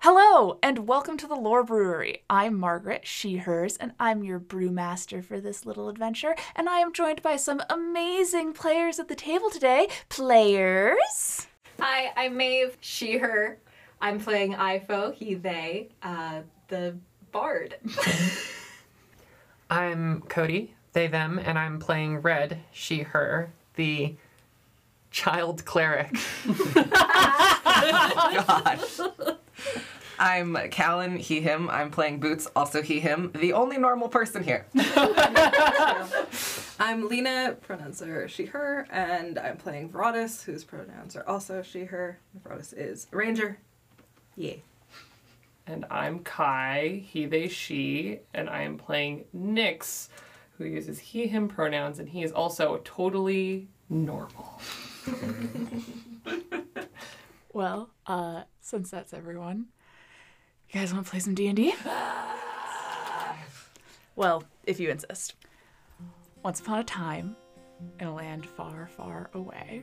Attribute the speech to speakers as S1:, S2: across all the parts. S1: Hello, and welcome to the Lore Brewery. I'm Margaret, she, hers, and I'm your brewmaster for this little adventure. And I am joined by some amazing players at the table today. Players?
S2: Hi, I'm Maeve, she, her. I'm playing Ifo, he, they, uh, the bard.
S3: I'm Cody, they, them, and I'm playing Red, she, her, the child cleric.
S4: Gosh. I'm Callan, he, him. I'm playing Boots, also he, him. The only normal person here.
S5: I'm Lena, pronouns are she, her, and I'm playing Veronis, whose pronouns are also she, her. Veronis is a ranger. Yay.
S6: And I'm Kai, he, they, she, and I am playing Nyx, who uses he, him pronouns, and he is also totally normal.
S1: Well, uh, since that's everyone, you guys want to play some D&D? well, if you insist. Once upon a time, in a land far, far away,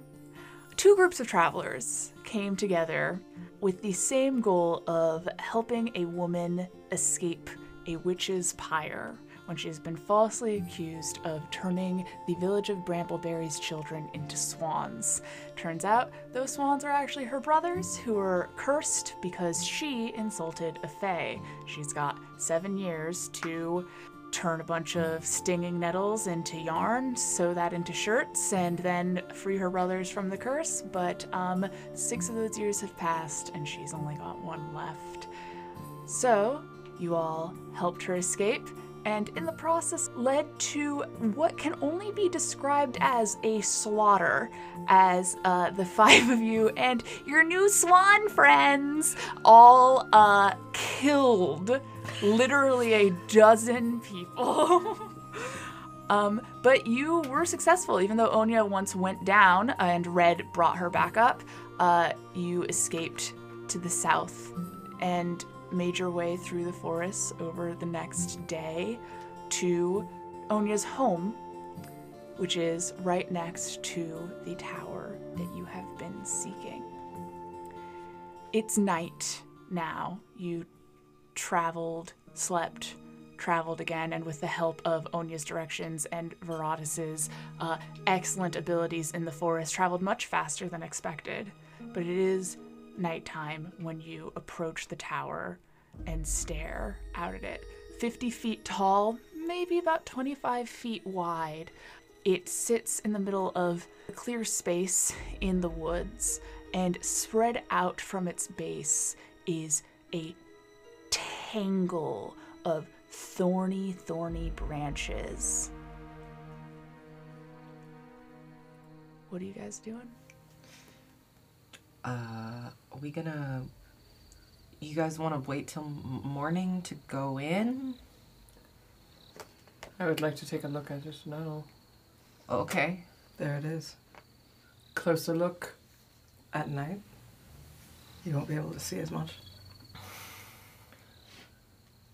S1: two groups of travelers came together with the same goal of helping a woman escape a witch's pyre when she has been falsely accused of turning the village of Brambleberry's children into swans. Turns out those swans are actually her brothers who were cursed because she insulted a fae. She's got seven years to turn a bunch of stinging nettles into yarn, sew that into shirts, and then free her brothers from the curse. But um, six of those years have passed, and she's only got one left. So, you all helped her escape, and in the process, led to what can only be described as a slaughter, as uh, the five of you and your new swan friends all uh, killed literally a dozen people. Um, but you were successful, even though Onya once went down and Red brought her back up. Uh, you escaped to the south and made your way through the forests over the next day to Onya's home, which is right next to the tower that you have been seeking. It's night now. You traveled, slept, traveled again, and with the help of Onya's directions and Veratis's uh, excellent abilities in the forest, traveled much faster than expected. But it is nighttime when you approach the tower and stare out at it. 50 feet tall, maybe about 25 feet wide. It sits in the middle of a clear space in the woods, and spread out from its base is a tangle of thorny, thorny branches. What are you guys doing?
S4: Uh, are we gonna. You guys want to wait till m- morning to go in?
S6: I would like to take a look at it now.
S4: Okay.
S5: There it is.
S6: Closer look.
S5: At night, you won't be able to see as much.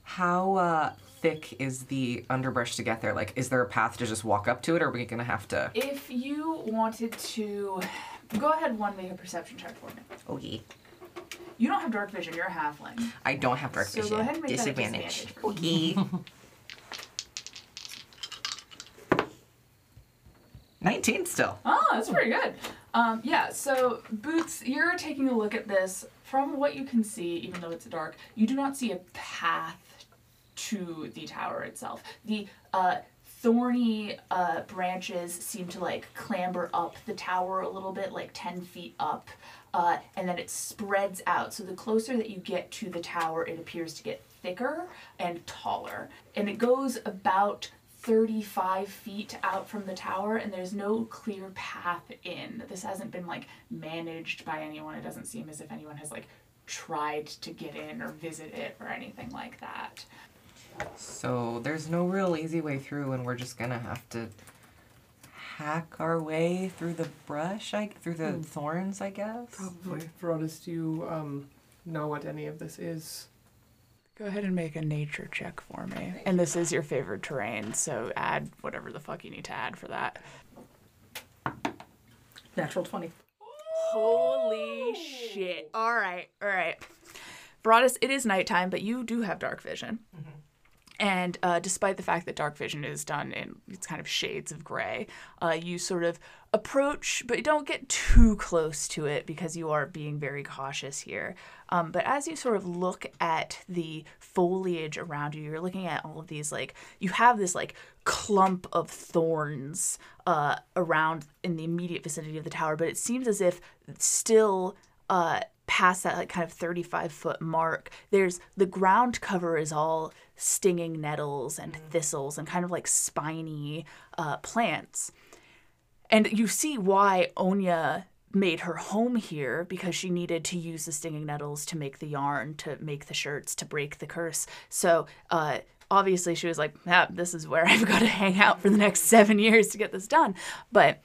S4: How uh, thick is the underbrush to get there? Like, is there a path to just walk up to it, or are we gonna have to.
S1: If you wanted to go ahead one make a perception check for me.
S4: Okay.
S1: You don't have dark vision, you're a halfling.
S4: Oh, I don't have dark
S1: So
S4: vision.
S1: go ahead and make that a
S4: disadvantage.
S1: disadvantage
S4: Okay. 19 still.
S1: Oh, that's pretty good. Um, yeah, so Boots, you're taking a look at this. From what you can see, even though it's dark, you do not see a path to the tower itself. The uh, thorny uh, branches seem to like clamber up the tower a little bit, like 10 feet up, uh, and then it spreads out. So the closer that you get to the tower, it appears to get thicker and taller. And it goes about 35 feet out from the tower and there's no clear path in. This hasn't been like managed by anyone. It doesn't seem as if anyone has like tried to get in or visit it or anything like that.
S4: So there's no real easy way through, and we're just gonna have to hack our way through the brush, I, through the thorns, I guess.
S5: Hmm. Probably.
S6: Veronis, do you um, know what any of this is?
S1: Go ahead and make a nature check for me. And this is your favorite terrain, so add whatever the fuck you need to add for that.
S5: Natural 20.
S1: Holy shit. All right, all right.
S7: Veratus, it is nighttime, but you do have dark vision. And uh, despite the fact that dark vision is done in it's kind of shades of gray, uh, you sort of approach, but you don't get too close to it because you are being very cautious here. Um, but as you sort of look at the foliage around you, you're looking at all of these like you have this like clump of thorns uh, around in the immediate vicinity of the tower, but it seems as if still uh, past that like kind of 35 foot mark there's the ground cover is all stinging nettles and thistles and kind of like spiny uh, plants and you see why Onya made her home here because she needed to use the stinging nettles to make the yarn, to make the shirts, to break the curse. So uh, obviously she was like, ah, this is where I've got to hang out for the next seven years to get this done. But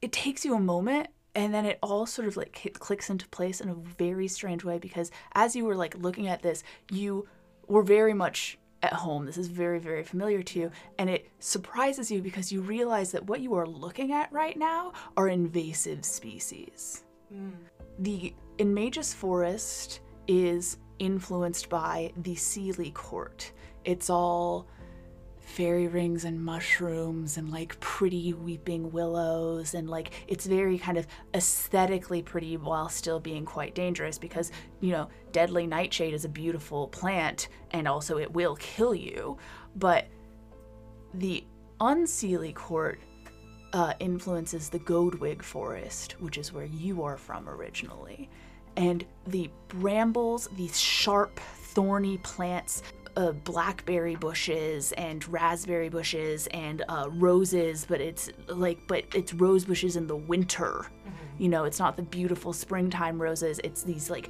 S7: it takes you a moment and then it all sort of like cl- clicks into place in a very strange way because as you were like looking at this, you were very much at home. This is very, very familiar to you. And it surprises you because you realize that what you are looking at right now are invasive species. The Inmagus Forest is influenced by the Sealy Court. It's all fairy rings and mushrooms and like pretty weeping willows and like it's very kind of aesthetically pretty while still being quite dangerous because you know deadly nightshade is a beautiful plant and also it will kill you but the unseelie court uh, influences the Goldwig Forest, which is where you are from originally. And the brambles, these sharp, thorny plants, uh, blackberry bushes and raspberry bushes and uh, roses, but it's like, but it's rose bushes in the winter. You know, it's not the beautiful springtime roses, it's these like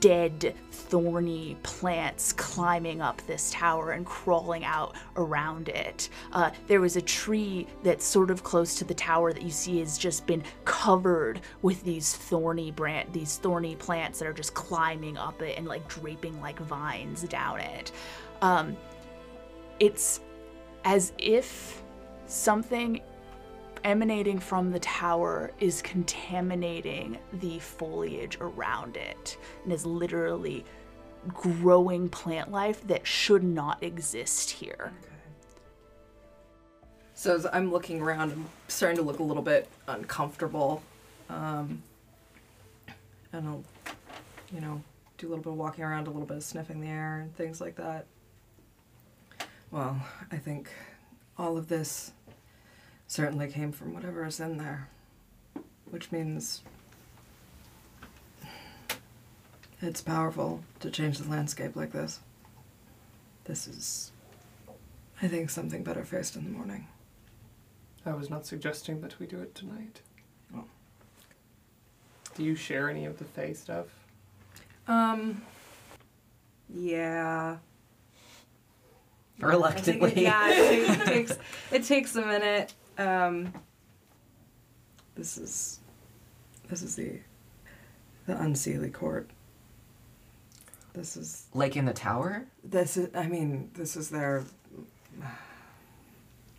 S7: dead, thorny plants climbing up this tower and crawling out around it. Uh, there was a tree that's sort of close to the tower that you see has just been covered with these thorny bran these thorny plants that are just climbing up it and like draping like vines down it. Um, it's as if something emanating from the tower is contaminating the foliage around it and is literally growing plant life that should not exist here.
S5: So as I'm looking around, I'm starting to look a little bit uncomfortable. Um, and I'll, you know, do a little bit of walking around, a little bit of sniffing the air, and things like that. Well, I think all of this certainly came from whatever is in there, which means it's powerful to change the landscape like this. This is, I think, something better faced in the morning.
S6: I was not suggesting that we do it tonight.
S5: Oh.
S6: Do you share any of the Fey stuff?
S5: Um. Yeah. I think
S4: Reluctantly.
S5: it, yeah, it takes, it takes it takes a minute. Um. This is, this is the, the unseelie court. This is
S4: Like in the tower?
S5: this is. I mean, this is their.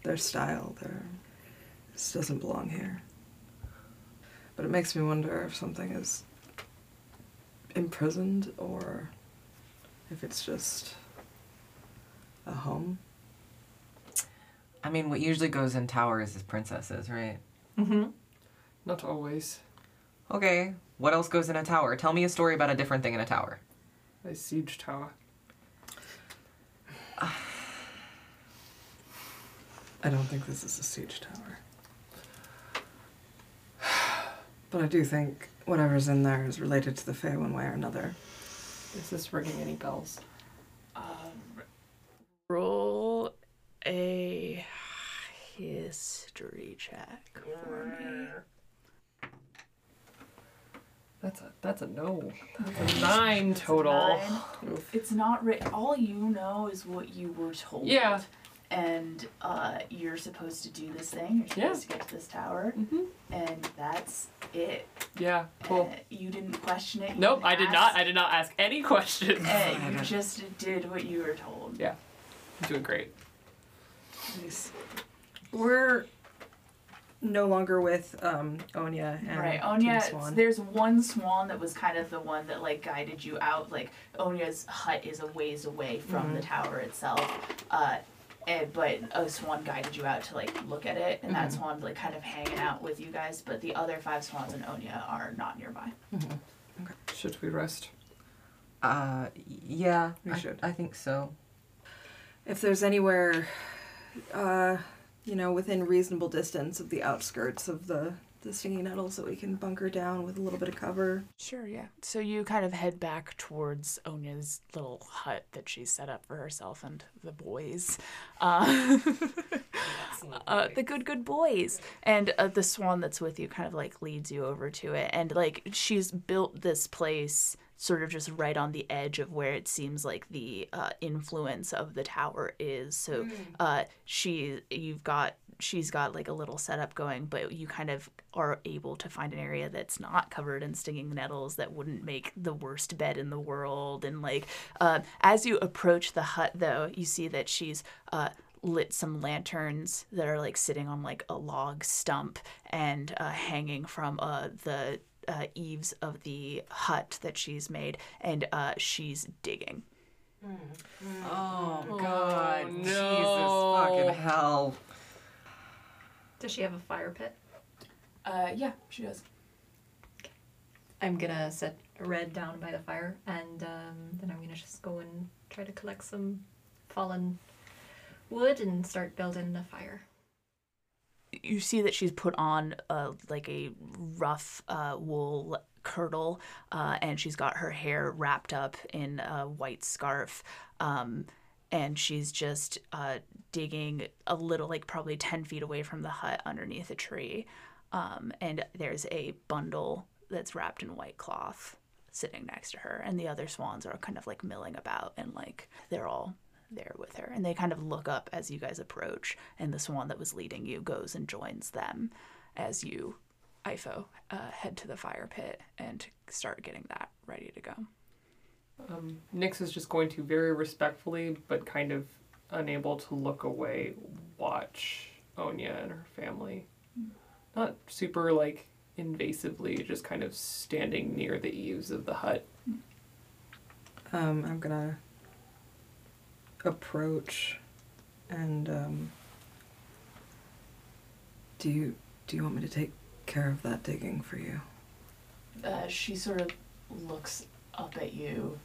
S5: Their style. Their. This doesn't belong here. But it makes me wonder if something is. Imprisoned or, if it's just. A home.
S4: I mean, what usually goes in towers is princesses, right?
S6: Not always.
S4: Okay, what else goes in a tower? Tell me a story about a different thing in a tower.
S6: A siege tower.
S5: I don't think this is a siege tower. But I do think whatever's in there is related to the Fae one way or another.
S6: Is this ringing any bells?
S7: Roll a history check for me.
S6: That's a that's a no. That's a nine total.
S7: It's not written. All you know is what you were told.
S6: Yeah.
S7: And uh, you're supposed to do this thing. You're supposed
S6: Yeah.
S7: to get to this tower, and that's it.
S6: Yeah, cool.
S7: Uh, you didn't question it. you
S6: Nope,
S7: didn't
S6: I did
S7: ask.
S6: not. I did not ask any questions.
S7: Uh, you just did what you were told.
S6: Yeah, I'm doing great.
S5: Nice. We're no longer with um, Onya and
S7: Right,
S5: Team
S7: Onya.
S5: Swan.
S7: There's one swan that was kind of the one that like guided you out. Like Onya's hut is a ways away from the
S5: Mm-hmm.
S7: tower itself, uh, and, but a swan guided you out to like look at it, and
S5: Mm-hmm.
S7: that swan's like kind of hanging out with you guys. But the other five swans and Onya are not nearby.
S6: Should we rest?
S4: Uh, yeah.
S5: We
S4: I-
S5: should.
S4: I think so.
S5: if there's anywhere, uh, you know, within reasonable distance of the outskirts of the the stinging nettles that we can bunker down with a little bit of cover.
S7: Sure, yeah. So you kind of head back towards Onya's little hut that she set up for herself and the boys. Uh, uh, the good, good boys. And uh, the swan that's with you kind of like leads you over to it. And like she's built this place sort of just right on the edge of where it seems like the uh, influence of the tower is. So uh, she, you've got she's got like a little setup going, but you kind of are able to find an area that's not covered in stinging nettles that wouldn't make the worst bed in the world. And like, uh, as you approach the hut, though, you see that she's uh, lit some lanterns that are like sitting on like a log stump and uh, hanging from uh, the uh, eaves of the hut that she's made, and uh, she's digging.
S4: Oh God!
S6: no.
S4: Jesus fucking hell!
S8: Does she have a fire pit?
S7: Uh, yeah, she does.
S8: I'm gonna set Red down by the fire, and um, then I'm gonna just go and try to collect some fallen wood and start building the fire.
S7: you see that she's put on a like a rough uh, wool kirtle, uh, and she's got her hair wrapped up in a white scarf, um, and she's just uh, digging a little, like probably ten feet away from the hut underneath a tree, um, and there's a bundle that's wrapped in white cloth sitting next to her, and the other swans are kind of like milling about, and like they're all there with her and they kind of look up as you guys approach and the swan that was leading you goes and joins them as you ifo uh, head to the fire pit and start getting that ready to go
S6: Um, Nyx is just going to very respectfully, but kind of unable to look away, watch Onya and her family. Not super like invasively, just kind of standing near the eaves of the hut.
S5: Um, I'm gonna approach and um, do you do you want me to take care of that digging for you?
S7: uh, she sort of looks up at you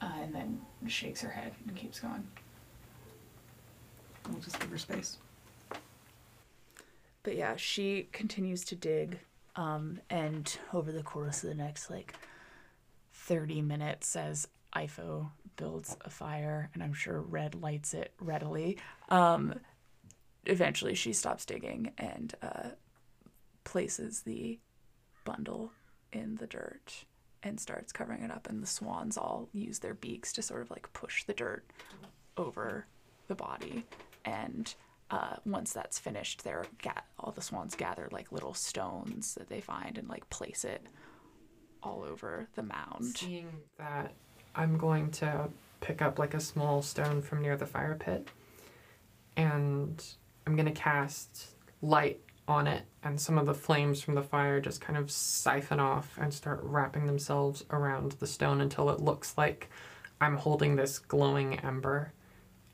S7: uh, and then shakes her head and keeps going
S5: I'll just give her space.
S7: but yeah, she continues to dig. Um, and over the course of the next like 30 minutes, as Ifo builds a fire, and I'm sure Red lights it readily, um, eventually she stops digging and uh, places the bundle in the dirt and starts covering it up. And the swans all use their beaks to sort of like push the dirt over the body and uh, once that's finished they're ga- all the swans gather like little stones that they find and like place it all over the mound
S3: Seeing that, I'm going to pick up like a small stone from near the fire pit and I'm going to cast light on it and some of the flames from the fire just kind of siphon off and start wrapping themselves around the stone until it looks like I'm holding this glowing ember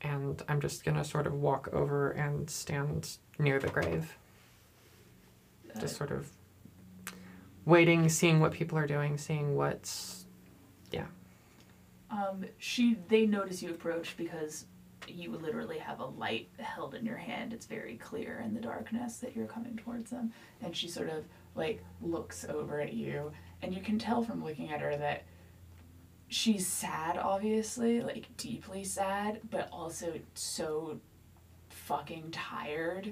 S3: and I'm just going to sort of walk over and stand near the grave. Just sort of waiting, seeing what people are doing, seeing what's
S7: um, she they notice you approach because you literally have a light held in your hand it's very clear in the darkness that you're coming towards them and she sort of like looks over at you and you can tell from looking at her that she's sad obviously like deeply sad but also so fucking tired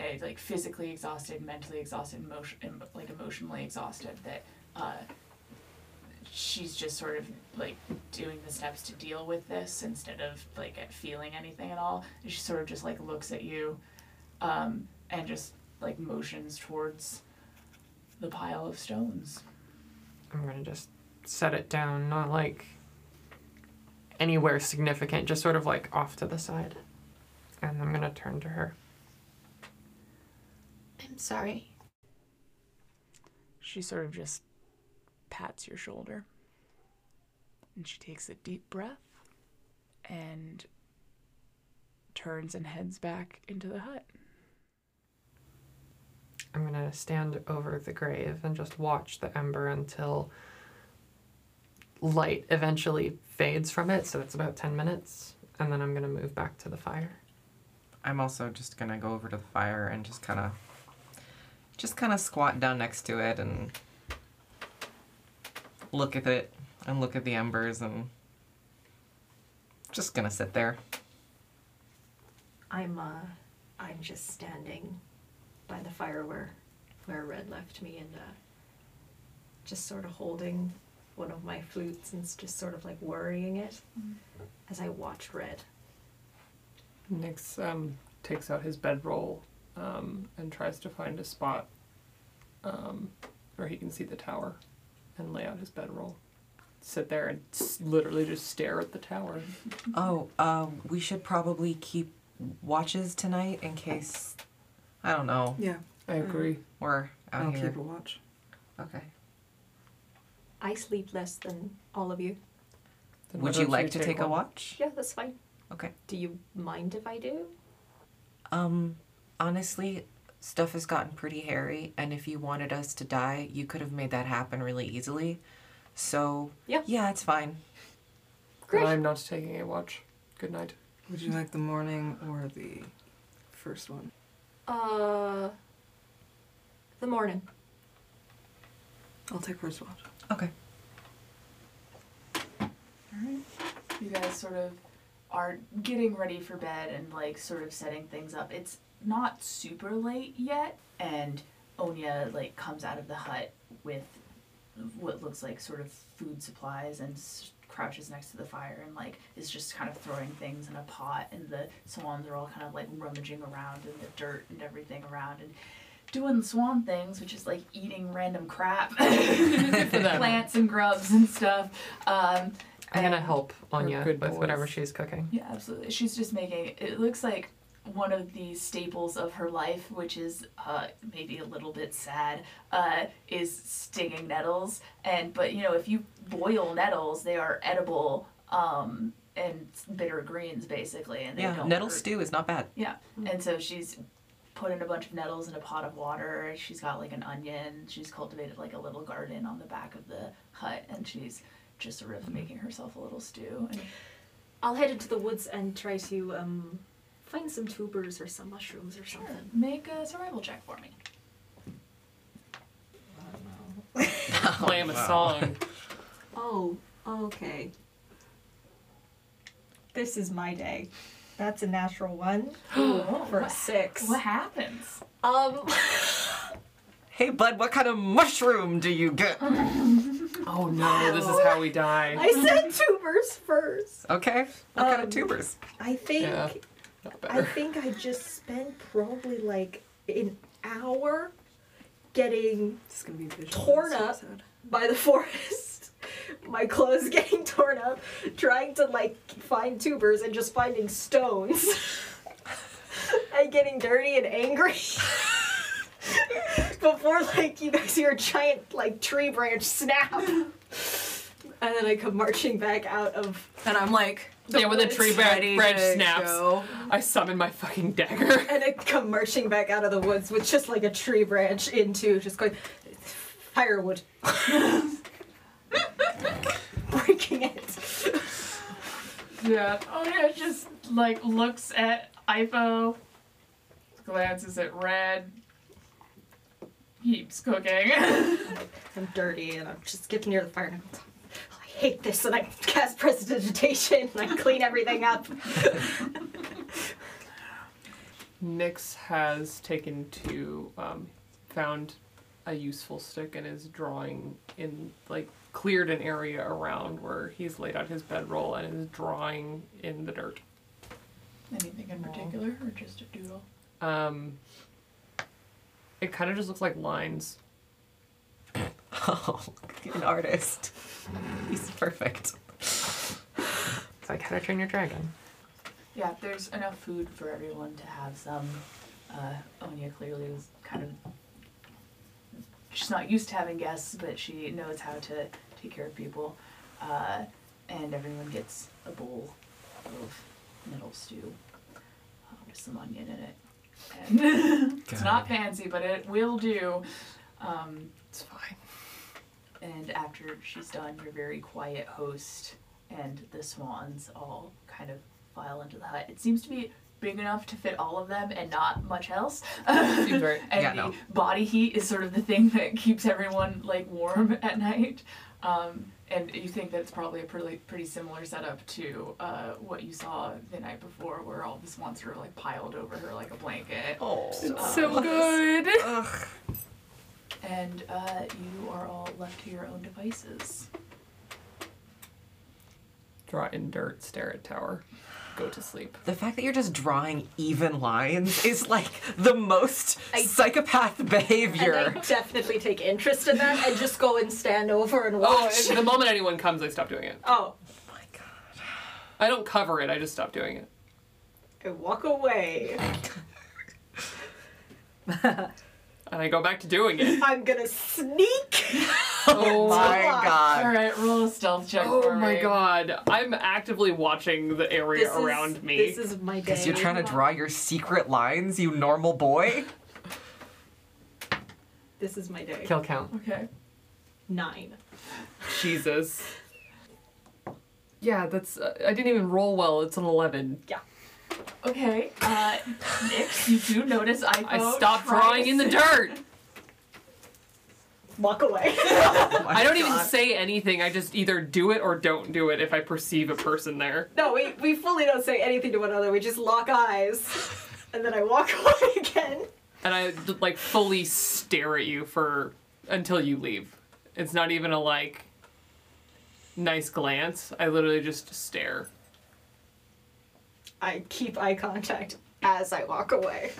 S7: and like physically exhausted mentally exhausted emotion, em- like emotionally exhausted that uh, she's just sort of like doing the steps to deal with this instead of like at feeling anything at all and she sort of just like looks at you um, and just like motions towards the pile of stones
S3: I'm gonna just set it down, not like anywhere significant, just sort of like off to the side. And I'm gonna turn to her.
S7: I'm sorry.
S1: She sort of just pats your shoulder. And she takes a deep breath and turns and heads back into the hut.
S3: I'm gonna stand over the grave and just watch the ember until light eventually fades from it. So that's about 10 minutes. And then I'm gonna move back to the fire.
S4: I'm also just gonna go over to the fire and just kind of, just kind of squat down next to it and look at it and look at the embers and just gonna sit there.
S9: I'm uh, I'm just standing by the fire where where Red left me, and uh, just sort of holding one of my flutes and s- just sort of like worrying it
S8: Mm-hmm.
S9: as I watch Red.
S6: Nix um, takes out his bedroll um, and tries to find a spot um, where he can see the tower and lay out his bedroll. Sit there and s- literally just stare at the tower.
S4: Oh, uh, we should probably keep watches tonight in case, I don't know,
S5: Yeah,
S6: I
S1: Mm-hmm.
S6: agree.
S4: we're out
S5: I'll
S4: here.
S5: keep a watch.
S4: Okay.
S9: I sleep less than all of you.
S6: Then
S4: Would
S6: why
S4: you
S6: don't
S4: like to take a
S6: one?
S4: watch?
S9: Yeah, that's fine.
S4: Okay.
S9: Do you mind if I do?
S4: Um, honestly, stuff has gotten pretty hairy, and if you wanted us to die, you could have made that happen really easily. So,
S9: Yeah.
S4: yeah it's fine.
S6: Then
S9: Great.
S6: I'm not taking a watch. Good night.
S5: Would you like the morning or the first one?
S9: Uh, the morning.
S5: I'll take first watch.
S4: Okay.
S7: You guys sort of are getting ready for bed and like sort of setting things up. It's not super late yet, and Onya like comes out of the hut with what looks like sort of food supplies and s- crouches next to the fire and like is just kind of throwing things in a pot and the swans are all kind of like rummaging around in the dirt and everything around and doing swan things which is like eating random crap plants and grubs and stuff um
S3: I'm gonna
S7: and-
S3: help Anya
S6: good
S3: with whatever
S6: boys.
S3: she's cooking.
S7: yeah, absolutely. She's just making it looks like one of the staples of her life, which is uh, maybe a little bit sad, uh, is stinging nettles. And but you know, if you boil nettles, they are edible um, and bitter greens basically, and they
S4: Yeah,
S7: don't
S4: nettle
S7: hurt.
S4: stew is not bad.
S7: Yeah, and so she's put in a bunch of nettles in a pot of water. She's got like an onion. She's cultivated like a little garden on the back of the hut, and she's just sort of making herself a little stew. And
S9: I'll head into the woods and try to um, find some tubers or some mushrooms or
S7: Sure.
S9: something.
S7: Make a survival check for me.
S4: Oh,
S6: Play him a song.
S9: Oh, okay. This is my day. That's a natural one for a six.
S7: What happens?
S9: Um,
S4: Hey, bud, what kind of mushroom do you get?
S6: oh no, this is how we die.
S9: I said tubers first.
S4: Okay. What kind of tubers?
S8: I think
S6: Yeah, not
S8: I
S6: better.
S8: think I just spent probably like an hour getting
S5: This is gonna be a visual.
S8: Torn
S5: this
S8: up.
S5: episode.
S8: by the forest. My clothes getting torn up, trying to like find tubers and just finding stones. and getting dirty and angry. Before like you guys hear a giant like tree branch snap. and then I come marching back out of
S5: And I'm like,
S6: yeah, when the tree branch,
S5: ready
S6: branch
S5: to
S6: snaps,
S5: go.
S6: I summon my fucking dagger.
S8: and I come marching back out of the woods with just like a tree branch into just going firewood. Breaking it.
S6: Yeah.
S1: Oh yeah, just like looks at Ifo, glances at Red, keeps cooking.
S8: I'm dirty and I'm just getting near the fire and I'm like, "Oh, I hate this and I cast prestidigitation and I clean everything up.
S6: Nix has taken to um, found a useful stick and is drawing in like cleared an area around where he's laid out his bedroll and is drawing in the dirt.
S7: Anything in particular, or just a doodle?
S6: Um, it kind of just looks like lines.
S4: Oh, an artist. He's perfect.
S3: It's like how to train your dragon.
S7: Yeah, there's enough food for everyone to have some. Uh, Onya clearly was
S1: kind of she's not used to having guests, but she knows how to take care of people. Uh, and everyone gets a bowl of noodle stew uh, with some onion in it. And it's not fancy, but it will do. Um,
S6: It's fine.
S1: and after she's done, your very quiet host and the swans all kind of file into the hut. It seems to be big enough to fit all of them and not much else.
S6: Seems right.
S1: and
S4: Yeah,
S1: the
S4: no.
S1: body heat is sort of the thing that keeps everyone like warm at night. Um, and you think that it's probably a pretty pretty similar setup to uh, what you saw the night before, where all the swans were like piled over her like a blanket.
S4: Oh,
S1: It's
S6: So good.
S1: And uh, you are all left to your own devices.
S6: Draw in dirt, stare at tower, go to sleep.
S4: The fact that you're just drawing even lines is like the most psychopath behavior.
S8: And I definitely take interest in that and just go and stand over and
S6: Oh,
S8: watch.
S6: and the moment anyone comes, I stop doing it.
S8: Oh,
S6: I don't cover it. I just stop doing it.
S8: I walk away.
S6: And I go back to doing it.
S8: I'm gonna sneak.
S6: Oh
S4: my
S1: All
S4: god.
S1: right, roll a stealth check.
S6: Oh
S1: for
S6: my
S1: me.
S6: god. I'm actively watching the area around
S8: is,
S6: me.
S8: This is my day.
S4: Because you're trying to draw your secret lines, you normal boy.
S8: This is my day.
S3: Kill count.
S1: Okay.
S8: Nine.
S6: Jesus. Yeah, that's. Uh, I didn't even roll well. It's an 11.
S1: Okay. Uh, Nick, you do notice iPhone.
S6: I stopped drawing in the dirt.
S8: Walk away.
S6: I don't even say anything. I just either do it or don't do it if I perceive a person there.
S8: no, we, we fully don't say anything to one another. We just lock eyes. And then I walk away again.
S6: And I like fully stare at you for until you leave. It's not even a like nice glance. I literally just stare.
S8: I keep eye contact as I walk away.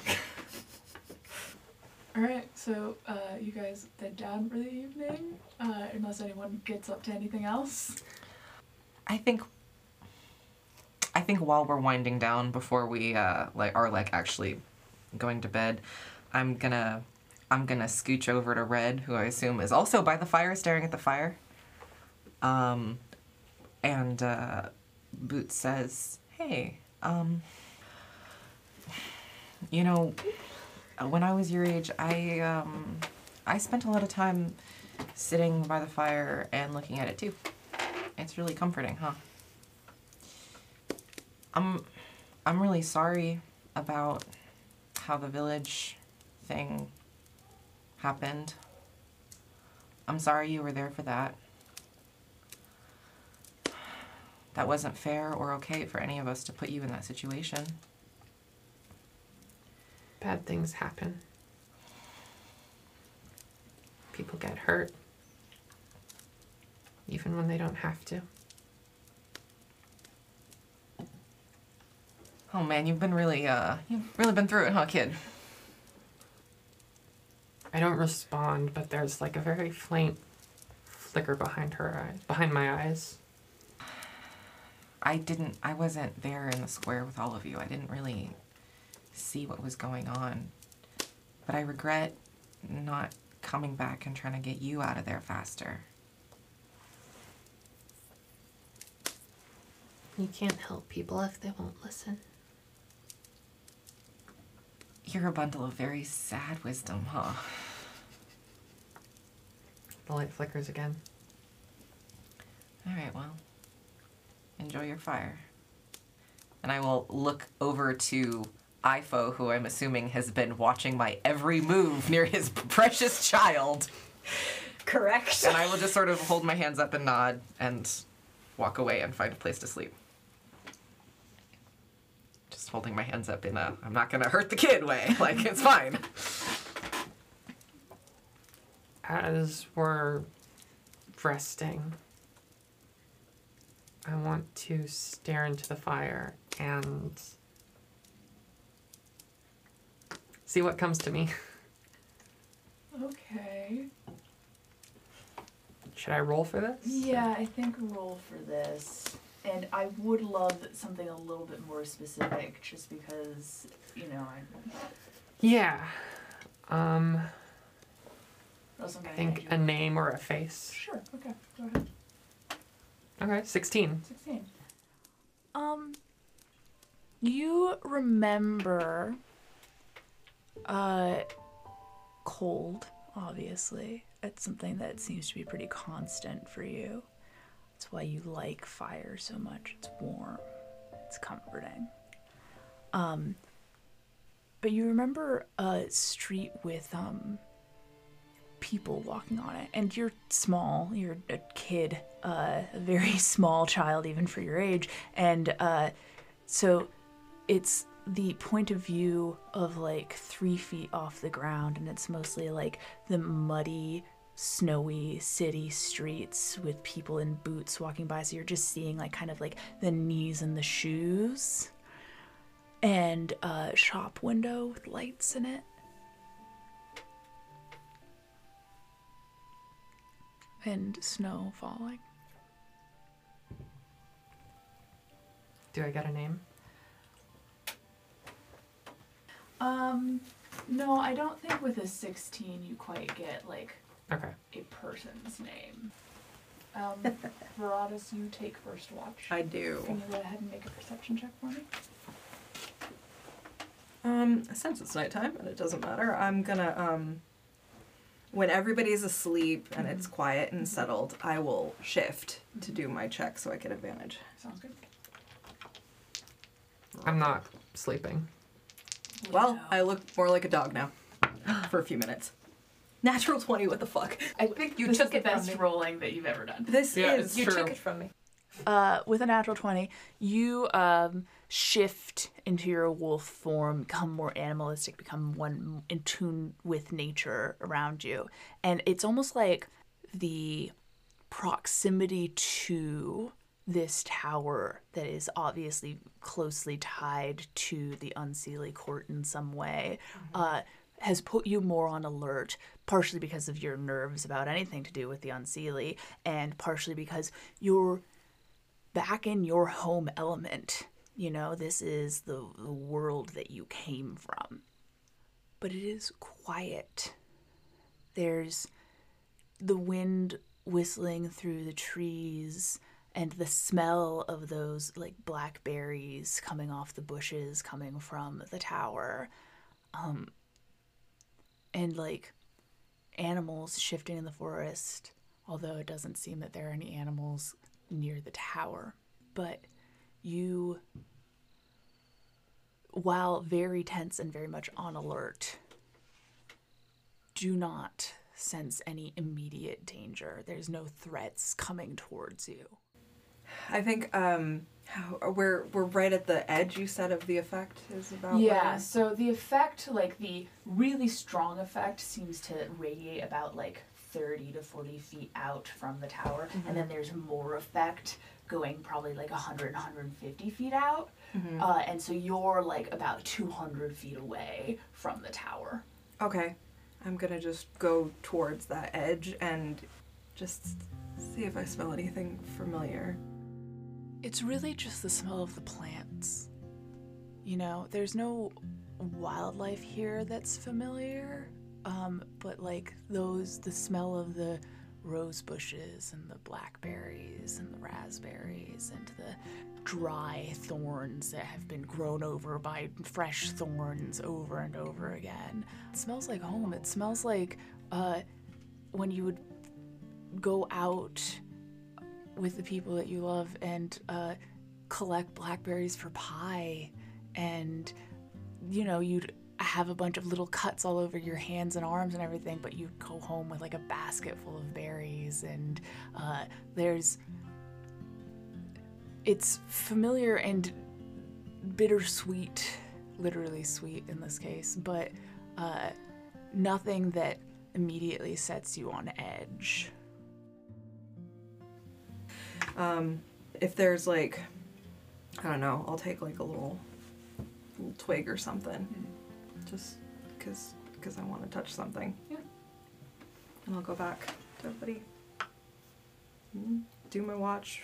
S1: All right. So uh, you guys head down for the evening, uh, unless anyone gets up to anything else.
S4: I think I think while we're winding down before we uh like are like actually going to bed, I'm gonna I'm gonna scooch over to Red, who I assume is also by the fire staring at the fire. Um and uh Boot says, "Hey, um you know, when I was your age, I um I spent a lot of time sitting by the fire and looking at it too. It's really comforting, huh? I'm I'm really sorry about how the village thing happened. I'm sorry you were there for that. That wasn't fair or okay for any of us to put you in that situation.
S3: Bad things happen. People get hurt. Even when they don't have to.
S4: Oh man, you've been really uh you've really been through it, huh, kid?
S3: I don't respond, but there's like a very faint flicker behind her eyes, behind my eyes.
S4: I didn't I wasn't there in the square with all of you. I didn't really see what was going on. But I regret not coming back and trying to get you out of there faster.
S10: You can't help people if they won't listen.
S4: You're a bundle of very sad wisdom, huh?
S3: The light flickers again.
S4: All right, well. Enjoy your fire. And I will look over to Ifo, who I'm assuming has been watching my every move near his precious child.
S8: Correct.
S4: And I will just sort of hold my hands up and nod and walk away and find a place to sleep. Just holding my hands up in a I'm not gonna hurt the kid way. Like, it's fine.
S3: As we're resting, I want to stare into the fire and see what comes to me.
S1: Okay.
S3: Should I roll for this?
S1: Yeah, I think roll for this. And I would love something a little bit more specific, just because you know I
S3: Yeah. Um,
S11: Or else I'm gonna
S3: I think a
S11: hand
S3: name or a
S11: you-
S3: face.
S11: Sure. Okay. Go ahead.
S3: Okay, 16.
S11: Sixteen.
S1: Um, you remember, uh, cold, obviously. It's something that seems to be pretty constant for you. It's why you like fire so much. It's warm, it's comforting. Um, but you remember a street with, um, people walking on it. And you're small, you're a kid, uh, a very small child, even for your age. And uh, so it's the point of view of like three feet off the ground, and it's mostly like the muddy, snowy city streets with people in boots walking by. So you're just seeing like kind of like the knees and the shoes. And a shop window with lights in it. and snow falling.
S3: Do I get a name?
S11: Um, no, I don't think with a sixteen you quite get like
S3: Okay.
S11: a person's name. Um, Veratus, you take first watch.
S5: I do.
S11: Can you go ahead and make a perception check for me?
S5: Um, since it's nighttime and it doesn't matter, I'm gonna um when everybody's asleep and it's quiet and settled, I will shift to do my check so I get advantage.
S11: Sounds good.
S3: I'm not sleeping.
S5: Well, I look more like a dog now for a few minutes. Natural 20, what the fuck?
S11: I think you
S8: took
S11: took the
S8: it from
S11: best
S8: me.
S11: rolling that you've ever done.
S5: This
S6: Yeah,
S5: is
S6: it's true.
S8: Took it from me.
S1: Uh, with a natural 20, you um, shift into your wolf form, become more animalistic, become one in tune with nature around you. And it's almost like the proximity to this tower that is obviously closely tied to the Unseelie Court in some way uh, has put you more on alert, partially because of your nerves about anything to do with the Unseelie, and partially because you're back in your home element. You know, this is the, the world that you came from. But it is quiet. There's the wind whistling through the trees and the smell of those like blackberries coming off the bushes coming from the tower um and like animals shifting in the forest although it doesn't seem that there are any animals near the tower but you while very tense and very much on alert do not sense any immediate danger. There's no threats coming towards you.
S5: I think um how, we're we're right at the edge you said of the effect is about
S11: Yeah, so the effect, like the really strong effect, seems to radiate about like 30 to 40 feet out from the tower,
S7: Mm-hmm.
S11: and then there's more effect going probably like 100, 150 feet out. Uh, and so you're like about 200 feet away from the tower.
S5: where- Okay. I'm gonna just go towards that edge and just see if I smell anything familiar.
S1: It's really just the smell of the plants. You know, there's no wildlife here that's familiar, um, but like those, the smell of the rose bushes and the blackberries and the raspberries and the dry thorns that have been grown over by fresh thorns over and over again. It smells like home. It smells like uh, when you would go out with the people that you love and uh, collect blackberries for pie and you know you'd have a bunch of little cuts all over your hands and arms and everything but you'd go home with like a basket full of berries and uh, there's it's familiar and bittersweet literally sweet in this case but uh, nothing that immediately sets you on edge
S5: Um, if there's like, I don't know, I'll take like a little, little twig or something, just because because I want to touch something.
S11: Mm-hmm. Yeah.
S5: And I'll go back to everybody. Mm, Do my watch.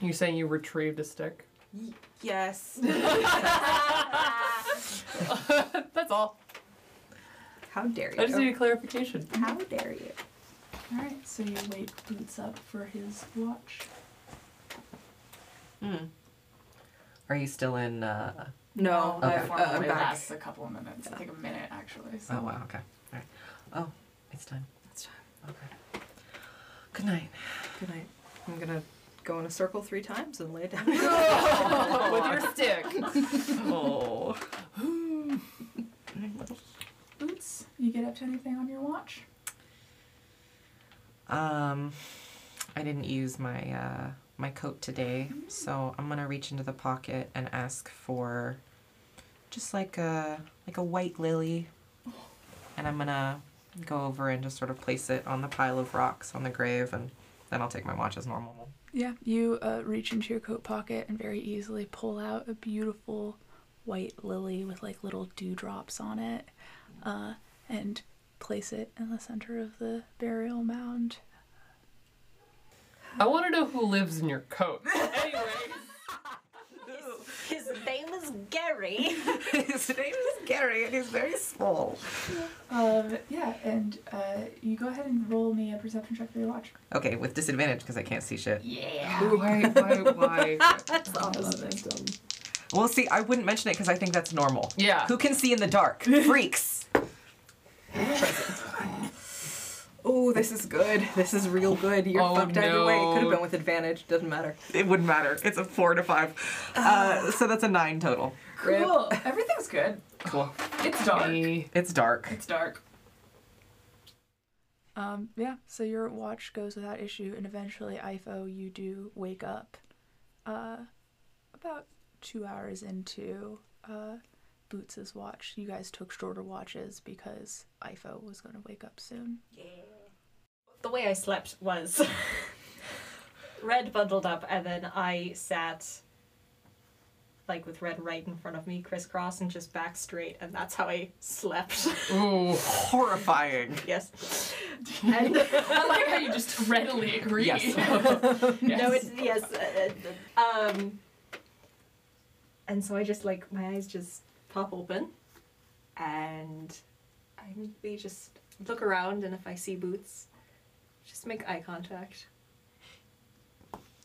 S6: You saying you retrieved a stick?
S5: Yes.
S6: That's all.
S8: How dare
S6: I just
S8: you?
S6: need a clarification.
S8: How dare you?
S11: All right, so you wait boots up for his watch.
S4: Mm. Are you still in? Uh...
S5: No,
S4: Okay.
S5: I, uh,
S11: That
S5: I'm
S11: formally
S5: back. Uh.
S11: lasts a couple of minutes. I think a minute actually. So.
S4: Oh wow. Okay. All right. Oh, it's time.
S5: It's
S4: time. Okay. Good night.
S5: Good night. I'm gonna go in a circle three times and lay down.
S6: With your stick.
S4: Oh.
S11: Boots, you get up to anything on your watch?
S4: Um, I didn't use my uh, my coat today, so I'm gonna reach into the pocket and ask for just like a like a white lily, and I'm gonna go over and just sort of place it on the pile of rocks on the grave, and then I'll take my watch as normal.
S1: Yeah, you uh, reach into your coat pocket and very easily pull out a beautiful white lily with like little dewdrops on it uh, and place it in the center of the burial mound.
S6: I want to know who lives in your coat. anyway,
S8: His name is Gary.
S4: His name is Gary, and he's very small.
S11: Um, yeah, and uh, you go ahead and roll me a perception check for your watch.
S4: Okay, with disadvantage because I can't see shit.
S6: Ooh, why, why, why?
S4: Well, see, I wouldn't mention it because I think that's normal.
S6: Yeah.
S4: Who can see in the dark? Freaks.
S5: oh, this is good. This is real good. You're
S6: Oh,
S5: fucked either way. It could
S6: no.
S5: have been with advantage. Doesn't matter.
S4: It wouldn't matter. It's a four to five. Uh, so that's a nine total.
S5: Rip.
S11: Cool. Everything's good.
S4: Cool.
S11: It's dark.
S6: Me.
S4: It's dark.
S11: It's dark.
S1: Um, yeah, so your watch goes without issue, and eventually, IFO, you do wake up uh, about two hours into uh, Boots's watch. You guys took shorter watches because IFO was going to wake up soon.
S8: The way I slept was Red bundled up, and then I sat like with Red right in front of me, crisscross, and just back straight, and that's how I slept.
S6: Ooh.
S4: Horrifying.
S8: yes. And
S11: I like how you just readily agree.
S8: No, it's yes. uh, uh, um, and so I just like my eyes just pop open, and I immediately just look around, and if I see boots, just make eye contact.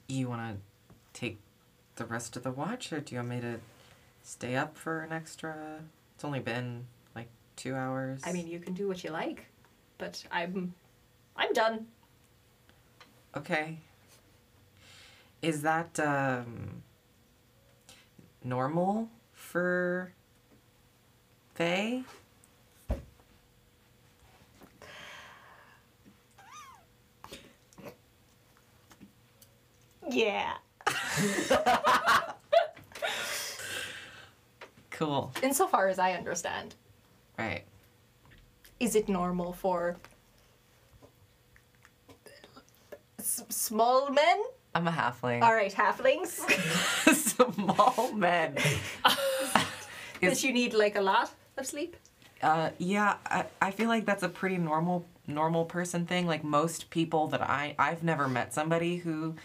S4: You want to take the rest of the watch, or do you want me to stay up for an extra? It's only been like two hours.
S8: I mean, you can do what you like, but I'm, I'm done.
S4: Okay. Is that um, normal for Faye?
S8: Yeah.
S4: Cool.
S8: Insofar as I understand,
S4: Right.
S8: is it normal for s- small men?
S4: I'm a halfling.
S8: All right, halflings.
S4: Small men.
S8: that you need like a lot of sleep.
S4: Uh, yeah, I, I feel like that's a pretty normal normal person thing. Like most people that I I've never met somebody who,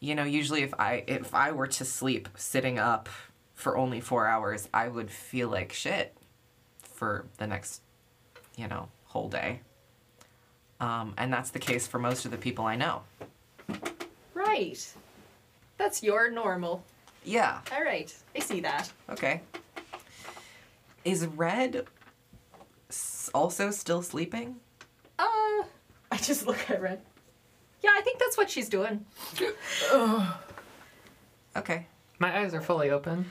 S4: you know, usually if I if I were to sleep sitting up for only four hours, I would feel like shit for the next, you know, whole day. Um, and that's the case for most of the people I know.
S8: Right. That's your normal.
S4: Yeah.
S8: All right. I see that.
S4: Okay. Is Red s- also still sleeping?
S8: Uh, I just look at Red. Yeah, I think that's what she's doing.
S4: Okay.
S3: My eyes are fully open.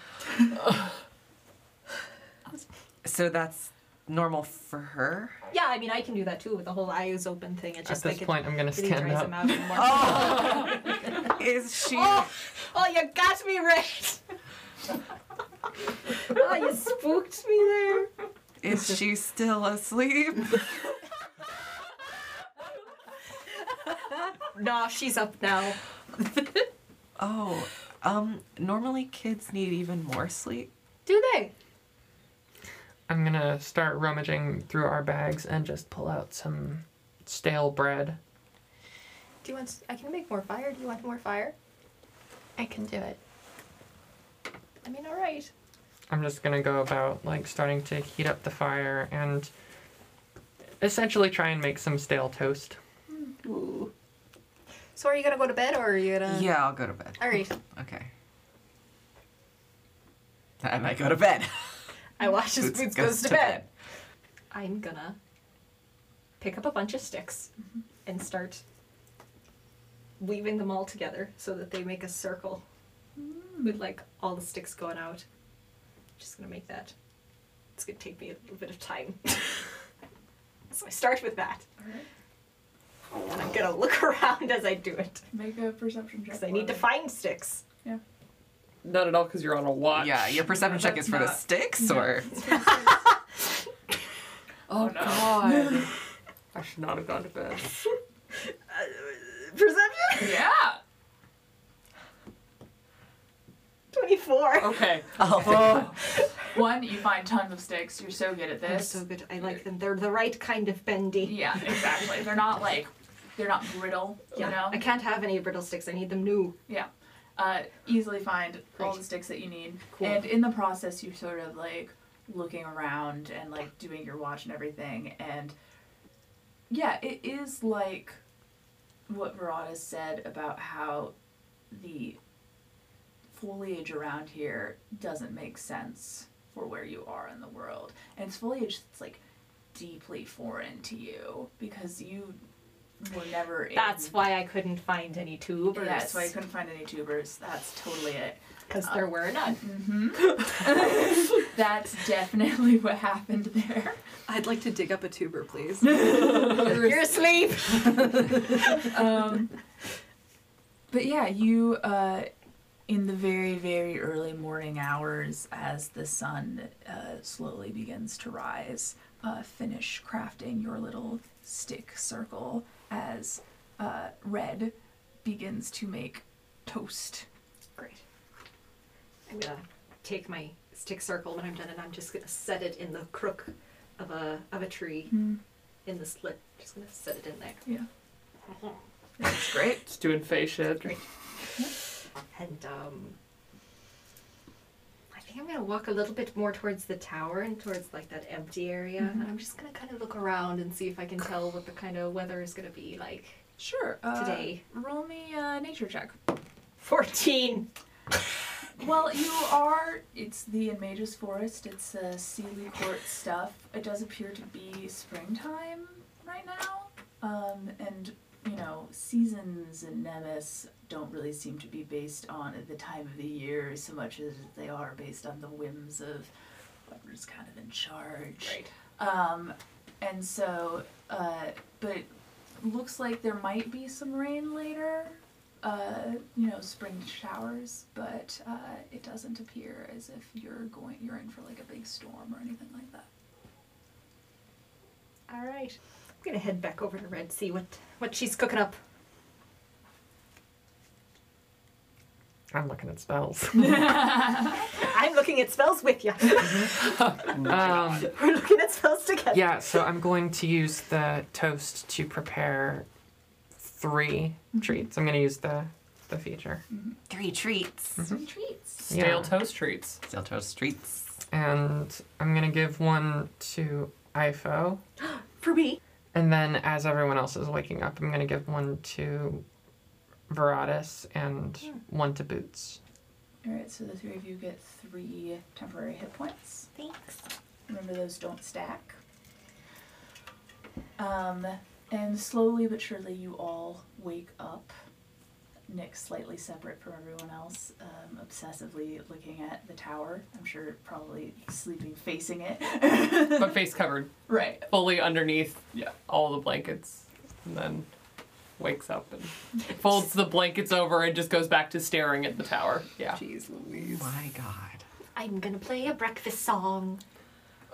S4: So that's normal for her?
S8: Yeah, I mean, I can do that too with the whole eyes open thing. It
S3: At
S8: just
S3: this
S8: like it
S3: point, I'm gonna
S8: really
S3: stand
S8: dries
S3: up.
S8: them out and more. Oh.
S4: Is she
S8: oh, you got me, Red. oh, you spooked me there.
S4: is she still asleep?
S8: No, she's up now.
S4: Oh, um normally kids need even more sleep.
S8: Do they?
S3: I'm gonna start rummaging through our bags and just pull out some stale bread.
S8: Do you want? s- I can make more fire. Do you want more fire?
S12: I can do it.
S8: I mean, all right.
S3: I'm just gonna go about like starting to heat up the fire and essentially try and make some stale toast.
S8: So are you gonna go to bed or are you gonna?
S4: yeah, I'll go to bed.
S8: Uh, All right.
S4: Okay. And I go to bed.
S8: I watch as
S4: Boots
S8: Boots goes to bed. I'm gonna pick up a bunch of sticks and start weaving them all together so that they make a circle with like all the sticks going out. Just gonna make that. It's gonna take me a little bit of time. so I start with that. And I'm gonna look around as I do it
S1: Make a perception check.
S8: because I need to find sticks.
S6: Not at all, because you're on a watch.
S4: Yeah, your perception check is
S1: that's
S4: for the
S1: not-
S4: sticks, or
S6: Oh, God. I should not have gone to bed.
S8: Perception?
S1: Yeah.
S8: 24.
S6: Okay.
S1: One, you find tons of sticks. You're so good at
S8: They're
S1: this.
S8: so good. I like them. They're the right kind of bendy.
S1: Yeah, exactly. They're not like they're not brittle,
S8: Yeah,
S1: you know.
S8: I can't have any brittle sticks. I need them new.
S1: Yeah. Uh, easily find all
S8: Great.
S1: the sticks that you need.
S8: Cool.
S1: And in the process, you're sort of like looking around and like doing your watch and everything. And yeah, it is like what Verada said about how the foliage around here doesn't make sense for where you are in the world. And it's foliage that's like deeply foreign to you because you were never in
S8: That's why I couldn't find any tubers.
S1: yeah, that's why you couldn't find any tubers. That's totally it.
S8: Because there were none.
S1: Mm-hmm. That's definitely what happened there.
S5: I'd like to dig up a tuber, please.
S8: You're asleep.
S1: Um, but yeah, you uh, in the very very early morning hours, as the sun uh, slowly begins to rise, uh, finish crafting your little stick circle as uh, red begins to make toast.
S8: Great. I'm gonna take my stick circle when I'm done, and I'm just gonna set it in the crook of a of a tree in the slit. Just gonna set it in there.
S1: It's great.
S6: It's doing face shit.
S8: And um, I think I'm gonna walk a little bit more towards the tower and towards like that empty area.
S1: Mm-hmm.
S8: And I'm just gonna kind of look around and see if I can tell what the kind of weather is gonna be like
S1: Sure. Uh,
S8: today.
S1: Roll me a nature check.
S8: Fourteen.
S1: Well, you are. It's the Mage's Forest. It's uh, Sealy Court stuff. It does appear to be springtime right now. Um, and, you know, seasons and Nemesis don't really seem to be based on the time of the year so much as they are based on the whims of whoever's kind of in charge. Right. Um, and so, uh, but looks like there might be some rain later uh, you know, spring showers, but uh, it doesn't appear as if you're going you're in for like a big storm or anything like that.
S8: All right. I'm gonna head back over to Red, see what what she's cooking up.
S3: I'm looking at spells.
S8: I'm looking at spells with you.
S3: um,
S8: We're looking at spells together.
S3: yeah, so I'm going to use the Uh, toast to prepare 3
S1: Mm-hmm.
S3: treats. I'm going to use the the feature.
S4: three treats.
S1: Treats.
S3: Yeah.
S6: Stale toast treats.
S4: Steel toast streets.
S3: And I'm going to give one to Ifo.
S8: For me.
S3: And then as everyone else is waking up, I'm going to give one to Veratus and
S6: Hmm.
S3: one to Boots.
S1: All right, so the three of you get three temporary hit points.
S8: Thanks.
S1: Remember those don't stack. Um, and slowly but surely you all wake up. Nick slightly separate from everyone else, um, obsessively looking at the tower. I'm sure probably sleeping facing it.
S6: But face covered.
S1: right.
S6: Fully underneath yeah, all the blankets. And then wakes up and folds the blankets over and just goes back to staring at the tower. Yeah.
S5: Jeez Louise.
S4: My God.
S8: I'm gonna play a breakfast song.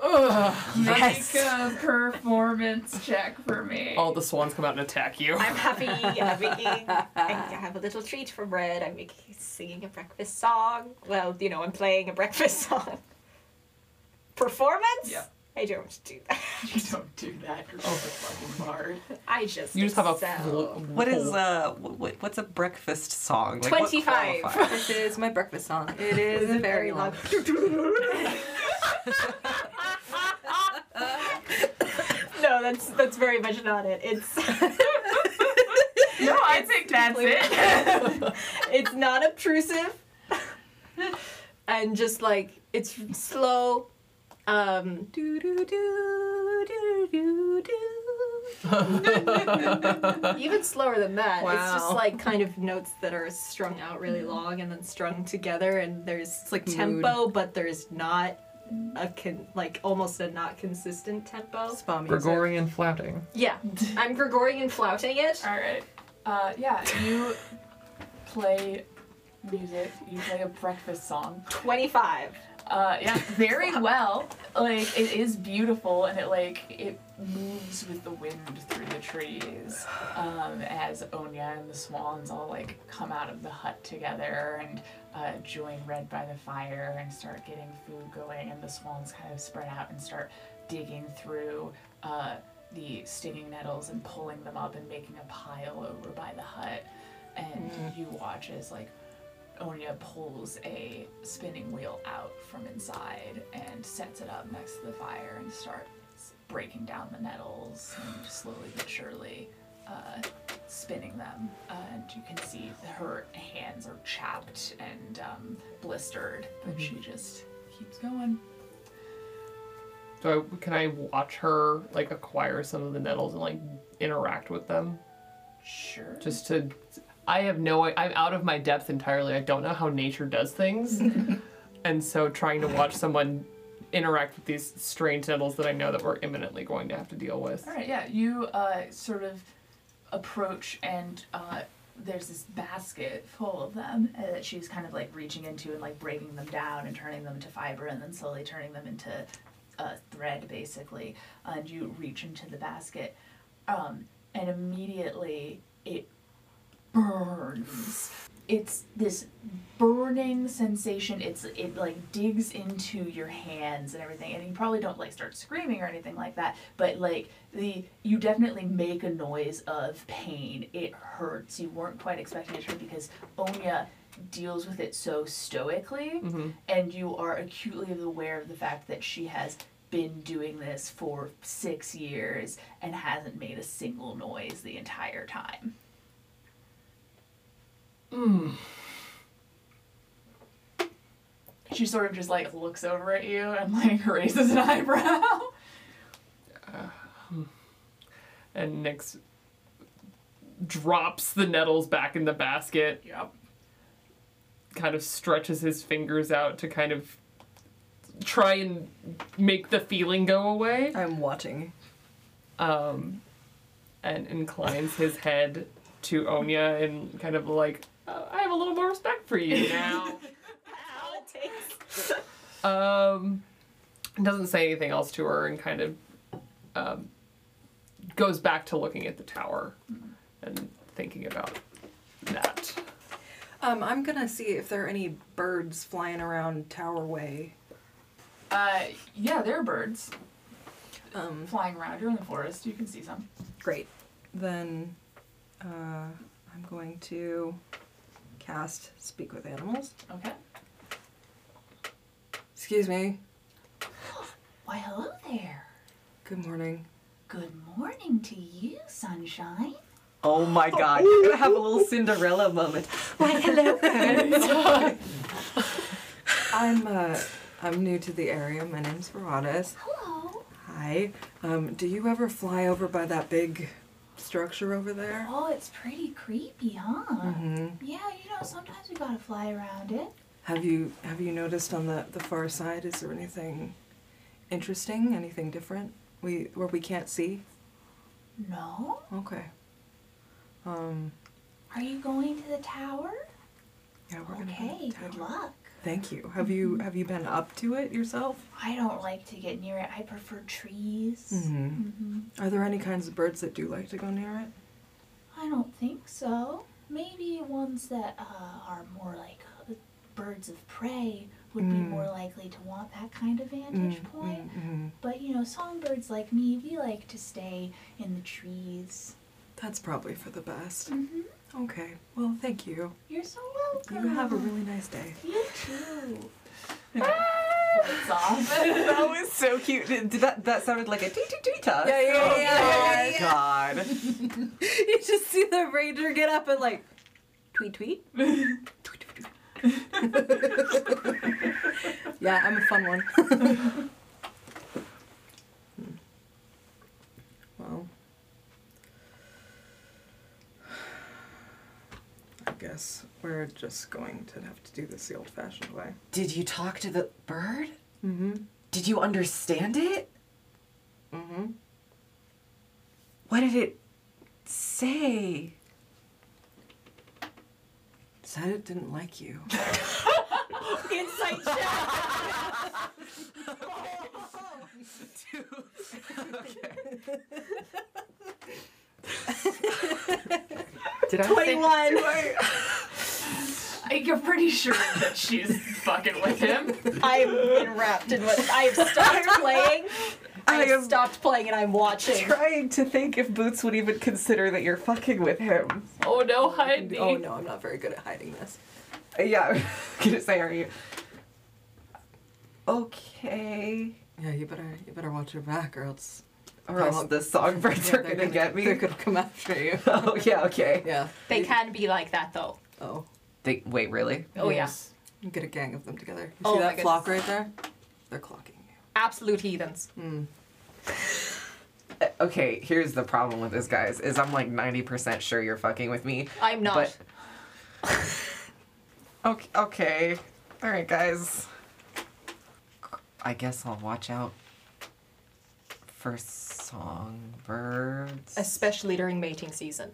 S4: Yes.
S1: Make a performance check for me.
S6: All the swans come out and attack you.
S8: I'm happy. I'm making. I have a little treat for Red. I'm making, singing a breakfast song. Well, you know, I'm playing a breakfast song. Performance.
S1: Yeah.
S8: I don't do that. Oh.
S1: You don't do that. You're so fucking hard.
S8: I just.
S6: You just have a
S8: excel.
S6: full-
S4: What is uh? What, what's a breakfast song? Like, what
S8: 25.
S4: qualifies?
S5: This is my breakfast song.
S8: It
S5: It is
S8: is very long. no, that's that's very much not it. It's
S13: No, I think that's it.
S8: it's not obtrusive and just like it's slow um do do do do do do even slower than that it's just
S5: Wow.
S8: like kind of notes that are strung out really long and then strung together and there's it's like
S5: Mood.
S8: tempo but there's not a con- like almost a not consistent tempo
S5: Spa music.
S14: Gregorian flouting.
S8: yeah i'm gregorian flouting it
S1: All right. Uh, yeah, you play music. You play a breakfast song.
S8: 25
S1: Uh, yeah, very well. Like it is beautiful, and it like it moves with the wind through the trees. Um, as Onya and the swans all like come out of the hut together and uh, join Red by the fire and start getting food going, and the swans kind of spread out and start digging through uh, the stinging nettles and pulling them up and making a pile over by the hut. And you watch as like Onya pulls a spinning wheel out from inside and sets it up next to the fire and starts breaking down the nettles and slowly but surely uh, spinning them. Uh, and you can see her hands are chapped and um, blistered, but she just keeps going.
S6: Do I, can I watch her like acquire some of the nettles and like interact with them?
S1: Sure.
S6: Just to, I have no. I'm out of my depth entirely. I don't know how nature does things, and so trying to watch someone interact with these strange nettles that I know that we're imminently going to have to deal with.
S1: All right, yeah. You uh, sort of approach, and uh, there's this basket full of them uh, that she's kind of like reaching into and like breaking them down and turning them into fiber, and then slowly turning them into uh, thread, basically. And you reach into the basket, um, and immediately it burns. It's this burning sensation. It's it like digs into your hands and everything, and you probably don't like start screaming or anything like that. But like the you definitely make a noise of pain. It hurts. You weren't quite expecting it to hurt because Onya deals with it so stoically, and you are acutely aware of the fact that she has been doing this for six years and hasn't made a single noise the entire time. She sort of just like looks over at you and like raises an eyebrow.
S6: And Nyx drops the nettles back in the basket. Yep. Kind of stretches his fingers out to kind of try and make the feeling go away.
S5: I'm watching.
S6: Um, and inclines his head to Onya and kind of like, "Uh, I have a little more respect for you now. um, doesn't say anything else to her and kind of um, goes back to looking at the tower and thinking about that.
S5: Um, I'm gonna see if there are any birds flying around Tower Way.
S1: Uh, yeah, there are birds
S5: Um,
S1: flying around. You're in the forest. You can see some.
S5: great. Then uh, I'm going to cast Speak with Animals.
S1: Okay.
S5: Excuse me.
S1: Why, hello there.
S5: Good morning.
S1: Good morning to you, sunshine.
S4: Oh my god, you're gonna have a little Cinderella moment.
S5: I'm uh, I'm new to the area. My name's Veratis.
S1: Hello.
S5: Hi. Um, do you ever fly over by that big structure over there?
S1: Oh, it's pretty creepy, huh? Yeah, you know, sometimes we gotta fly around it.
S5: Have you have you noticed on the the far side? Is there anything interesting? Anything different? We where we can't see?
S1: No?
S5: Okay. Um.
S1: Are you going to the tower?
S5: Yeah, we're gonna. go to
S1: Okay,
S5: the
S1: good
S5: tower.
S1: luck. Mm-hmm.
S5: Thank you. Have you have you been up to it yourself?
S1: I don't like to get near it. I prefer trees.
S5: Mm-hmm.
S1: Mhm.
S5: Are there any kinds of birds that do like to go near it?
S1: I don't think so. Maybe ones that uh, are more like uh, birds of prey would be
S5: Mm.
S1: more likely to want that kind of vantage point.
S5: mm
S1: But you know, songbirds like me, we like to stay in the trees.
S5: That's probably for the best.
S1: Mm-hmm.
S5: Okay. Well, thank you.
S1: You're so
S5: You
S1: welcome.
S5: have a really nice day.
S1: You too. floats off.
S4: that was so cute. Did that that sounded like a dee dee dee tuss.
S5: Yeah, yeah, yeah, yeah, yeah, yeah.
S4: God.
S15: you just see the ranger get up and like tweet tweet.
S5: Yeah, I'm a fun one. well, I guess we're just going to have to do this the old-fashioned way.
S4: Did you talk to the bird?
S5: Mm-hmm.
S4: Did you understand it?
S5: Mm-hmm.
S4: What did it say?
S5: Said it didn't like you.
S15: Insight check.
S3: Did I say-
S15: Twenty-one.
S1: Like, You're pretty sure that she's fucking with him.
S15: I've been wrapped in what I have stopped playing. I,
S4: I
S15: have
S4: am-
S15: stopped playing and I'm watching.
S4: Trying to think if Boots would even consider that you're fucking with him.
S1: Oh no, Heidi.
S5: oh no, I'm not very good at hiding this.
S4: Yeah, I'm gonna say, are you okay?
S5: Yeah, you better you better watch your back, or else
S4: Or else the songbirds
S5: Yeah,
S4: are
S5: they're
S4: gonna, get
S5: They're
S4: me.
S5: gonna come after you.
S4: Oh yeah, okay.
S5: yeah.
S8: They can be like that though.
S5: Oh,
S4: They wait, really?
S8: Oh yeah.
S5: yes. You get a gang of them together. You
S8: Oh
S5: see
S8: my
S5: that flock right there? They're clocking you.
S8: Absolute heathens.
S4: Uh, Okay, here's the problem with this, guys. Is I'm like 90% sure you're fucking with me.
S8: I'm not.
S4: But okay, okay, all right, guys. I guess I'll watch out for songbirds.
S8: Especially during mating season.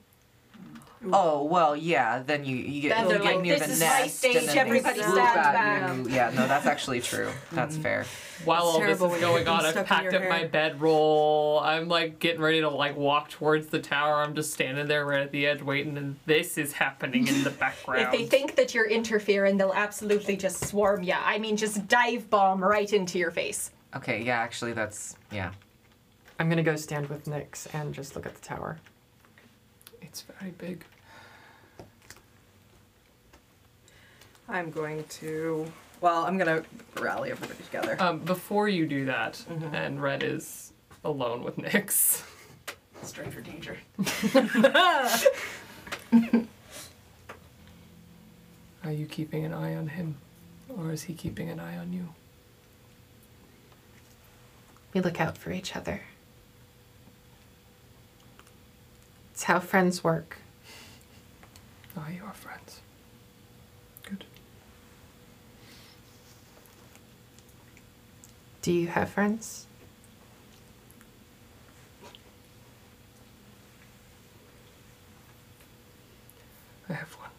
S4: Oh well, yeah. Then you you get,
S8: Then
S4: you
S8: they're
S4: get
S8: like,
S4: near
S8: "This
S4: the
S8: is my
S4: nest,
S8: stage,
S4: and then they
S8: everybody
S4: swoop
S8: stand
S4: at
S8: back." Mm-hmm.
S4: you. Yeah, no, that's actually true. That's fair.
S6: While all this
S5: terrible
S6: is
S5: when you're
S6: going on,
S5: stuck
S6: I've
S5: in
S6: packed
S5: your
S6: up my
S5: hair.
S6: bedroll. I'm like getting ready to like walk towards the tower. I'm just standing there right at the edge waiting, and this is happening in the background.
S8: If they think that you're interfering, they'll absolutely just swarm you. I mean, just dive bomb right into your face.
S4: Okay, yeah, actually, that's yeah.
S3: I'm gonna go stand with Nyx and just look at the tower.
S6: it's very big.
S5: I'm going to. Well, I'm gonna rally everybody together.
S6: Um, before you do that,
S5: Mm-hmm.
S6: and Red is alone with Nyx.
S1: Straight for danger.
S6: Are you keeping an eye on him, or is he keeping an eye on you?
S8: We look out for each other.
S3: It's how friends work.
S6: Are you our friends? Good.
S3: Do you have friends?
S6: I have one.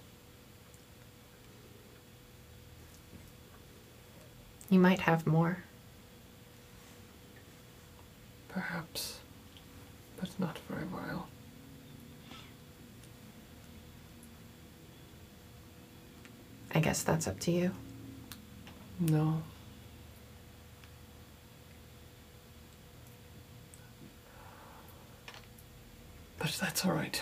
S3: You might have more.
S6: Perhaps, but not for a while.
S3: I guess that's up to you.
S6: No. But that's all right.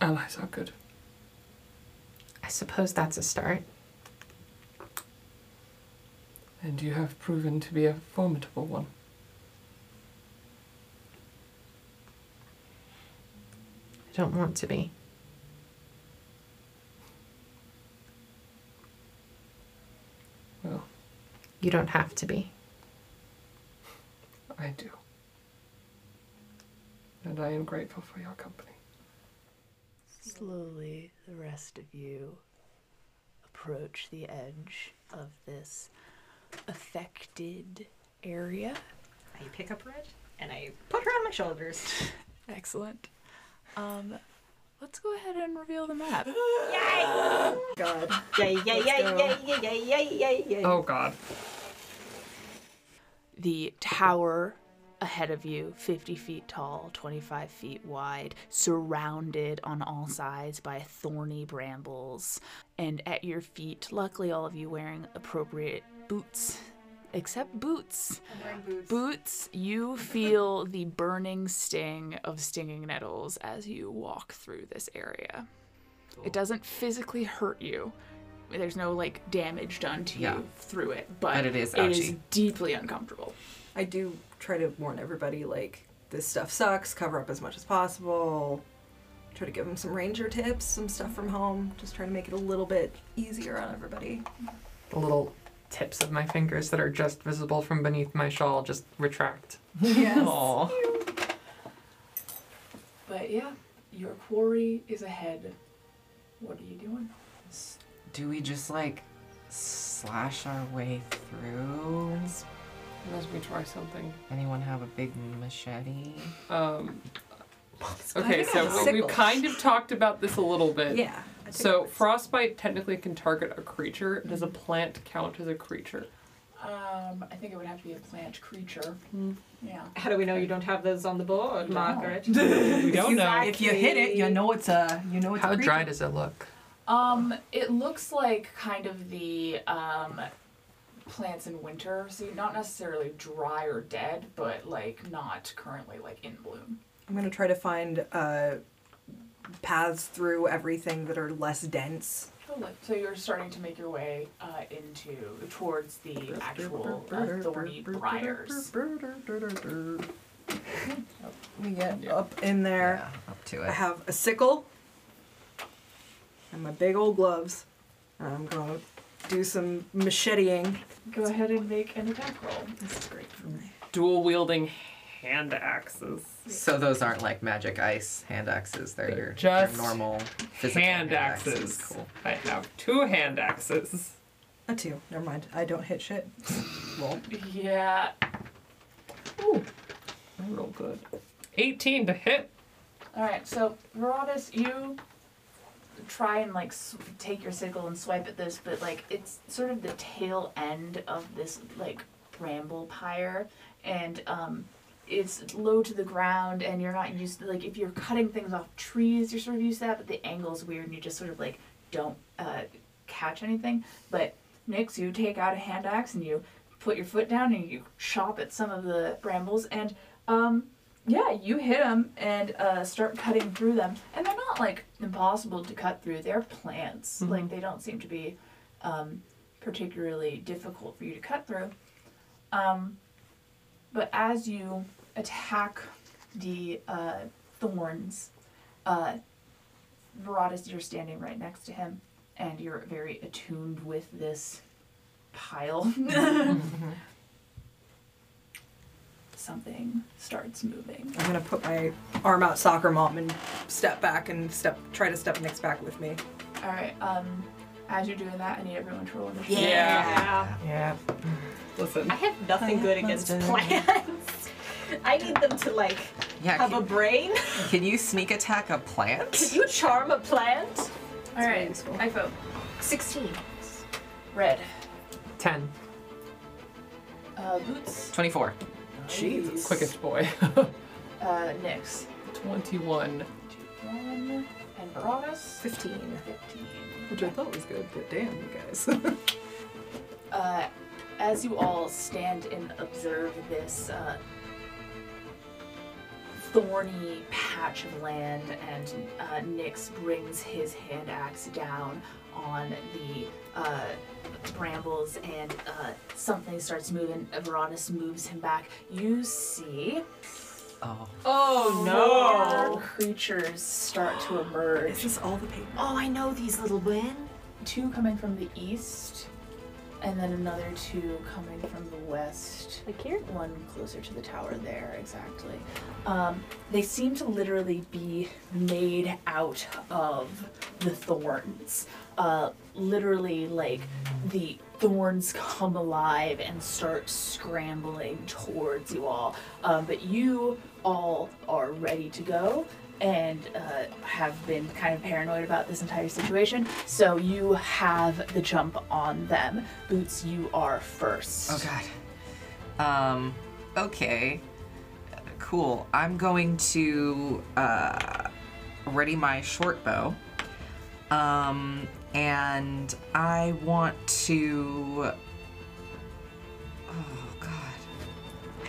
S6: Allies are good.
S3: I suppose that's a start.
S6: And you have proven to be a formidable one.
S3: I don't want to be.
S6: Well,
S3: You don't have to be.
S6: I do. And I am grateful for your company.
S16: Slowly, the rest of you approach the edge of this affected area.
S15: I pick up Red and I put her on my shoulders.
S7: Excellent. Um, let's go ahead and reveal the map.
S5: God.
S15: Yay, yay, yay, yay, yay, yay, yay, yay, yay.
S6: Oh god.
S7: the tower ahead of you, 50 feet tall, 25 feet wide, surrounded on all sides by thorny brambles. And at your feet, luckily, all of you wearing appropriate boots except Boots.
S8: I'm wearing boots.
S7: Boots, you feel the burning sting of stinging nettles as you walk through this area. It doesn't physically hurt you. There's no like damage done to
S4: Yeah.
S7: you through it, but,
S4: But it is
S7: it is
S4: ouchy.
S7: deeply uncomfortable.
S5: I do try to warn everybody like this stuff sucks. Cover up as much as possible. Try to give them some ranger tips, some stuff from home. Just trying to make it a little bit easier on everybody.
S3: The little tips of my fingers that are just visible from beneath my shawl just retract.
S4: Aw.
S1: But yeah, your quarry is ahead. What are you doing?
S4: Do we just like slash our way through?
S6: Unless we try something.
S4: Anyone have a big machete?
S6: Um, okay, so
S5: a
S6: we-
S5: sickle.
S6: we've kind of talked about this a little bit.
S5: Yeah. I think
S6: So frostbite technically can target a creature. Does a plant count as a creature?
S1: Um, I think it would have to be a plant creature. Yeah.
S8: How do we know you don't have those on the board, Margaret?
S6: We don't know.
S8: Oh, If you hit it, you
S5: know it's a you know
S3: How dry does it look?
S1: Um, it looks like kind of the um, plants in winter, so not necessarily dry or dead, but like not currently like in bloom.
S5: I'm gonna try to find uh, paths through everything that are less dense.
S1: So, like- So you're starting to make your way uh, into towards the actual uh, thorny briars.
S5: We get up in there.
S4: Yeah, up to
S5: I
S4: it.
S5: have a sickle and my big old gloves. And I'm gonna do some macheteing.
S1: Go ahead and make an attack roll.
S5: This is great for me.
S6: Dual wielding hand axes.
S4: So those aren't like magic ice hand axes. They're,
S6: They're
S4: your,
S6: just
S4: your normal physical
S6: Hand axes.
S4: Cool.
S6: I have two hand axes.
S5: A two. Never mind. I don't hit shit. Roll.
S1: Yeah,
S6: I roll good. 18 to hit.
S1: All right, so Herodotus, you try and like sw- take your sickle and swipe at this, but like it's sort of the tail end of this like bramble pyre, and um, it's low to the ground, and you're not used to like if you're cutting things off trees, you're sort of used to that, but the angle's weird, and you just sort of like don't uh, catch anything. But Nyx, you take out a hand axe and you put your foot down and you chop at some of the brambles, and um, yeah, you hit them and uh, start cutting through them, and they're not like impossible to cut through. They're plants. Like they don't seem to be um, particularly difficult for you to cut through. Um, but as you attack the uh, thorns, uh, Veratus, you're standing right next to him, and you're very attuned with this pile. Something starts moving.
S5: I'm gonna put my arm out soccer mom and step back and step try to step Nick's back with me.
S1: All right. Um, as you're doing that, I need everyone to roll initiative.
S8: Yeah.
S4: Yeah.
S6: Listen.
S8: I have nothing good against plants. I need them to like
S4: Yeah.
S8: have a
S4: Can,
S8: brain.
S4: can you sneak attack a plant?
S8: Can you charm a plant?
S1: All right. I vote
S8: Sixteen.
S1: red.
S3: Ten.
S1: Uh, boots.
S4: Twenty-four.
S6: Jesus. Quickest boy.
S1: Uh, Nyx.
S6: 21.
S1: One. And Baragas.
S5: Fifteen.
S1: Fifteen.
S5: Which I thought was good, but damn you guys.
S1: Uh, as you all stand and observe this uh, thorny patch of land, and uh, Nyx brings his hand axe down on the uh, brambles, and uh, something starts moving. Veronis moves him back. You see
S4: Oh.
S8: Oh
S1: four creatures start to emerge.
S5: Is this all the paper?
S1: Oh, I know these little men. Two coming from the east, and then another two coming from the west. Like here? One closer to the tower there, exactly. Um, they seem to literally be made out of the thorns. Uh, literally, like the thorns come alive and start scrambling towards you all. Um, but you all are ready to go and uh, have been kind of paranoid about this entire situation. So you have the jump on them. Boots, you are first.
S4: Oh god. Um. Okay. Uh, Cool. I'm going to uh, ready my short bow. Um. And I want to. Oh,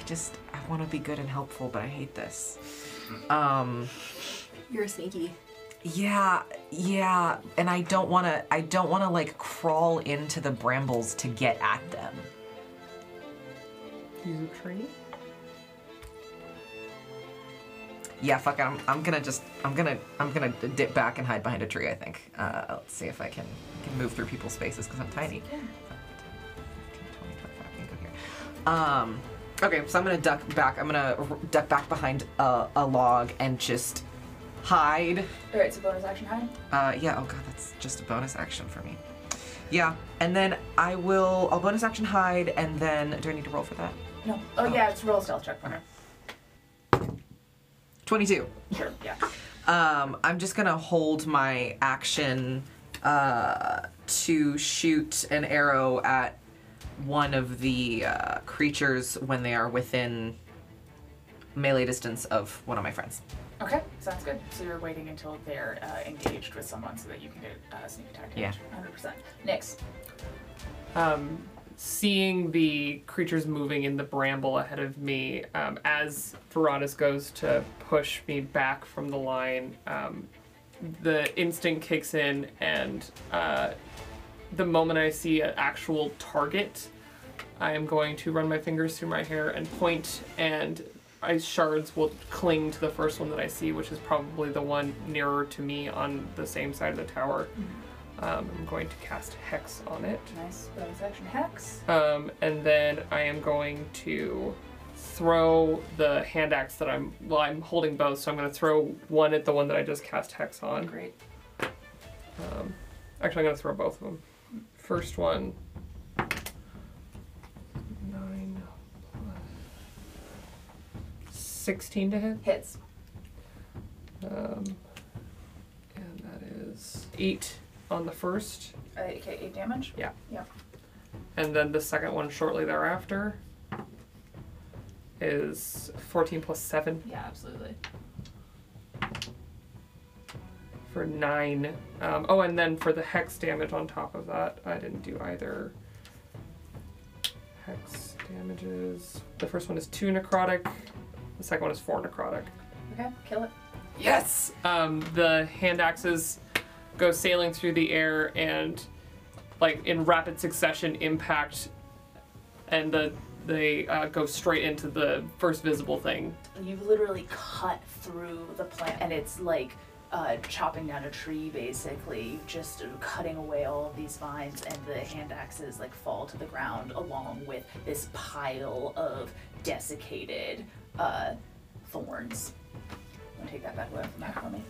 S4: just I want to be good and helpful, but I hate this. Um,
S17: You're sneaky.
S4: yeah, yeah, and I don't want to. I don't want to like crawl into the brambles to get at them.
S6: Use a tree?
S4: Yeah, fuck it. I'm, I'm gonna just. I'm gonna. I'm gonna dip back and hide behind a tree. I think. Uh, let's see if I can, can move through people's spaces because I'm tiny. Um, okay, so I'm gonna duck back. I'm gonna r- duck back behind a, a log and just hide.
S1: All right, so bonus action hide.
S4: Uh, yeah. Oh god, that's just a bonus action for me. Yeah, and then I will. I'll bonus action hide, and then do I need to roll for that?
S1: No. Oh, yeah, it's roll stealth check for me.
S4: Twenty-two.
S1: Sure. Yeah.
S4: Um, I'm just gonna hold my action uh, to shoot an arrow at one of the uh, creatures when they are within melee distance of one of my friends.
S1: Okay, sounds good. So you're waiting until they're uh, engaged with someone so that you can get uh, sneak attack damage. Yeah. 100%. Next.
S6: um, seeing the creatures moving in the bramble ahead of me, um, as Veratus goes to push me back from the line, um, the instinct kicks in, and uh, the moment I see an actual target, I am going to run my fingers through my hair and point, and ice shards will cling to the first one that I see, which is probably the one nearer to me on the same side of the tower. Um, I'm going to cast Hex on it.
S1: Nice bonus action hex.
S6: Um, and then I am going to throw the hand axe that I'm well, I'm holding both, so I'm gonna throw one at the one that I just cast hex on.
S1: Great.
S6: Um, actually, I'm gonna throw both of them. First one. Nine. plus Sixteen to hit.
S1: Hits.
S6: Um, and that is eight on the first,
S1: Uh, okay, 8 damage.
S6: Yeah.
S1: Yeah.
S6: and then the second one shortly thereafter is fourteen plus seven.
S1: Yeah, absolutely.
S6: for nine. Um, oh, and then for the hex damage on top of that, I didn't do either. Hex damages. The first one is two necrotic. The second one is four necrotic.
S1: Okay, kill it.
S6: Yes. Um, the hand axes go sailing through the air and, like in rapid succession, impact, and the they uh, go straight into the first visible thing.
S1: You've literally cut through the plant, and it's like uh, chopping down a tree, basically, just cutting away all of these vines, and the hand axes like fall to the ground along with this pile of desiccated uh, thorns. I'm gonna take that back away from that for me.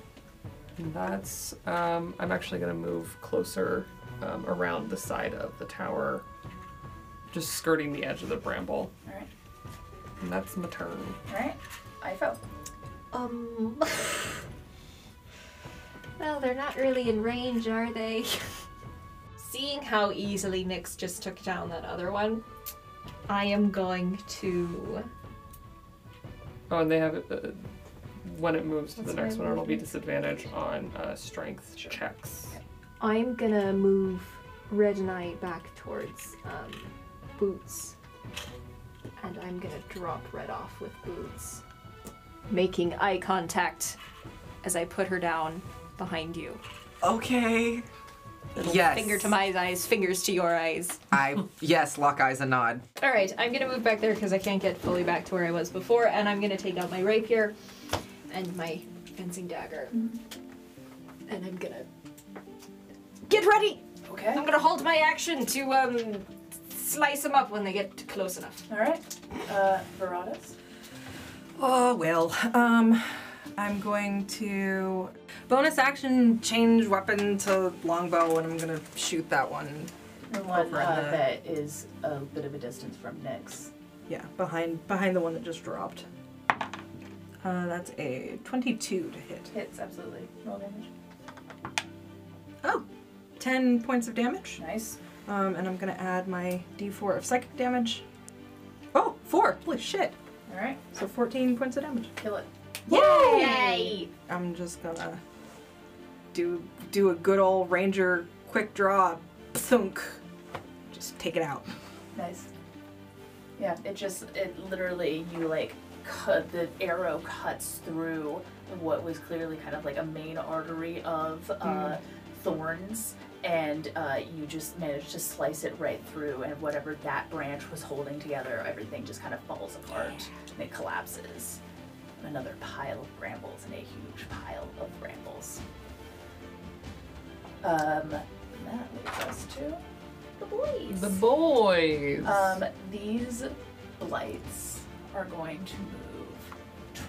S6: And that's. Um, I'm actually going to move closer um, around the side of the tower, just skirting the edge of the bramble.
S1: All right,
S6: And that's my turn.
S1: all right. I fell.
S17: Um. well, they're not really in range, are they?
S8: Seeing how easily Nyx just took down that other one, I am going to.
S6: Oh, and they have it. Uh, when it moves to the next one, it'll be disadvantage on uh, strength checks.
S17: I'm gonna move Red and I back towards um, Boots. And I'm gonna drop Red off with Boots.
S8: making eye contact as I put her down behind you.
S4: Okay. Yes.
S8: Finger to my eyes, fingers to your eyes.
S4: I yes, lock eyes and nod.
S8: All right, I'm gonna move back there because I can't get fully back to where I was before, and I'm gonna take out my rapier and my fencing dagger, and I'm gonna get ready.
S1: Okay.
S8: I'm gonna hold my action to um slice them up when they get close enough.
S1: All right. Uh, Veratus.
S4: Oh well.
S5: Um, I'm going to bonus action change weapon to longbow, and I'm gonna shoot that one.
S1: The one
S5: Over in
S1: uh,
S5: the-
S1: that is a bit of a distance from Nyx.
S5: Yeah, behind behind the one that just dropped. Uh, that's a 22 to hit.
S1: Hits, absolutely. Roll damage.
S5: 10 points of damage.
S1: Nice.
S5: Um, and I'm gonna add my d4 of psychic damage. Oh, four! Holy shit!
S1: All right,
S5: So 14 points of damage.
S1: kill it.
S8: Yay!
S5: I'm just gonna do do a good old ranger quick draw thunk. Just take it out.
S1: Nice. Yeah, it just, it literally, you like, cut, the arrow cuts through what was clearly kind of like a main artery of uh, thorns, and uh, you just managed to slice it right through, and whatever that branch was holding together, everything just kind of falls apart and it collapses. Another pile of brambles and a huge pile of brambles. Um, and that leads us to the boys.
S6: The boys.
S1: Um, these blights are going to move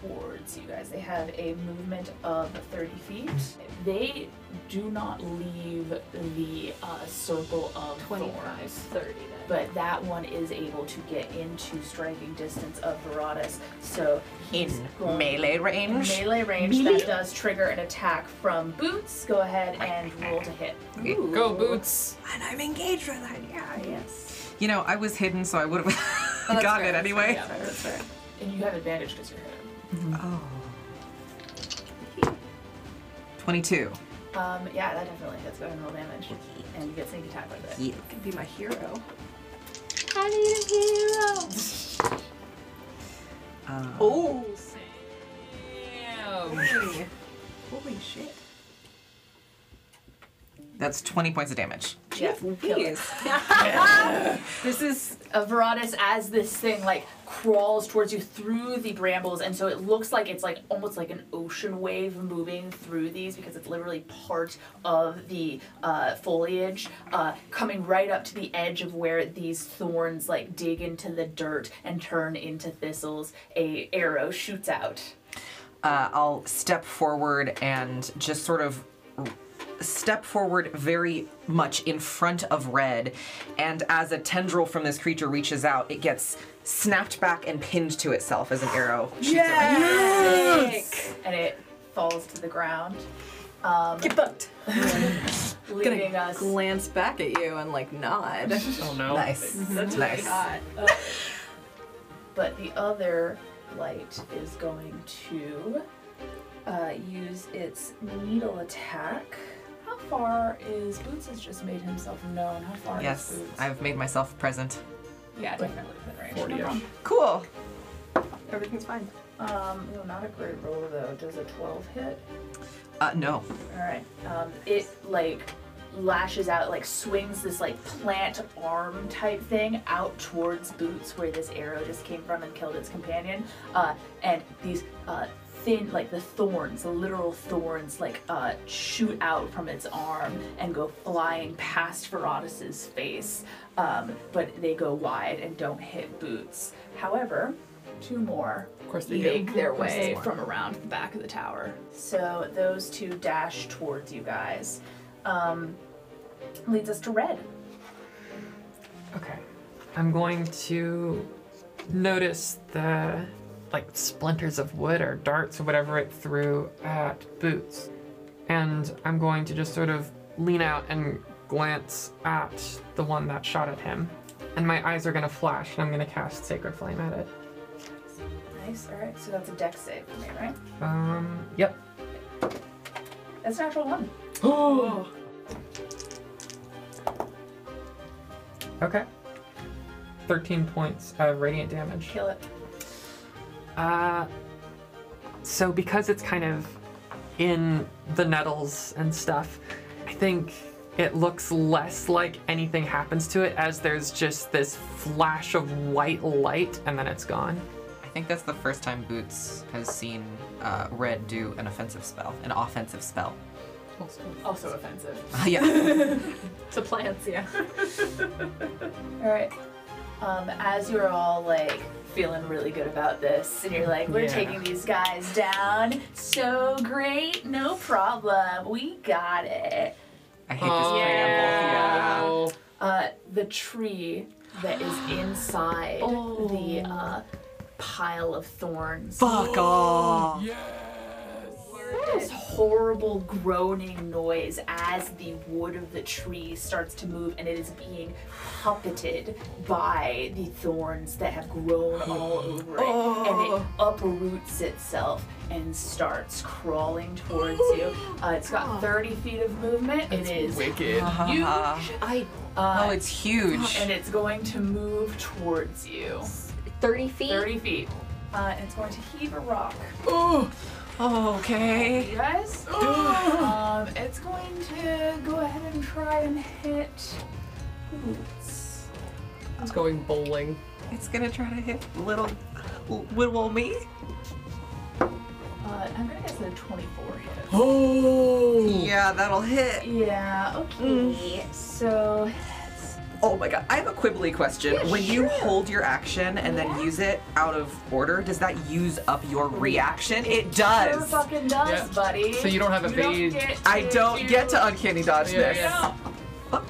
S1: towards you guys. They have a movement of 30 feet. They do not leave the uh, circle of
S8: 25,
S1: thorns
S8: 30 then.
S1: but that one is able to get into striking distance of Veratus. So he's going-
S4: range.
S1: melee range that does trigger an attack from Boots. Go ahead and roll to hit.
S6: Go boots.
S4: And I'm engaged with that.
S1: Ah, yes.
S4: You know, I was hidden, so I would have got it anyway.
S1: Yeah, that's fair. And you have advantage because you're hit.
S4: Oh. 22.
S1: Um, yeah, that definitely hits. Go ahead and roll damage, and you get sneak attack with it.
S4: Yeah.
S5: Could be my hero.
S4: Uh,
S5: Oh,
S6: Damn.
S5: holy shit!
S4: That's 20 points of damage.
S1: This is uh, Veratus as this thing like crawls towards you through the brambles, and so it looks like it's like almost like an ocean wave moving through these because it's literally part of the uh, foliage, uh, coming right up to the edge of where these thorns like dig into the dirt and turn into thistles. A arrow shoots out.
S4: uh, I'll step forward and just sort of r- step forward very much in front of Red. And as a tendril from this creature reaches out, it gets snapped back and pinned to itself as an arrow. shoots at Red.
S1: and it falls to the ground. Um, Get
S5: fucked.
S1: Leaving us.
S5: Glance back at you and like nod.
S6: Oh no.
S4: Nice. nice.
S1: but the other light is going to uh, use its needle attack. How far is Boots has just made himself known? How far
S4: Yes,
S1: is Boots?
S4: I've made myself present.
S1: yeah, definitely within range.
S6: 40 ish.
S4: Cool.
S5: Everything's fine.
S1: Um, no, not a great roll though. Does a 12 hit?
S4: Uh, no.
S1: All right. Um, it like lashes out, like swings this like plant arm type thing out towards Boots, where this arrow just came from and killed its companion. Uh, and these uh, thin, like the thorns, the literal thorns, like uh, shoot out from its arm and go flying past Veratus's face. Um, but they go wide and don't hit Boots. However, two more
S6: Of course they do.
S1: make their way from around the back of the tower. So those two dash towards you guys. Um, leads us to red.
S3: Okay. I'm going to notice the like splinters of wood or darts or whatever it threw at boots. And I'm going to just sort of lean out and glance at the one that shot at him. And my eyes are gonna flash and I'm gonna cast Sacred Flame at it.
S1: Nice. All right. So that's a deck save for me, right?
S3: Um yep.
S1: That's a natural one.
S3: Oh Okay. Thirteen points of radiant damage.
S1: Kill it.
S3: Uh, so because it's kind of in the nettles and stuff, I think it looks less like anything happens to it as there's just this flash of white light and then it's gone.
S4: I think that's the first time Boots has seen uh, Red do an offensive spell, an offensive spell.
S1: Also offensive.
S4: yeah.
S18: To plants, yeah.
S1: All right. Um, as you're all like feeling really good about this, and you're like, "We're
S6: Yeah.
S1: taking these guys down. So great. No problem. We got it."
S4: I hate this preamble.
S6: Oh.
S1: uh, the tree that is inside the
S18: Oh.
S1: uh, pile of thorns.
S4: Fuck off.
S1: This horrible groaning noise as the wood of the tree starts to move and it is being puppeted by the thorns that have grown all over it. And it uproots itself and starts crawling towards you. Uh, it's got 30 feet of movement. It is
S6: Wicked.
S1: huge.
S18: I
S1: Uh,
S4: Oh, it's huge.
S1: And it's going to move towards you.
S8: 30 feet?
S1: 30 feet. Uh, and it's going to heave a rock.
S4: Okay.
S1: You guys? um, it's going to go ahead and try and hit. Boots.
S6: It's going bowling.
S4: It's gonna try to hit little little old me.
S1: Uh, I'm going to guess that a 24 hit.
S6: Oh.
S4: Yeah, that'll hit.
S1: Yeah, okay.
S4: Mm.
S1: So.
S4: Oh my god. I have a quibbly question. when you hold your action and then use it out of order, does that use up your reaction? It
S1: Sure
S4: does.
S1: fucking does,
S6: Yeah.
S1: buddy.
S6: So you don't have evade.
S1: get
S4: I don't get to uncanny dodge
S6: Yeah,
S4: this.
S6: yeah.
S4: Fuck.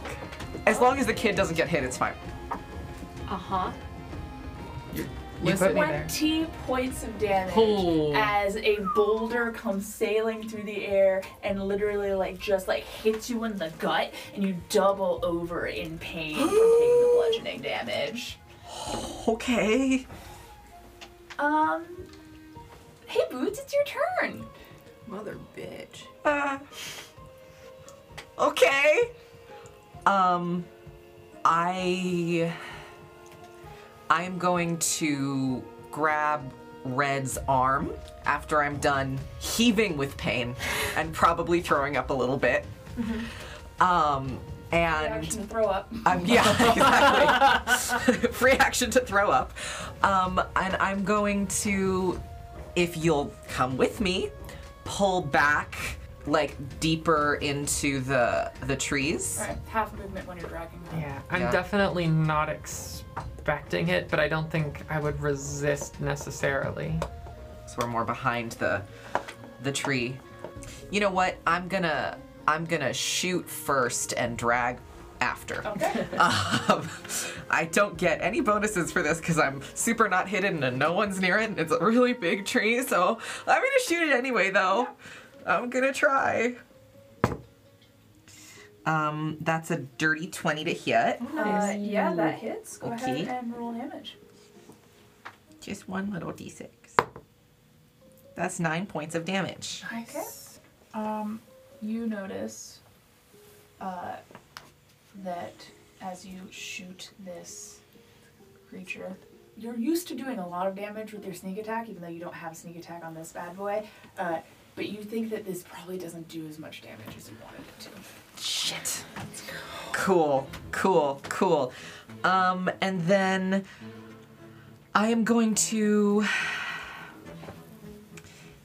S4: As long as the kid doesn't get hit, it's fine.
S8: Uh huh.
S3: Uh-huh. You
S6: Listen.
S3: put me there.
S1: 20 points of damage
S6: Oh.
S1: as a boulder comes sailing through the air and literally like just like hits you in the gut and you double over in pain from taking the bludgeoning damage.
S4: Okay.
S1: Um Hey Boots, it's your turn.
S19: Mother bitch.
S4: Uh, okay. Um, I I'm going to grab Red's arm after I'm done heaving with pain and probably throwing up a little bit.
S3: Mm-hmm.
S4: Um, and
S1: Action to throw up.
S4: um, yeah, exactly. Free action to throw up. Um, and I'm going to, if you'll come with me, pull back like deeper into the the trees.
S1: Alright, half movement when you're dragging them.
S3: Yeah, I'm
S4: Yeah.
S3: definitely not expecting it, but I don't think I would resist necessarily.
S4: So we're more behind the the tree. You know what? I'm gonna I'm gonna shoot first and drag after.
S1: Okay.
S4: Um, I don't get any bonuses for this because I'm super not hidden and no one's near it, and it's a really big tree. So I'm gonna shoot it anyway, though. I'm gonna try. Um, that's a dirty twenty to hit.
S1: Uh, yeah, that hits. Go
S4: Okay.
S1: ahead and roll damage.
S4: Just one little d6. That's nine points of damage.
S1: Okay. Um, you notice uh, that as you shoot this creature, you're used to doing a lot of damage with your sneak attack, even though you don't have sneak attack on this bad boy. Uh, but you think that this probably doesn't do as much damage as you wanted it to.
S4: Shit. Cool, cool, cool. Um, and then I am going to.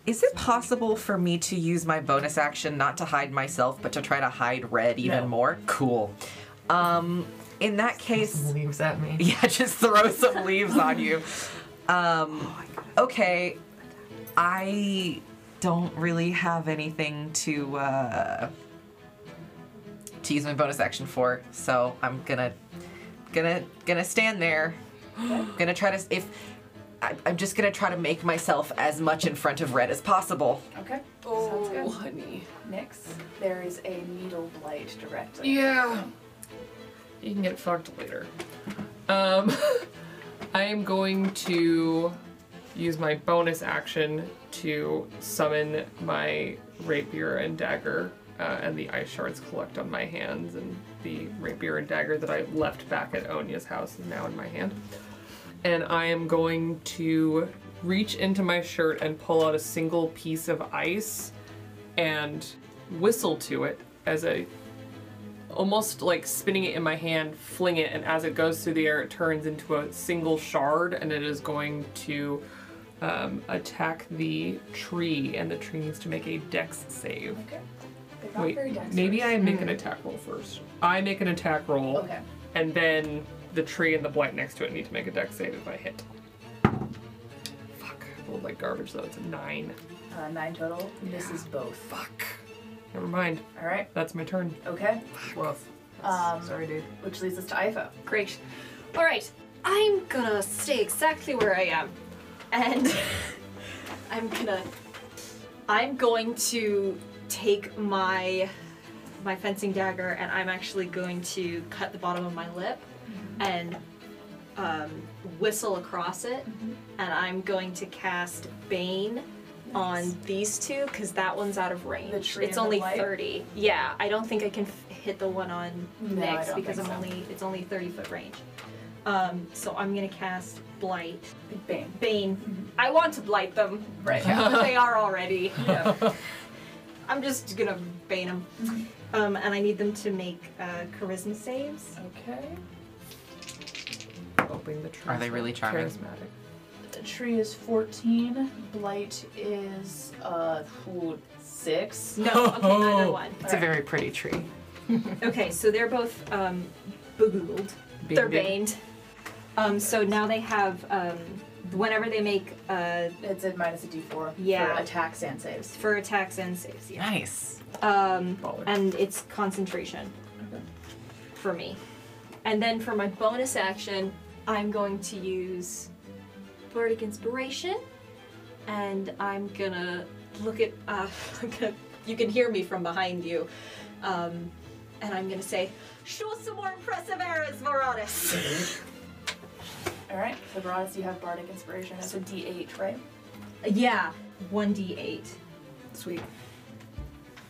S4: Is it possible for me to use my bonus action not to hide myself, but to try to hide red even
S1: No.
S4: more? Cool. Um, in that case.
S3: Leaves at me.
S4: Yeah, just throw some leaves on you. Um, okay, I don't really have anything to uh, to use my bonus action for, so I'm gonna gonna gonna stand there. gonna try to if I, I'm just gonna try to make myself as much in front of red as possible.
S1: Okay. Sounds
S19: Oh,
S1: good.
S19: honey.
S1: Next, there is a needle blight directly.
S6: Yeah. You can get fucked later. Um, I am going to use my bonus action to summon my rapier and dagger, uh, and the ice shards collect on my hands, and the rapier and dagger that I left back at Onya's house is now in my hand. And I am going to reach into my shirt and pull out a single piece of ice and whistle to it as a almost like spinning it in my hand, fling it, and as it goes through the air, it turns into a single shard, and it is going to um, attack the tree, and the tree needs to make a dex save.
S1: Okay. They're not
S6: Wait,
S1: very dexterous.
S6: maybe I make an attack roll first. I make an attack roll,
S1: Okay.
S6: and then the tree and the blight next to it need to make a dex save if I hit. Fuck, I rolled like garbage though. It's a nine.
S1: Uh, nine total. This is both.
S6: Fuck. Never mind.
S1: All right.
S6: That's my turn.
S1: Okay.
S19: Woof.
S1: Um,
S19: Sorry, dude.
S1: Which leads us to IFO.
S8: Great. All right. I'm gonna stay exactly where I am. And I'm gonna. I'm going to take my my fencing dagger and I'm actually going to cut the bottom of my lip
S1: Mm-hmm.
S8: and um, whistle across it.
S1: Mm-hmm.
S8: And I'm going to cast Bane on these two because that one's out of range.
S1: tree
S8: it's
S1: and the
S8: only
S1: light?
S8: 30. Yeah, I don't think I can f- hit the one on
S1: No, I
S8: next
S1: don't
S8: because I'm
S1: think so.
S8: only it's only 30 foot range. Um, so I'm gonna cast blight.
S1: Bang.
S8: Bane.
S1: Mm-hmm.
S8: I want to blight them.
S1: Right.
S8: but they are already. I'm just gonna bane them. Um, and I need them to make uh, charisma saves.
S6: Okay. Hoping the
S4: Are they really charming?
S6: Charismatic.
S1: The tree is 14. Blight is uh ooh, six.
S8: No, okay, neither one.
S3: It's a very pretty tree.
S8: Okay, so they're both um, boogled. They're baned. Um, so now they have, um, whenever they make uh,
S1: It's a minus a D4
S8: Yeah.
S1: for attacks and saves.
S8: for attacks and saves, yeah.
S4: Nice.
S8: Um,
S6: Baller.
S8: and it's concentration for me. And then for my bonus action, I'm going to use Bardic Inspiration, and I'm gonna look at. Uh, I'm gonna, you can hear me from behind you, um, and I'm gonna say, "Show some more impressive arrows, Varadis."
S1: All right. So Baradas, you have bardic inspiration. That's a D8, right?
S8: yeah, one d8
S5: Sweet.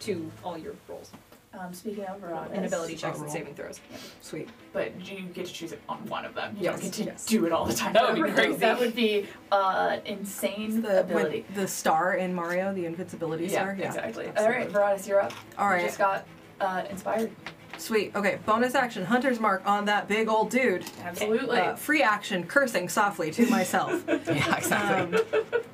S8: to all your rolls
S1: Um, speaking of Baradas,
S8: and ability checks
S5: roll.
S8: and saving throws.
S5: Sweet.
S1: but you get to choose it on one of them. You
S5: Yes,
S1: don't get to
S5: yes.
S1: do it all the time.
S6: That would be
S1: Right.
S6: crazy.
S1: That would be uh, insane
S5: The,
S1: ability.
S5: with the star in Mario, the invincibility star.
S1: exactly. All
S5: absolutely.
S1: right, Veratus, you're up.
S5: All
S1: You
S5: right.
S1: just got uh, inspired.
S5: Sweet. Okay. Bonus action. Hunter's mark on that big old dude.
S1: Absolutely.
S5: Uh, free action. Cursing softly to myself.
S4: Yeah,
S5: Um,
S4: exactly.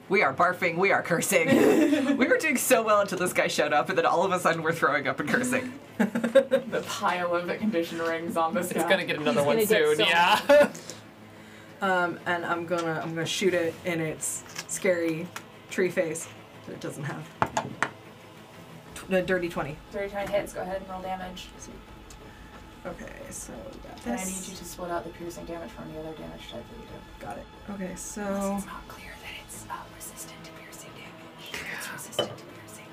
S4: we are barfing, we are cursing. we were doing so well until this guy showed up, and then all of a sudden we're throwing up and cursing.
S1: the pile of condition rings on this
S6: It's
S1: guy.
S6: gonna get another one
S20: gonna get
S6: soon.
S20: so
S6: yeah.
S5: um, and I'm gonna I'm gonna shoot it in its scary tree face that it doesn't have. Tw- a dirty twenty.
S1: Three trying hits. Go ahead and roll damage.
S5: Okay. So we got
S1: And I
S5: this.
S1: need you to split out the piercing damage from the other damage type that you do. Got it.
S5: Okay. So
S1: It's not clear that it's uh, resistant to piercing damage. It's resistant to piercing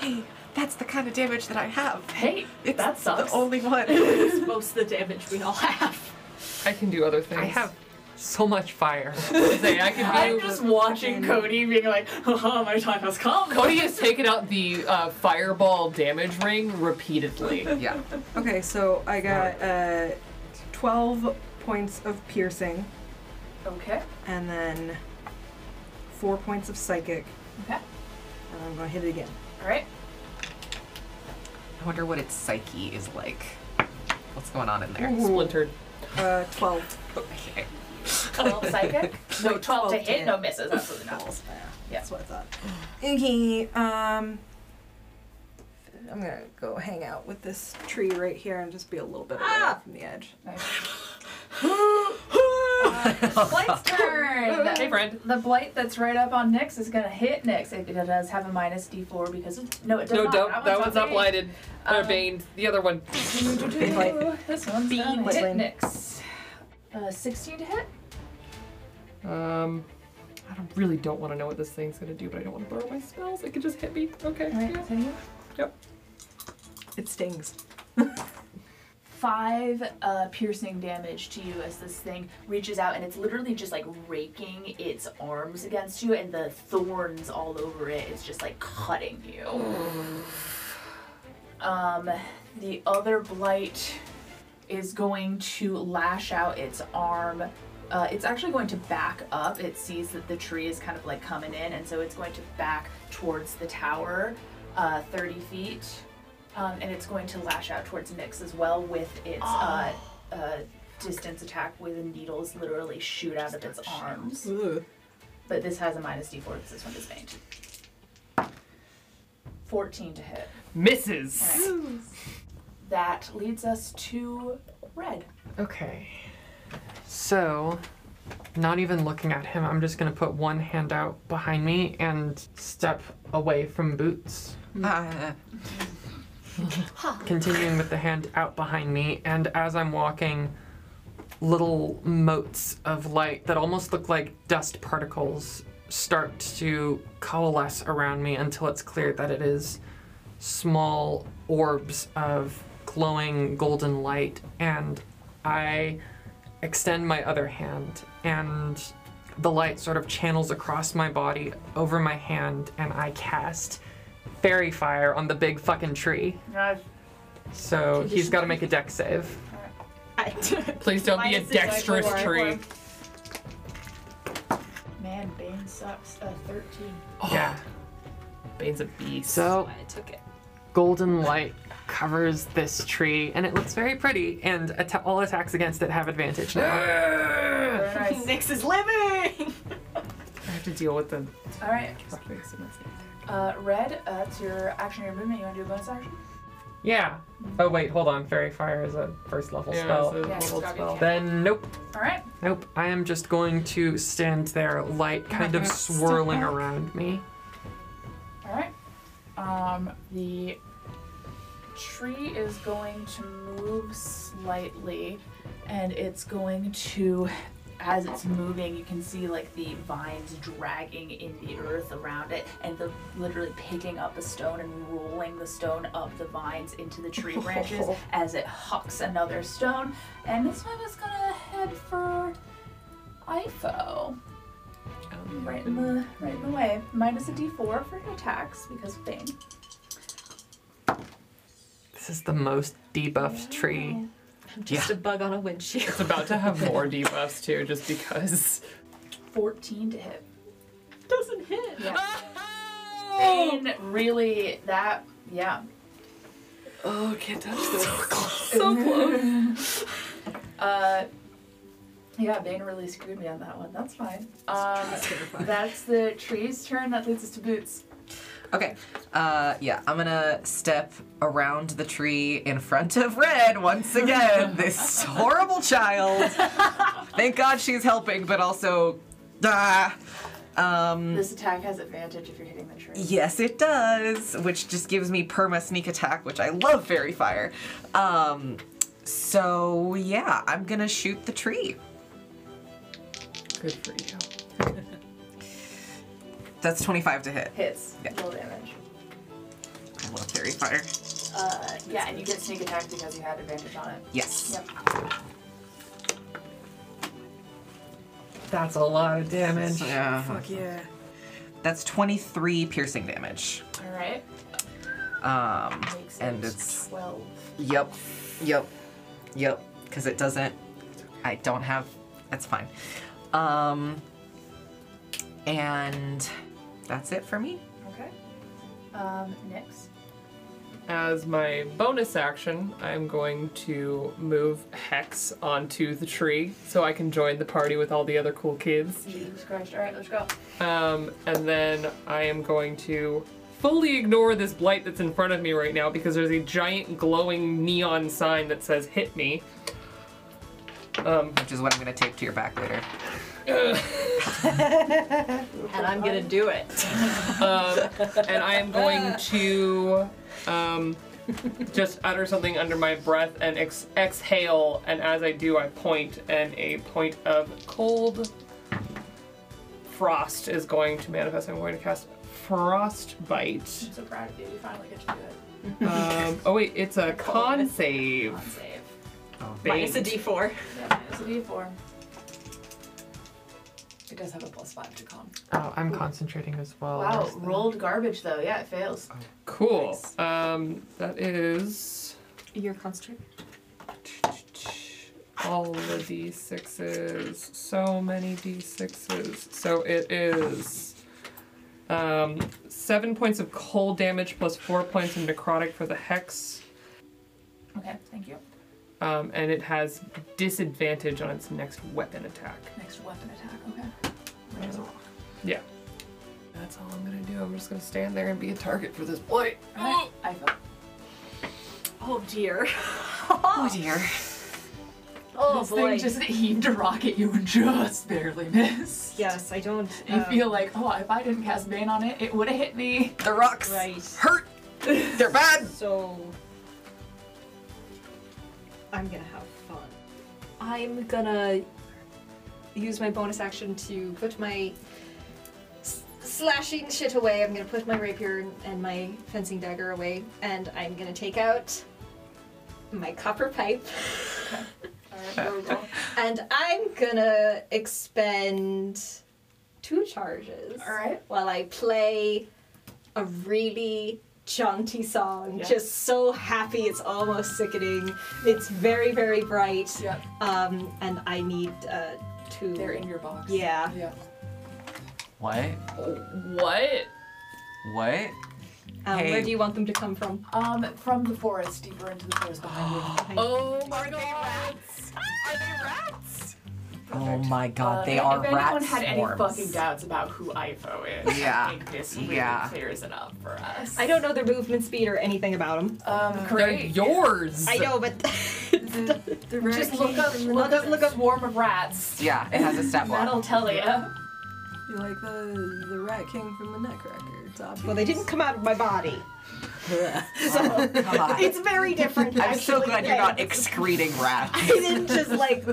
S1: damage.
S4: Hey, that's the kind of damage that I have.
S1: Hey,
S4: It's
S1: that sucks.
S4: the only one.
S8: It's most of the damage we all have.
S6: I can do other things.
S3: I have so much fire.
S6: Say, I can
S1: I'm
S6: do.
S1: just watching Cody being like, haha, my time has come.
S6: Cody has taken out the uh, fireball damage ring repeatedly.
S4: Yeah.
S5: okay. So I got uh, twelve points of piercing.
S1: Okay.
S5: and then four points of psychic.
S1: Okay.
S5: And I'm gonna hit it again.
S1: All right.
S4: I wonder what its psyche is like. What's going on in there?
S6: Splintered.
S5: Uh, twelve.
S4: Okay.
S8: Oh,
S1: 12 psychic? No, 12, to
S5: 12
S1: hit?
S5: to
S1: No
S5: hit.
S1: misses. Absolutely not.
S5: That's what I thought. Okay. Um, I'm gonna go hang out with this tree right here and just be a little bit away
S8: Ah!
S5: from the edge.
S1: Blight's turn!
S6: Oh, Hey, friend.
S1: The blight that's right up on Nyx is gonna hit Nyx. It, it does have a minus d4 because of. No, it does
S6: No,
S1: not.
S6: don't. That one's not
S1: blighted.
S6: blighted. Or
S1: Um,
S6: baned. The other one.
S1: This one's gonna
S5: Blight.
S1: hit Nyx. Uh, 16 to hit?
S6: Um, I don't, really don't want to know what this thing's gonna do, but I don't want to borrow my spells. It could just hit me. Okay.
S1: All right,
S6: yeah.
S1: so you
S5: It stings.
S1: five uh, piercing damage to you as this thing reaches out and it's literally just like raking its arms against you and the thorns all over it is just like cutting you um, the other blight is going to lash out its arm uh, it's actually going to back up it sees that the tree is kind of like coming in and so it's going to back towards the tower uh, 30 feet um, and it's going to lash out towards Nyx as well with its uh, uh, distance attack where the needles literally shoot out of its arms. But this has a minus d4 because this one is faint. 14 to hit.
S6: Misses.
S1: Alright. That leads us to red.
S3: Okay. So, not even looking at him, I'm just gonna put one hand out behind me and step away from Boots.
S4: Uh,
S3: Continuing with the hand out behind me, and as I'm walking, little motes of light that almost look like dust particles start to coalesce around me until it's clear that it is small orbs of glowing golden light. And I extend my other hand, and the light sort of channels across my body over my hand, and I cast fairy fire on the big fucking tree. So he's got to make a deck save.
S6: Please don't be a
S1: Minus is like
S6: dexterous
S1: four.
S6: tree.
S1: Man, Bane sucks. Uh, 13.
S3: Yeah.
S6: Bane's a beast.
S3: So
S8: Oh, I took it.
S3: golden light covers this tree, and it looks very pretty. And atta- all attacks against it have advantage now.
S1: Very nice.
S21: Nix is living!
S6: I have to deal with the
S1: All right.
S6: graphics in this.
S1: Uh, red, uh, that's your action or your movement. You want to do a bonus action?
S3: yeah. Oh wait, hold on. Fairy fire is a first level
S6: Yeah,
S3: spell.
S6: so
S1: Yeah, it's
S6: level
S1: gotta be-
S6: 12.
S3: Then nope.
S1: All right.
S3: Nope, I am just going to stand there, light kind of swirling around me.
S1: All right. Um, the tree is going to move slightly, and it's going to, as it's moving, you can see like the vines dragging in the earth around it, and the literally picking up a stone and rolling the stone up the vines into the tree branches as it hucks another stone. And this one is gonna head for IFO right in the right in the way. Minus a D4 for attacks because of Bane.
S3: This is the most debuffed tree.
S8: Just a bug on a windshield.
S6: It's about to have more debuffs too, just because.
S1: 14 to hit. Doesn't hit. Yeah. Bane really that yeah.
S6: Oh, can't touch this.
S1: Uh, yeah, Bane really screwed me on that one. That's fine. Um, that's the tree's turn. That leads us to Boots.
S4: Okay. Uh, yeah, I'm gonna step around the tree in front of Red once again. this horrible child. Thank God she's helping, but also, ah. Um,
S1: This attack has advantage if you're hitting the tree.
S4: yes, it does, which just gives me perma sneak attack, which I love. Fairy fire. Um, so yeah, I'm gonna shoot the tree.
S6: Good for you.
S4: That's 25 to hit.
S1: Hits.
S4: Yeah.
S1: Roll damage.
S4: I love fairy fire.
S1: Uh, yeah, and you get sneak attack because you had advantage on it.
S4: Yes.
S1: Yep.
S3: That's a lot of damage.
S4: Yeah.
S5: Fuck yeah.
S4: That's 23 piercing damage.
S1: All right.
S4: Um,
S1: Makes
S4: and
S1: it
S4: it's
S1: 12.
S4: Yep. Yep. Yep. Because it doesn't. I don't have. That's fine. Um. And that's it for me.
S1: Okay. Um, Nyx.
S6: As my bonus action, I'm going to move Hex onto the tree so I can join the party with all the other cool kids.
S1: Jesus Christ. All right, let's go.
S6: Um, and then I am going to fully ignore this blight that's in front of me right now because there's a giant glowing neon sign that says "Hit me." Um,
S4: Which is what I'm gonna tape to your back later.
S8: And I'm gonna do it.
S6: um, and I am going to um, just utter something under my breath and ex- exhale. And as I do, I point, and a point of cold frost is going to manifest. I'm going to cast frostbite.
S1: I'm so proud of you. You finally get to do it.
S6: Um, oh wait, it's a con save.
S1: Con save.
S6: Bane.
S21: Minus a d4.
S1: Yeah, minus a d4. It does have a plus 5 to con.
S3: Oh, I'm concentrating as well.
S1: Wow,
S3: Where's the-
S1: rolled garbage though. Yeah, it fails.
S6: Cool. Um, that is
S8: You're concentrating.
S6: all the d6s. So many d6s. So it is um, seven points of cold damage plus four points of necrotic for the hex,
S1: Okay, thank you.
S6: um, and it has disadvantage on its next weapon attack.
S1: Next weapon attack. Okay.
S6: Yeah. That's all I'm gonna do. I'm just gonna stand there and be a target for this blight.
S1: Alright, I fell.
S21: Oh dear.
S4: Oh dear.
S8: Oh
S1: this
S8: boy.
S1: thing just heaved a rocket you and just barely missed.
S8: Yes, I don't. um,
S1: You feel like, oh, if I didn't cast Bane on it, it would have hit me.
S4: The rocks
S8: right.
S4: hurt. They're bad.
S8: So I'm gonna have fun. I'm gonna use my bonus action to put my s- slashing shit away. I'm gonna put my rapier and- and my fencing dagger away, and I'm gonna take out my copper pipe. and I'm gonna expend two charges
S1: Alright.
S8: while I play a really jaunty song.
S5: Yeah.
S8: Just so happy, it's almost sickening. It's very, very bright.
S5: Yeah.
S8: Um, and I need uh, to.
S5: They're in your box.
S8: Yeah.
S5: Yeah.
S4: What?
S1: What?
S4: What?
S8: Um,
S4: Hey.
S8: Where do you want them to come from?
S1: Um, from the forest, deeper into the forest behind you.
S8: Oh
S1: my god!
S4: Oh my god, they
S1: Uh, if
S4: are
S1: If anyone
S4: rat
S1: had any
S4: swarms.
S1: fucking doubts about who Ifo is,
S4: Yeah.
S1: I think this really
S4: Yeah.
S1: clears it up for us.
S8: I don't know their movement speed or anything about them.
S1: Um,
S6: They're
S1: great.
S6: yours.
S8: I know, but
S1: Just look up, look up, look up swarm of rats.
S4: Yeah, it has a step
S1: That'll
S4: one.
S1: tell you.
S5: You like the the rat king from the Nutcracker? It's obvious.
S8: well, they didn't come out of my body.
S4: Oh, god.
S8: It's very different.
S4: I'm so
S8: actually,
S4: glad you're not
S8: thanks.
S4: excreting rats.
S8: I didn't just like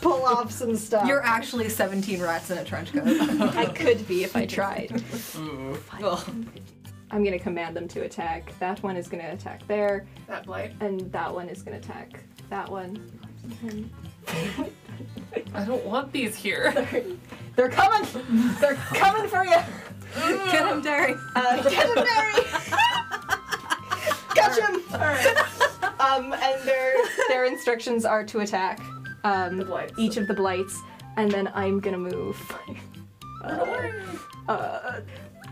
S8: pull off some stuff.
S5: You're actually 17 rats in a trench coat.
S8: I could be if I tried. I'm gonna command them to attack. That one is gonna attack there,
S1: That blight.
S8: and that one is gonna attack that one.
S6: I don't want these here.
S8: They're coming! They're coming for you!
S5: Get him, Derry.
S8: Uh, get him, Mary! Catch him! Um, and their their instructions are to attack um,
S1: blights.
S8: each of the blights, and then I'm gonna move. Uh, uh,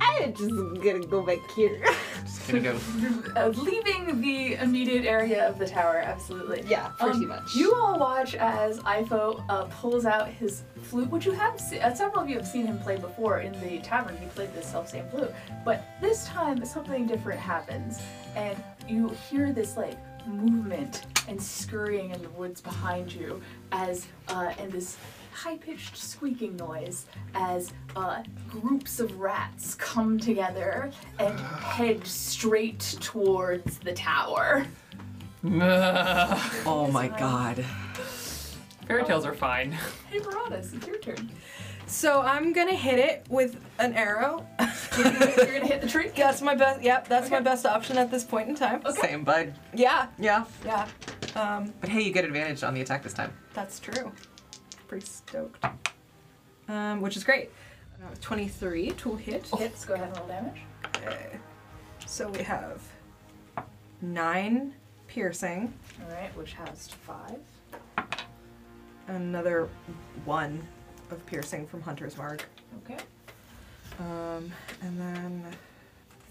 S8: I'm just gonna go back here.
S4: Just gonna go.
S1: Uh, leaving the immediate area of the tower, absolutely.
S8: yeah, pretty
S1: Um,
S8: much.
S1: You all watch as Ifo uh, pulls out his flute, which you have se- uh, several of you have seen him play before in the tavern. He played this self same flute, but this time something different happens, and you hear this like movement and scurrying in the woods behind you as uh, and this high-pitched squeaking noise as uh, groups of rats come together and head straight towards the tower.
S6: Fairy
S4: Oh my god.
S6: tales are fine.
S1: Hey, Baronis, it's your turn.
S5: So I'm gonna hit it with an arrow.
S1: You're gonna hit the tree.
S5: That's my best. Yep, that's my best option at this point in time.
S4: Same bud.
S5: Yeah,
S4: Yeah.
S5: yeah. Um,
S4: But hey, you get advantage on the attack this time.
S5: that's true. Pretty stoked. Um, which is great. Uh, 23 to hit.
S1: Hits. Go ahead and roll damage.
S5: Okay. So we have nine piercing,
S1: All right, which has five.
S5: another one of piercing from Hunter's Mark,
S1: Okay.
S5: um, and then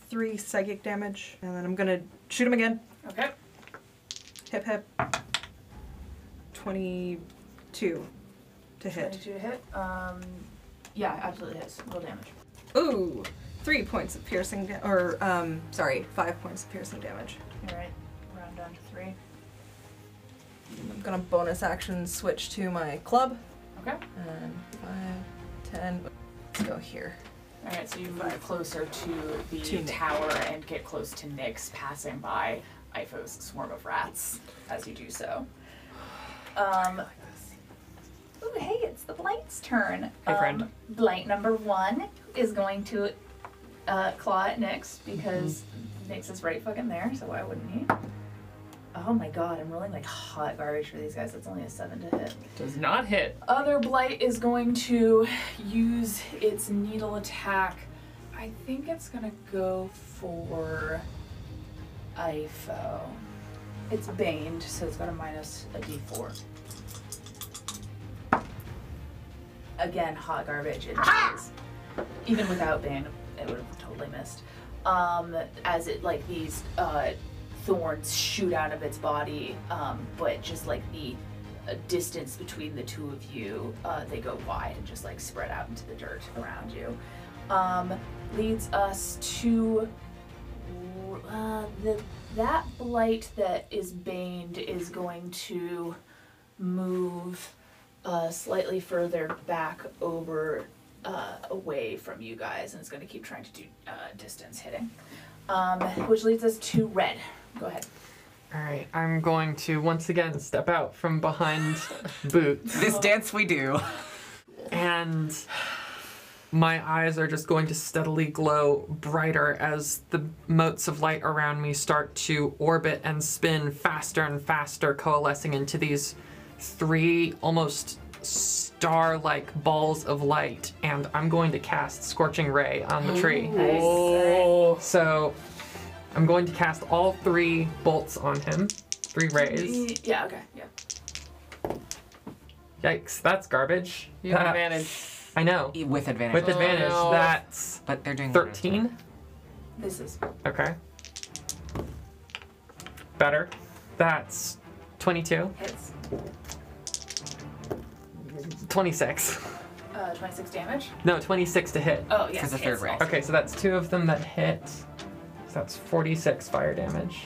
S5: three psychic damage, and then I'm gonna shoot him again.
S1: Okay.
S5: Hip hip. 22 to hit.
S1: Twenty-two to hit. Um, yeah, absolutely hits. Roll damage.
S5: Ooh, three points of piercing, da- or um, sorry, five points of piercing damage.
S1: All right, round down to three.
S5: I'm gonna bonus action switch to my club.
S1: Okay.
S5: And five, ten. Let's go here.
S1: All right, so you move closer to the
S5: To Nyx.
S1: tower and get close to Nyx, passing by Ifo's swarm of rats as you do so. Um, ooh, hey, it's the Blight's turn.
S6: Hey, friend.
S1: Um, Blight number one is going to uh, claw at Nyx because
S6: Mm-hmm.
S1: Nyx is right fucking there, so why wouldn't he? Oh my god, I'm rolling like hot garbage for these guys. That's only a seven to hit.
S6: Does not hit.
S1: Other Blight is going to use its needle attack. I think it's gonna go for IFO. It's baned, so it's got a minus a d4. Again, hot garbage. It misses. Even without bane, it would have totally missed. Um, as it like these uh, thorns shoot out of its body, um, but just like the a distance between the two of you, uh, they go wide and just like spread out into the dirt around you. Um, leads us to uh, the, that blight that is baned is going to move uh, slightly further back over uh, away from you guys and is going to keep trying to do uh, distance hitting. Um, which leads us to red. Go ahead.
S3: All right, I'm going to once again step out from behind Boots,
S4: This dance we do.
S3: and my eyes are just going to steadily glow brighter as the motes of light around me start to orbit and spin faster and faster, coalescing into these three almost star like balls of light. And I'm going to cast Scorching Ray on the tree.
S1: Nice.
S6: Oh.
S3: So I'm going to cast all three bolts on him, three rays.
S1: Y- Yeah, okay, yeah.
S3: Yikes, that's garbage.
S6: You have
S3: That-
S6: advantage. Oh,
S3: I know.
S4: E- With advantage.
S3: With advantage,
S6: no.
S3: that's
S4: But they're doing what they're doing.
S3: 13.
S1: This is
S3: Okay. Better. That's 22.
S1: hits.
S3: 26.
S1: Uh, 26 damage.
S3: No, 26 to hit.
S1: Oh, yes.
S4: the
S1: hits.
S4: third round.
S3: Okay, so that's two of them that hit. So that's 46 fire damage.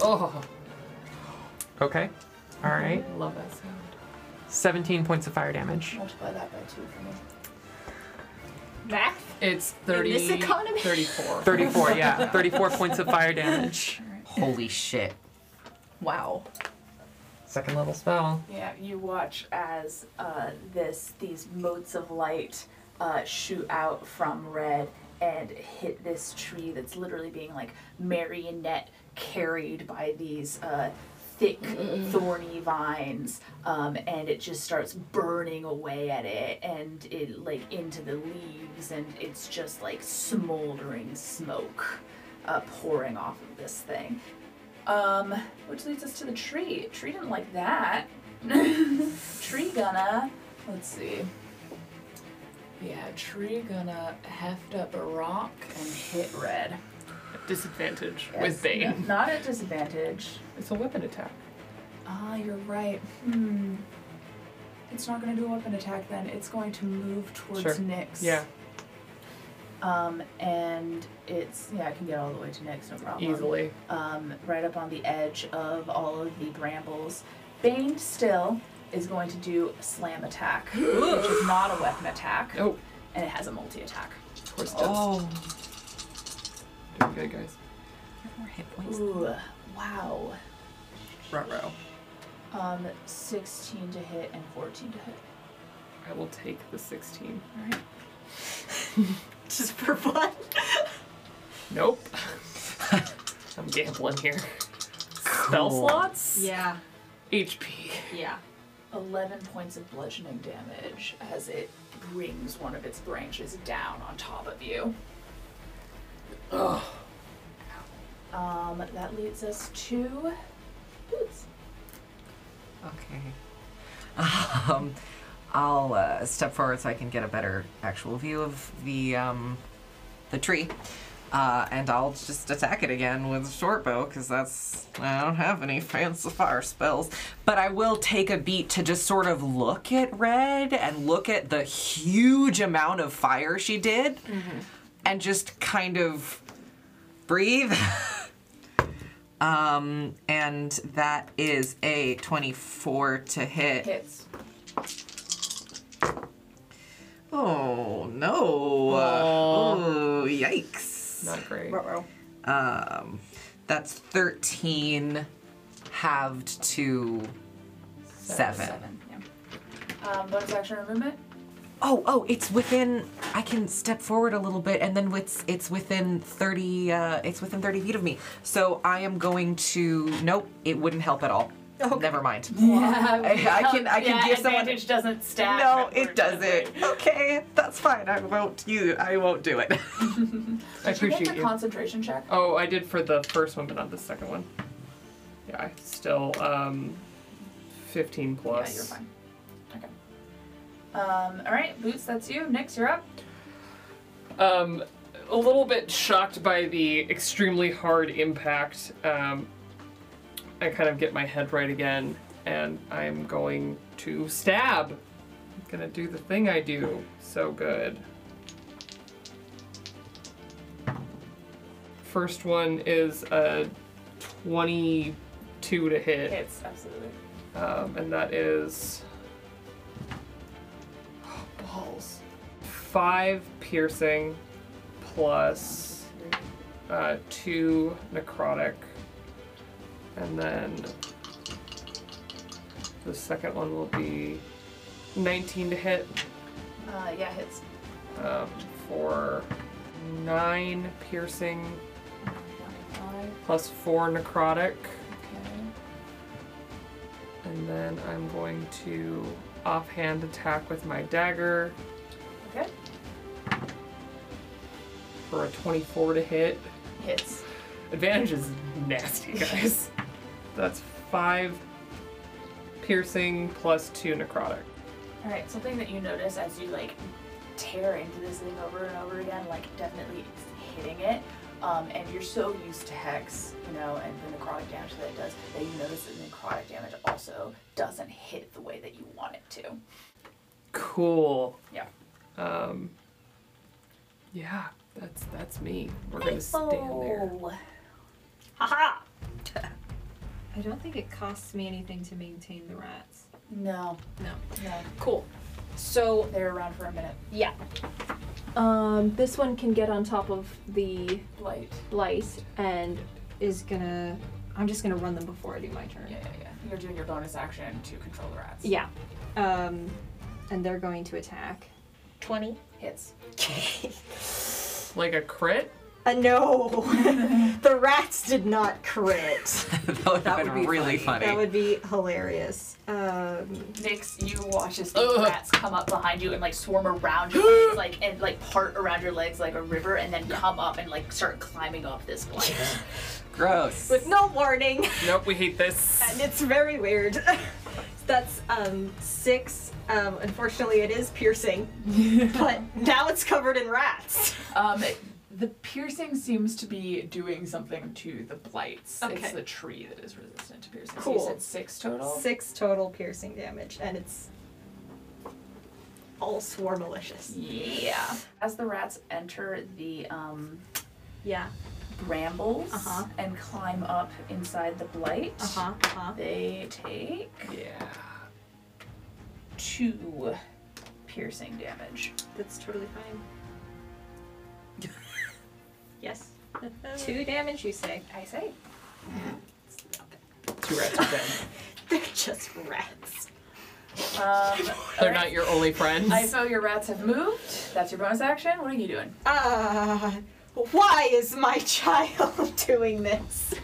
S6: Oh,
S3: Okay. All right.
S6: I love that sound.
S3: 17 points of fire damage.
S1: Multiply that by two for me.
S22: Math?
S6: It's 30,
S22: this economy?
S6: 34.
S3: 34, yeah. 34 points of fire damage.
S4: Holy shit.
S5: Wow.
S3: Second level spell.
S1: Yeah, you watch as uh, this these motes of light uh, shoot out from red and hit this tree that's literally being like marionette carried by these uh, thick thorny vines, um, and it just starts burning away at it and it like into the leaves, and it's just like smoldering smoke uh, pouring off of this thing. Um, which leads us to the tree. Tree didn't like that. tree gonna. Let's see. Yeah, tree gonna heft up a rock and hit red.
S6: Disadvantage
S1: Yes,
S6: with Bane.
S1: no- not at disadvantage.
S6: It's a weapon attack.
S1: Ah, you're right. Hmm. It's not gonna do a weapon attack then. It's going to move towards
S6: Sure.
S1: Nyx.
S6: Yeah,
S1: Um, and it's yeah, I can get all the way to Nyx, no problem.
S6: easily.
S1: um, right up on the edge of all of the brambles. Bane still is going to do a slam attack, which is not a weapon attack,
S6: Oh,
S1: and it has a multi attack.
S6: of course it does.
S4: Oh.
S6: Doing good, guys.
S4: More hit points.
S1: Ooh, wow.
S5: Front row.
S1: Um, 16 to hit and 14 to hit.
S6: I will take the 16.
S8: Just for fun.
S6: Nope. I'm gambling here. Spell
S4: Cool.
S6: slots?
S22: Yeah.
S6: HP.
S22: Yeah.
S1: 11 points of bludgeoning damage as it brings one of its branches down on top of you. Um, that leads us to boots.
S4: Okay. Um, I'll uh, step forward so I can get a better actual view of the um, the tree, uh, and I'll just attack it again with a short bow because that's I don't have any fancy fire spells. But I will take a beat to just sort of look at Red and look at the huge amount of fire she did, and just kind of breathe. um, and that is a twenty-four to hit.
S1: Hits.
S4: Oh no! Oh, yikes!
S6: Not great.
S5: Front row.
S4: Um, that's thirteen halved to seven.
S1: Seven, yeah. Um, bonus action or movement?
S4: Oh, oh, it's within. I can step forward a little bit, and then it's it's within thirty. Uh, it's within thirty feet of me. So I am going to. Nope, it wouldn't help at all. Never mind.
S1: Yeah.
S4: I, I can I can
S1: yeah,
S4: give someone.
S1: advantage doesn't stab.
S4: No, it
S1: unfortunately.
S4: doesn't. Okay, that's fine. I won't use. I won't do it.
S6: I
S1: Did you make
S6: appreciate
S1: the
S6: you.
S1: concentration check?
S6: Oh, I did for the first one, but not the second one. Yeah, I still um, 15 plus.
S1: Yeah, you're fine. Okay. Um, all right, Boots, that's you. Nyx, you're up.
S6: Um, a little bit shocked by the extremely hard impact. Um, I kind of get my head right again, and I'm going to stab. I'm gonna do the thing I do so good. First one is a 22 to hit.
S1: Hits, absolutely.
S6: Um, and that is. balls. Five piercing plus uh, two necrotic. And then the second one will be 19 to hit
S1: Uh, yeah, hits.
S6: um, for nine piercing
S1: Five,
S6: plus four necrotic.
S1: okay.
S6: And then I'm going to offhand attack with my dagger.
S1: Okay.
S6: for a 24 to hit.
S1: Hits.
S6: Advantage is nasty, guys. That's five piercing plus two necrotic.
S1: All right, something that you notice as you like tear into this thing over and over again, like definitely it's hitting it, um, and you're so used to hex, you know, and the necrotic damage that it does, that you notice that the necrotic damage also doesn't hit the way that you want it to.
S6: Cool.
S1: Yeah.
S6: Um, yeah, that's that's me. We're gonna stand there.
S1: Oh, Haha.
S8: I don't think it costs me anything to maintain the rats.
S1: No,
S8: No.
S1: no,
S8: Cool. So
S1: they're around for a minute.
S8: yeah. Um, this one can get on top of the
S1: Light.
S8: lice and is gonna. I'm just gonna run them before I do my turn.
S1: Yeah, yeah, yeah. You're doing your bonus action to control the rats.
S8: Yeah. Um, and they're going to attack.
S5: 20.
S1: Hits.
S6: Like a crit?
S5: Uh, no. the rats did not crit.
S4: that would have been really funny.
S5: That would be hilarious. Um,
S1: Nix, you watch as the rats come up behind you and like swarm around your legs, like and like part around your legs like a river, and then come up and like start climbing up this blind.
S4: Gross.
S5: with no warning.
S6: Nope, we hate this.
S5: And it's very weird. That's um, six. Um, unfortunately, it is piercing, but now it's covered in rats.
S23: Um, the piercing seems to be doing something to the blights.
S5: Okay.
S23: It's the tree that is resistant to piercing. So
S5: Cool.
S23: you said six total.
S5: Six total piercing damage, and it's all swarm malicious.
S1: Yeah. As the rats enter the um,
S5: Yeah.
S1: brambles
S5: Uh-huh.
S1: and climb up inside the blight,
S5: Uh huh. Uh
S8: Uh-huh.
S5: huh.
S1: they take
S6: Yeah.
S1: two piercing damage.
S5: That's totally fine. yes.
S8: Two damage, you say?
S1: I say.
S6: Two rats are dead.
S5: They're just rats.
S1: Um,
S6: They're not your only friends.
S1: I feel your rats have moved. That's your bonus action. What are you doing?
S5: Uh, why is my child doing this?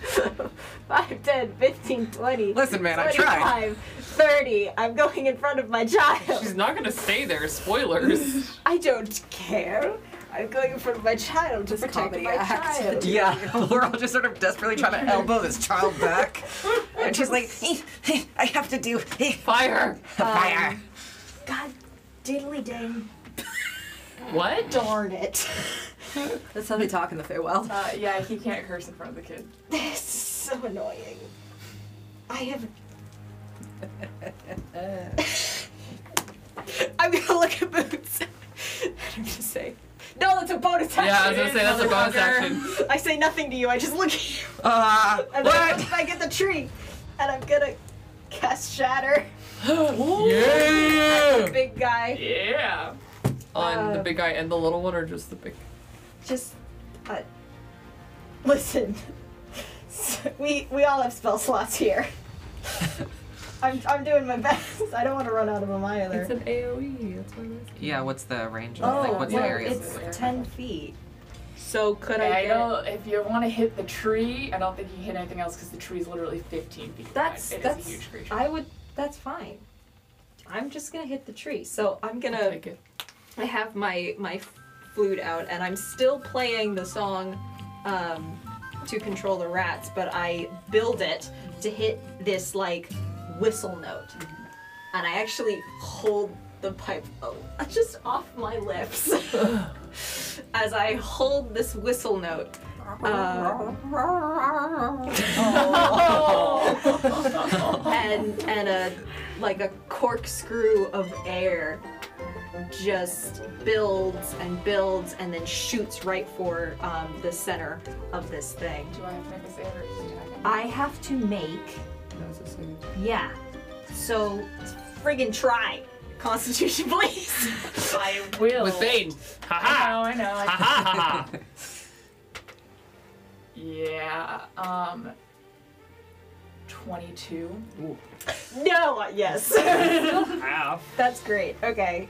S5: 5, 10, 15, 20.
S4: Listen, man, I tried.
S5: 25, 30. I'm going in front of my child.
S6: She's not gonna stay there. Spoilers.
S5: I don't care. I'm going in front of my child to protect
S24: comedy
S5: my
S24: act.
S5: child.
S4: Yeah, we're all just sort of desperately trying to elbow this child back. And she's like, "Eh, eh, I have to do eh,
S6: Fire.
S4: fire.
S5: God diddly dang.
S6: What?
S5: Darn it.
S24: That's how they talk in the Feywild.
S1: Uh, yeah, he can't curse in front of the kid.
S5: This is so annoying. I have. I'm gonna look at Boots. and I'm just saying. No, that's a bonus action.
S6: Yeah, I was gonna say that's a bonus action.
S5: I say nothing to you. I just look at you.
S4: Ah,
S6: Uh,
S5: And then I
S4: what?
S5: look back at the tree, and I'm gonna cast Shatter.
S6: Yeah.
S5: Big guy.
S6: Yeah. On the
S5: Um,
S6: big guy and the little one, or just the big?
S5: Just. Uh, listen. we we all have spell slots here. I'm, I'm doing my best. I don't want to run out of them either.
S6: an AOE. That's what it
S4: Yeah, what's the range? Of,
S5: Oh,
S4: like, what's
S5: well,
S4: the area?
S5: it's ten feet.
S24: So could
S1: Yeah, I
S24: I get?
S1: don't. If you want to hit the tree, I don't think you can hit anything else because the tree is literally 15 feet. wide.
S8: That's-
S1: It is
S8: that's-
S1: a huge creature.
S8: I would.
S5: That's fine.
S8: I'm just gonna hit the tree. So I'm gonna.
S6: Take it.
S8: I have my my flute out, and I'm still playing the song um, to control the rats, but I build it to hit this like whistle note,
S5: And I actually hold the pipe oh, just off my lips
S8: as I hold this whistle note. um,
S5: and and a like a corkscrew of air
S8: just builds and builds and then shoots right for um, the center
S5: of this thing.
S1: Do I have to make a save or just attack it?
S5: I have to make yeah. So friggin' try. Constitution, please.
S1: I will.
S6: With Bane. Haha.
S1: I know, I know. I-
S6: Haha.
S1: yeah. Um. 22.
S5: no. Yes.
S6: Half.
S5: That's great. Okay.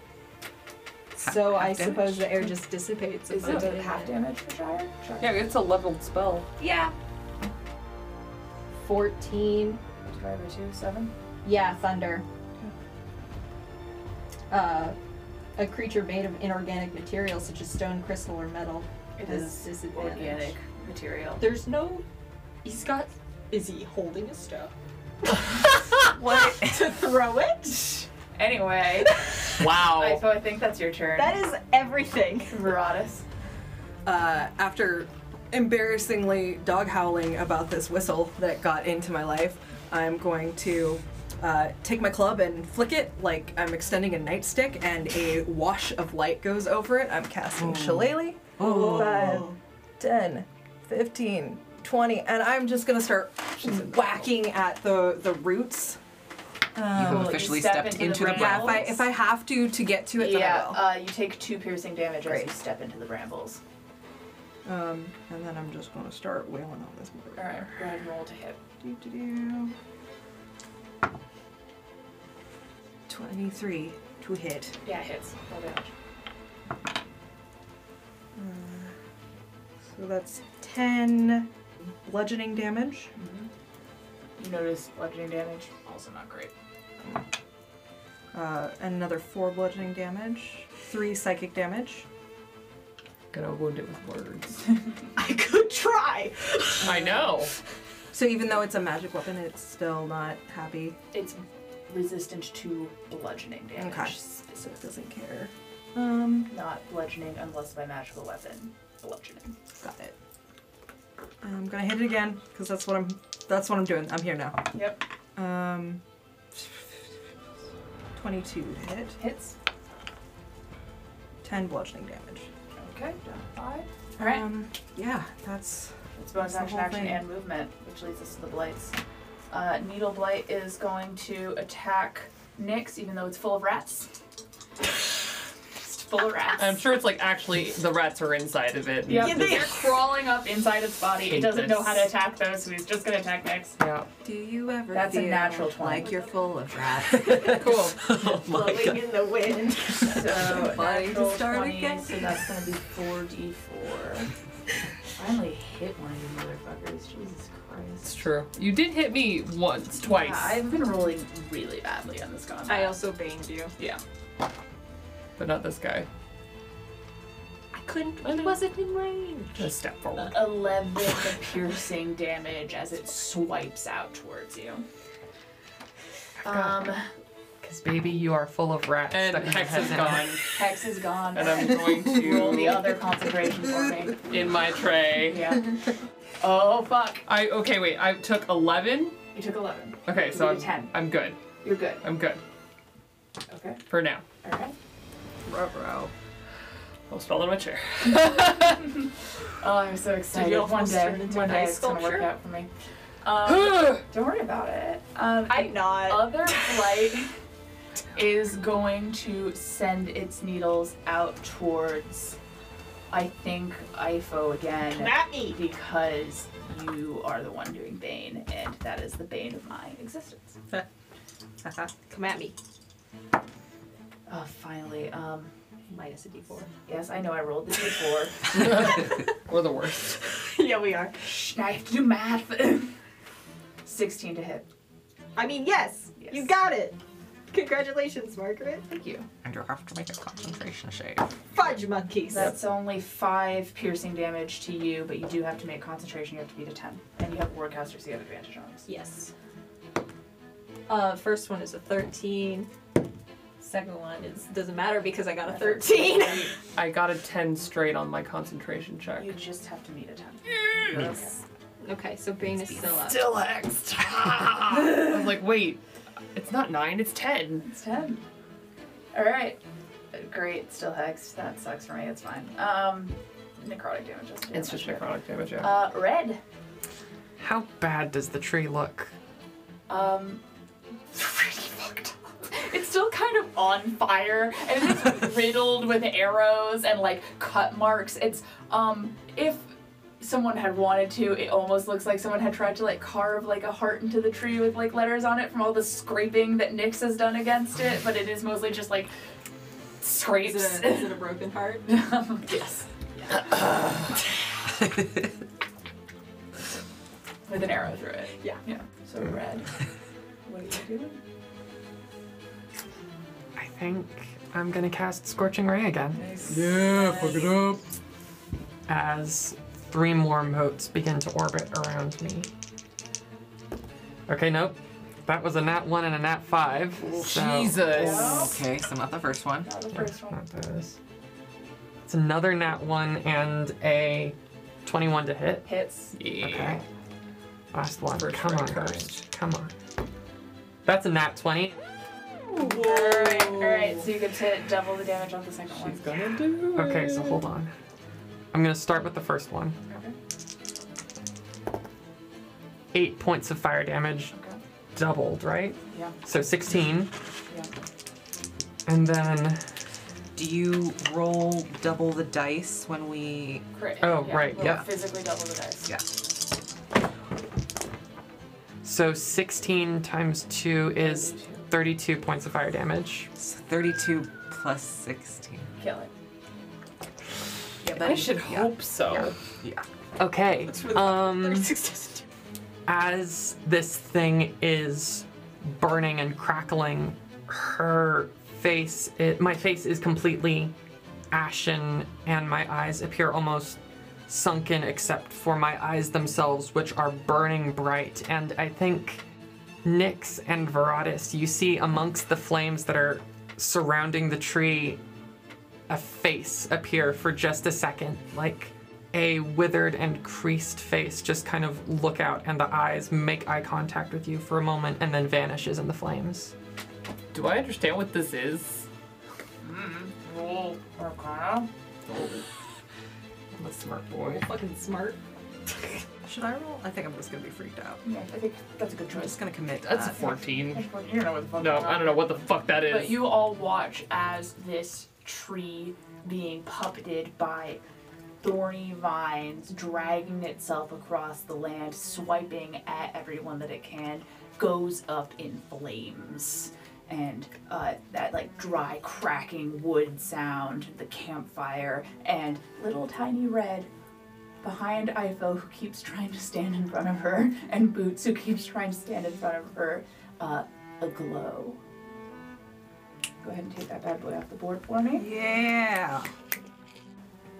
S5: So
S4: half
S5: I
S4: damage?
S5: suppose the air just dissipates.
S1: Is
S5: above
S1: it half damage for Shire? Sure.
S6: Yeah, it's a leveled spell.
S8: Yeah. 14.
S1: Divided by two, seven.
S8: Yeah, thunder. Uh, a creature made of inorganic material such as stone, crystal, or metal. It
S25: This
S8: is
S25: disadvantage.
S8: organic.
S25: material.
S8: There's no. He's got. Is he holding a stone?
S1: What?
S8: to throw it?
S1: Anyway,
S6: Wow.
S1: Ifo, I think that's your turn.
S8: That is everything.
S1: Veratus.
S5: uh, after embarrassingly dog howling about this whistle that got into my life, I'm going to uh, take my club and flick it like I'm extending a nightstick, and a wash of light goes over it. I'm casting
S1: Oh.
S5: Shillelagh. Five, 10, 15, 20, and I'm just gonna start whacking at the, the roots.
S4: You
S5: Um,
S4: have officially
S1: step
S4: stepped
S1: into the
S4: into the
S1: ring.
S4: breath.
S5: yeah, if I, if I have to to get to it, then I
S1: yeah,
S5: will.
S1: uh, you take two piercing damage as
S5: Great.
S1: you step into the brambles.
S5: Um, and then I'm just gonna start wailing on this. mother-
S1: All right, go ahead and roll to hit.
S5: Do, do, do. 23 to hit.
S1: Yeah, it hits. Roll damage.
S5: Uh, So that's 10 bludgeoning damage.
S1: Mm-hmm. You notice bludgeoning damage. Also not great.
S5: Uh, and another 4 bludgeoning damage. 3 psychic damage.
S6: Gonna wound it with words.
S8: I could try.
S6: I know.
S5: So even though it's a magic weapon, it's still not happy.
S1: It's resistant to bludgeoning damage.
S5: Okay. So it
S1: Specifically.
S5: doesn't care. Um,
S1: Not bludgeoning unless by magical weapon. Bludgeoning.
S5: got it. I'm gonna hit it again because that's what I'm. That's what I'm doing. I'm here now.
S1: Yep.
S5: Um, 22 to hit.
S1: Hits.
S5: 10 bludgeoning damage.
S1: Okay, down five. All right.
S5: Um, yeah, that's.
S1: It's bonus
S5: That's
S1: action,
S5: the whole
S1: action,
S5: thing.
S1: and movement, which leads us to the blights. Uh, Needle Blight is going to attack Nyx, even though it's full of rats. It's full of rats.
S6: I'm sure it's like actually the rats are inside of it.
S1: Yep, they're crawling up inside its body. It doesn't know how to attack those, so he's just gonna attack Nyx.
S6: Yeah.
S5: Do you ever
S1: That's a
S5: feel
S1: natural 20.
S5: like you're full of rats?
S6: Cool.
S8: Blowing in the wind.
S1: So
S5: Body to
S1: natural
S5: start
S1: 20,
S5: again.
S1: So that's gonna be four d four. Finally hit one of you motherfuckers. Jesus
S6: It's
S1: Christ.
S6: true. You did hit me once, twice.
S1: Yeah, I've been rolling really badly on this combat.
S8: I also baned you.
S6: Yeah. But not this guy.
S8: I couldn't. He wasn't in range.
S6: Just step forward.
S1: 11 piercing damage as it swipes out towards you. Um,
S3: Because, baby, you are full of rats.
S6: And
S3: stuck in your
S6: Hex is
S3: head.
S6: gone.
S1: Hex is gone.
S6: And I'm going to
S1: roll the other concentration for me.
S6: in my tray.
S1: Yeah. Oh fuck!
S6: I okay, wait. I took 11.
S1: You took 11.
S6: Okay, so
S1: did
S6: I'm,
S1: a 10.
S6: I'm good.
S1: You're good.
S6: I'm good
S1: Okay.
S6: for now.
S1: All right.
S6: I'll spell on my chair.
S1: Oh, I'm so excited.
S8: Did you
S1: one
S8: almost
S1: day,
S8: turn into
S1: one
S8: an
S1: day
S8: ice
S1: it's gonna work
S8: sculpture?
S1: out for me. Um,
S6: Ugh.
S1: don't worry about it. Um,
S8: I'm not.
S1: other blight is going to send its needles out towards, I think, IFO again.
S8: At me.
S1: because you are the one doing Bane, and that is the bane of my existence.
S8: Come at me.
S1: Oh, finally. Um,
S8: Minus a d4.
S1: yes, I know I rolled the d4.
S6: We're the worst.
S8: yeah, we are.
S1: Shh, now I have to do math. 16 to hit.
S8: I mean, yes,
S1: Yes.
S8: You got it. Congratulations, Margaret.
S1: Thank you.
S4: And you'll have to make a concentration save.
S8: Fudge monkeys.
S1: That's only five piercing damage to you, but you do have to make concentration. You have to beat a 10. And you have Warcasters, you have advantage on this.
S26: Yes. Uh, first one is a 13. Second one is doesn't matter because I got a 13.
S6: I got a 10 straight on my concentration check.
S1: You just have to meet a 10.
S26: okay, so Bane is still up.
S6: Still hexed. I was like, wait, it's not nine, it's 10.
S1: It's 10. Alright. Great, still hexed. That sucks for me. It's fine. Um, necrotic damage. that's
S6: It's just necrotic damage. Yeah.
S1: Uh, red.
S3: How bad does the tree look?
S1: Um, pretty fucked up. It's still kind of on fire, and it's riddled with arrows and like cut marks. It's um, if someone had wanted to, it almost looks like someone had tried to like carve like a heart into the tree with like letters on it from all the scraping that Nyx has done against it. But it is mostly just like scrapes.
S8: Is it a, is it a broken heart?
S1: yes. With an arrow through it.
S8: Yeah.
S1: Yeah. So red. What are you doing?
S3: I think I'm gonna cast Scorching Ray again.
S6: yeah, fuck it up.
S3: as three more motes begin to orbit around me. Okay, nope. That was a nat 1 and a nat 5.
S6: Oh,
S3: so-
S4: Jesus. Okay, so not the first one.
S11: Not the first one.
S3: Not those. It's another nat 1 and a 21 to hit.
S11: Hits.
S6: Yeah.
S3: Okay. Last one.
S6: First
S3: Come on,
S6: strike
S3: guys.
S6: first.
S3: Come on. That's a nat 20.
S11: Alright, alright, so you get to double the damage on the second one.
S6: Gonna do
S3: Okay, so hold on. I'm going to start with the first one.
S11: Okay.
S3: Eight points of fire damage
S11: Okay.
S3: doubled, right?
S11: Yeah.
S3: So 16.
S11: Yeah.
S3: And then,
S4: Do you roll double the dice when we?
S11: Crit.
S3: Oh, right,
S11: Roll
S3: yeah.
S11: Physically double the dice.
S4: Yeah.
S3: so 16 times 2 is 32 points of fire damage.
S4: It's Thirty-two plus sixteen.
S11: Kill it.
S5: Yeah,
S6: I
S5: but
S6: should hope so.
S4: Yeah.
S3: Okay. Um,
S11: 36 doesn't do
S3: as this thing is burning and crackling, her face, it, my face is completely ashen, and my eyes appear almost sunken, except for my eyes themselves, which are burning bright. And I think Nyx and Veratus, you see amongst the flames that are surrounding the tree a face appear for just a second, like a withered and creased face just kind of look out and the eyes make eye contact with you for a moment and then vanishes in the flames.
S6: Do I understand what this is?
S11: Roll Arcana.
S6: I'm a smart boy.
S5: fucking smart.
S4: Should I roll? I think I'm just gonna be freaked out.
S11: Yeah, I think that's a good
S4: I'm
S11: choice.
S4: just gonna commit. to
S6: That's a
S4: that.
S6: fourteen.
S11: You don't know what the fuck
S6: No,
S11: going on.
S6: I don't know what the fuck that is.
S11: But you all watch as this tree being puppeted by thorny vines, dragging itself across the land, swiping at everyone that it can, goes up in flames. And uh, that like dry cracking wood sound, the campfire, and little tiny red behind Ifo who keeps trying to stand in front of her, and Boots who keeps trying to stand in front of her, uh, aglow. Go ahead and take that bad boy off the board for me.
S4: Yeah.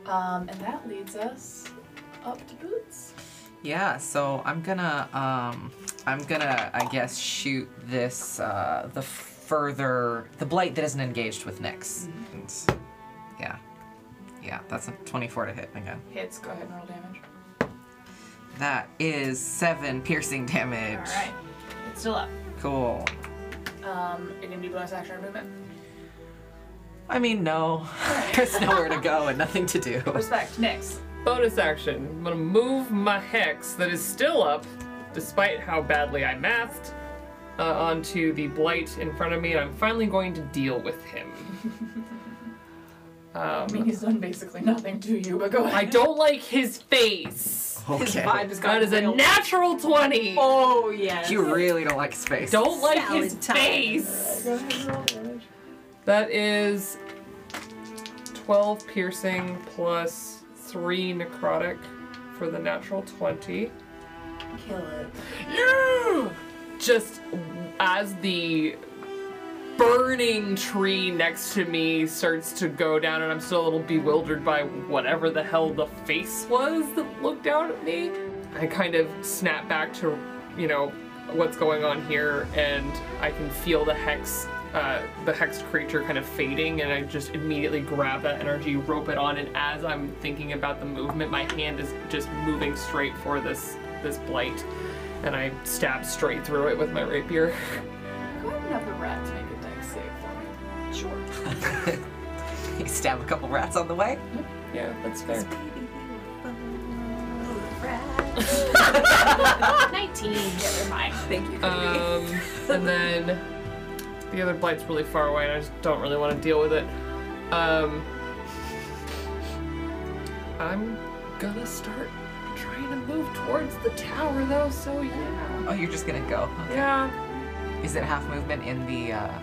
S11: Um, and that leads us up to Boots.
S4: Yeah. So I'm gonna, um, I'm gonna, I guess, shoot this, uh, the further, the blight that isn't engaged with Nyx. It's- yeah. Yeah. That's a twenty-four to hit again.
S11: Hits, go ahead and roll damage.
S4: That is seven piercing damage.
S11: Alright, it's still up.
S4: Cool.
S11: Um, it can be bonus action or movement.
S4: I mean, no. There's nowhere to go and nothing to do.
S11: Respect, Nyx.
S6: Bonus action. I'm gonna move my hex that is still up, despite how badly I mathed, uh, onto the blight in front of me, and I'm finally going to deal with him.
S11: I mean, he's done basically nothing to you, but go
S6: I
S11: ahead.
S6: don't like his face.
S4: Okay.
S8: has
S6: That is a natural 20.
S8: Oh yes.
S4: You really don't like space.
S6: Don't like his
S8: Salad time.
S6: face. That is 12 piercing plus 3 necrotic for the natural 20.
S11: Kill it.
S6: Yeah! Just as the burning tree next to me starts to go down, and I'm still a little bewildered by whatever the hell the face was that looked down at me, I kind of snap back to, you know, what's going on here, and I can feel the hex. Uh, the hexed creature kind of fading, and I just immediately grab that energy, rope it on, and as I'm thinking about the movement, my hand is just moving straight for this this blight and I stab straight through it with my rapier.
S11: Go ahead and have the rat make a dex save for me.
S4: You stab a couple rats on the way.
S6: Yeah, that's fair.
S12: 19.
S11: Never mind.
S5: Thank you.
S6: Um, and then the other blight's really far away, and I just don't really want to deal with it. Um, I'm gonna start trying to move towards the tower, though. So yeah,
S4: Oh, you're just gonna go.
S6: yeah.
S4: Is it half movement in the? uh...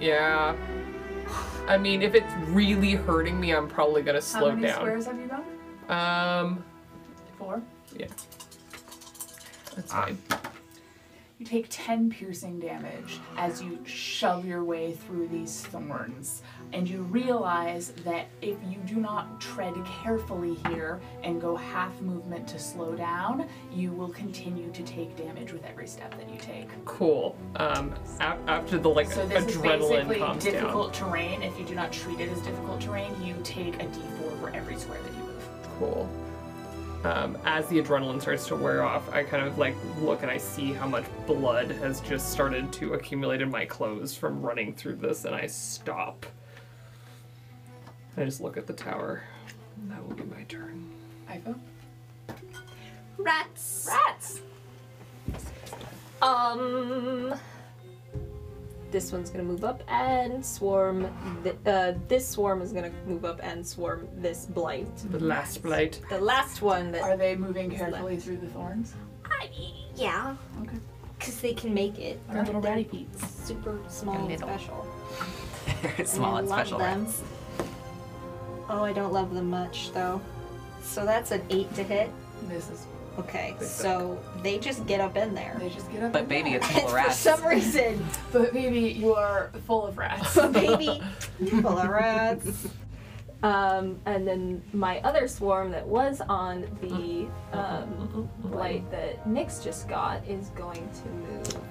S6: Yeah. I mean, if it's really hurting me, I'm probably gonna
S11: How
S6: slow
S11: many
S6: down.
S11: squares have you done?
S6: Um,
S11: Four.
S6: Ah. that's fine.
S1: You take 10 piercing damage as you shove your way through these thorns, and you realize that if you do not tread carefully here and go half movement to slow down, you will continue to take damage with every step that you take.
S6: Cool. Um, ap- after the like
S1: So this is
S6: adrenaline
S1: basically
S6: calms down.
S1: difficult terrain. If you do not treat it as difficult terrain, you take a d4 for every square that you move.
S6: Cool. Um, as the adrenaline starts to wear off, I kind of like look and I see how much blood has just started to accumulate in my clothes from running through this, and I stop. I just look at the tower. That will be my turn.
S1: iPhone?
S8: Rats.
S1: Rats!
S8: Um.
S27: This one's gonna move up and swarm. Th- uh, this swarm is gonna move up and swarm this blight.
S6: The last blight.
S27: The last one that
S1: Are they moving carefully through the thorns?
S8: I, yeah.
S1: Okay.
S8: Cause they can make it.
S1: They're little ratty feet.
S27: super small
S4: And
S27: and
S4: little.
S27: special.
S4: Small
S27: I
S4: and
S27: love
S4: special
S27: them.
S4: rats.
S27: Oh, I don't love them much though. So that's an eight to hit.
S1: This is.
S27: Okay, so they just get up in there.
S1: They just get up.
S4: But
S1: and
S4: baby,
S1: go.
S4: it's full
S27: And
S4: of
S27: for
S4: rats.
S27: some reason,
S1: But baby, you are full of rats.
S27: baby, full of rats. Um, and then my other swarm that was on the
S4: Mm-hmm.
S27: um, light that Nyx just got is going to move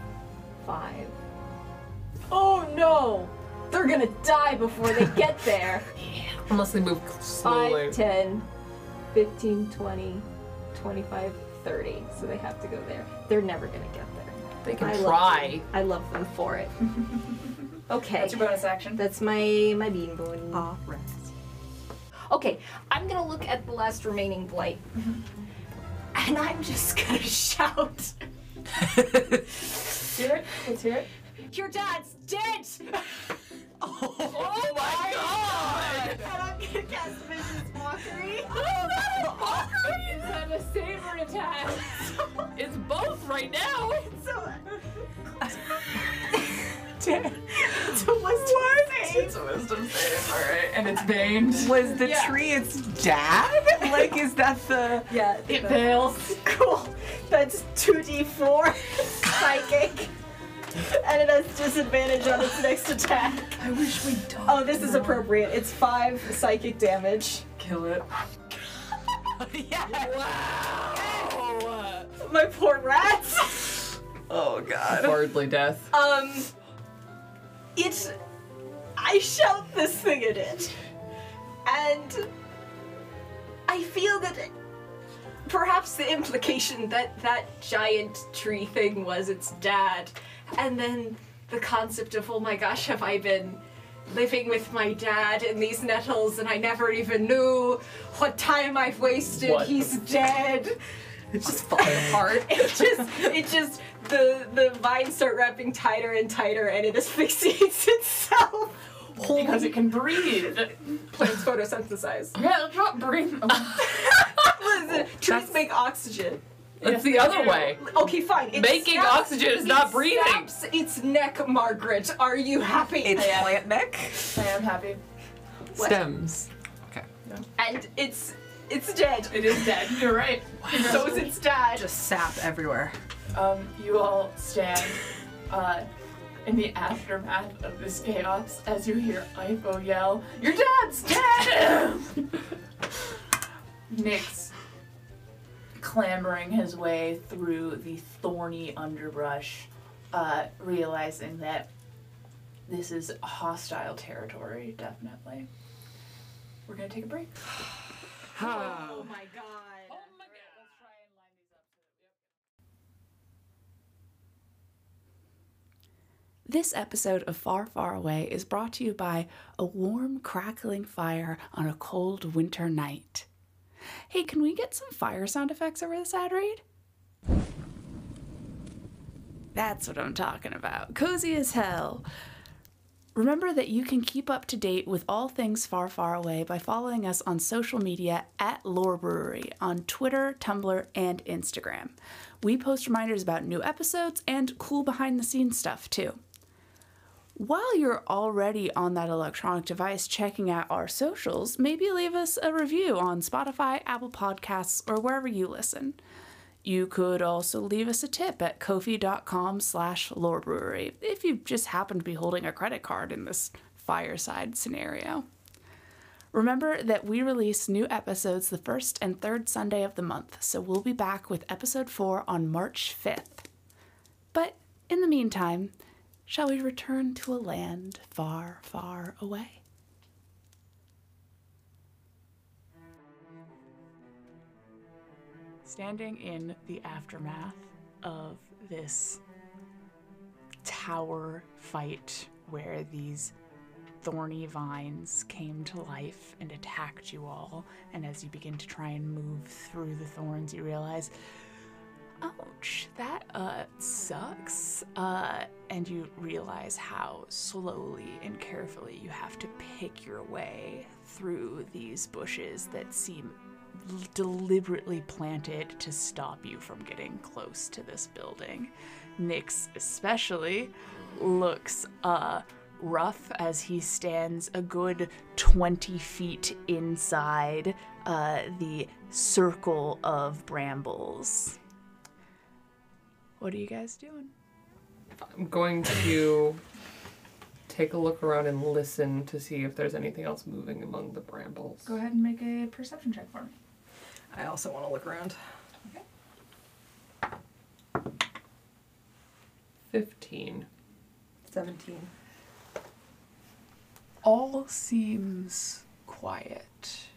S27: five. Oh no! They're gonna die before they get there!
S6: Unless they move slowly.
S27: 5, 10, 15, 20, 25, 30. So they have to go there. They're never gonna get there.
S6: They can
S27: I love
S6: try.
S27: I love them for it. okay.
S1: That's your bonus action.
S27: That's my my bean bone.
S8: Okay, I'm gonna look at the last remaining blight. And I'm just gonna shout,
S1: Hear it? Let's hear it.
S8: Your dad's dead!
S4: Oh my god!
S8: And I'm gonna cast Vicious Mockery.
S1: Is that a save or attack?
S6: It's both right now!
S8: So. It's a wisdom save.
S1: wisdom save. All right, and it's veined.
S4: Was the tree its dad? Like, is that the.
S27: Yeah.
S1: It fails.
S8: Cool. That's 2d4 psychic. And it has disadvantage on its next attack.
S1: I wish we don't.
S8: Oh, this is appropriate. It's 5 psychic damage.
S1: Kill it.
S8: My poor rats.
S4: Oh god.
S6: Hardly death.
S8: Um, it. I shout this thing at it, and I feel that it- perhaps the implication that that giant tree thing was its dad, and then the concept of oh my gosh, have I been living with my dad in these nettles and I never even knew what time I've wasted.
S6: What?
S8: He's dead.
S4: It's just falling apart.
S8: It just, it just, the the vines start wrapping tighter and tighter, and it asphyxiates itself.
S1: Because it can breathe.
S8: Plants photosynthesize.
S1: Yeah, it'll drop breathe.
S8: Listen, trees make oxygen.
S6: It's the other way.
S8: Okay, fine. It
S6: Making
S8: snaps-
S6: oxygen is
S8: it
S6: not breathing.
S8: snaps its neck, Margaret. Are you happy?
S4: It's plant neck.
S1: I am happy.
S28: Stems.
S8: and it's it's dead.
S1: It is dead. You're right.
S8: So is its dad.
S29: Just sap everywhere.
S1: Um, you all stand uh, in the aftermath of this chaos as you hear Ifo yell, "Your dad's dead!" Nick's clambering his way through the thorny underbrush, uh, realizing that this is hostile territory. Definitely, we're gonna take a break.
S8: Oh my god.
S11: This episode of Far, Far Away is brought to you by a warm, crackling fire on a cold winter night. Hey, can we get some fire sound effects over this ad read? That's what I'm talking about. Cozy as hell. Remember that you can keep up to date with all things Far, Far Away by following us on social media at Lore Brewery on Twitter, Tumblr, and Instagram. We post reminders about new episodes and cool behind the scenes stuff too. While you're already on that electronic device checking out our socials, maybe leave us a review on Spotify, Apple Podcasts, or wherever you listen. You could also leave us a tip at kofi.com slash lorebrewery if you just happen to be holding a credit card in this fireside scenario. Remember that we release new episodes the first and third Sunday of the month, so we'll be back with episode 4 on March 5th. But in the meantime, shall we return to a land far, far away? standing in the aftermath of this tower fight where these thorny vines came to life and attacked you all. And as you begin to try and move through the thorns, you realize, ouch, that uh, sucks. Uh, and you realize how slowly and carefully you have to pick your way through these bushes that seem l- deliberately planted to stop you from getting close to this building. Nyx, especially, looks uh, rough as he stands a good 20 feet inside uh, the circle of brambles. What are you guys doing?
S6: I'm going to take a look around and listen to see if there's anything else moving among the brambles.
S1: Go ahead and make a perception check for me.
S5: I also want to look around.
S6: 15.
S5: 17.
S11: all seems quiet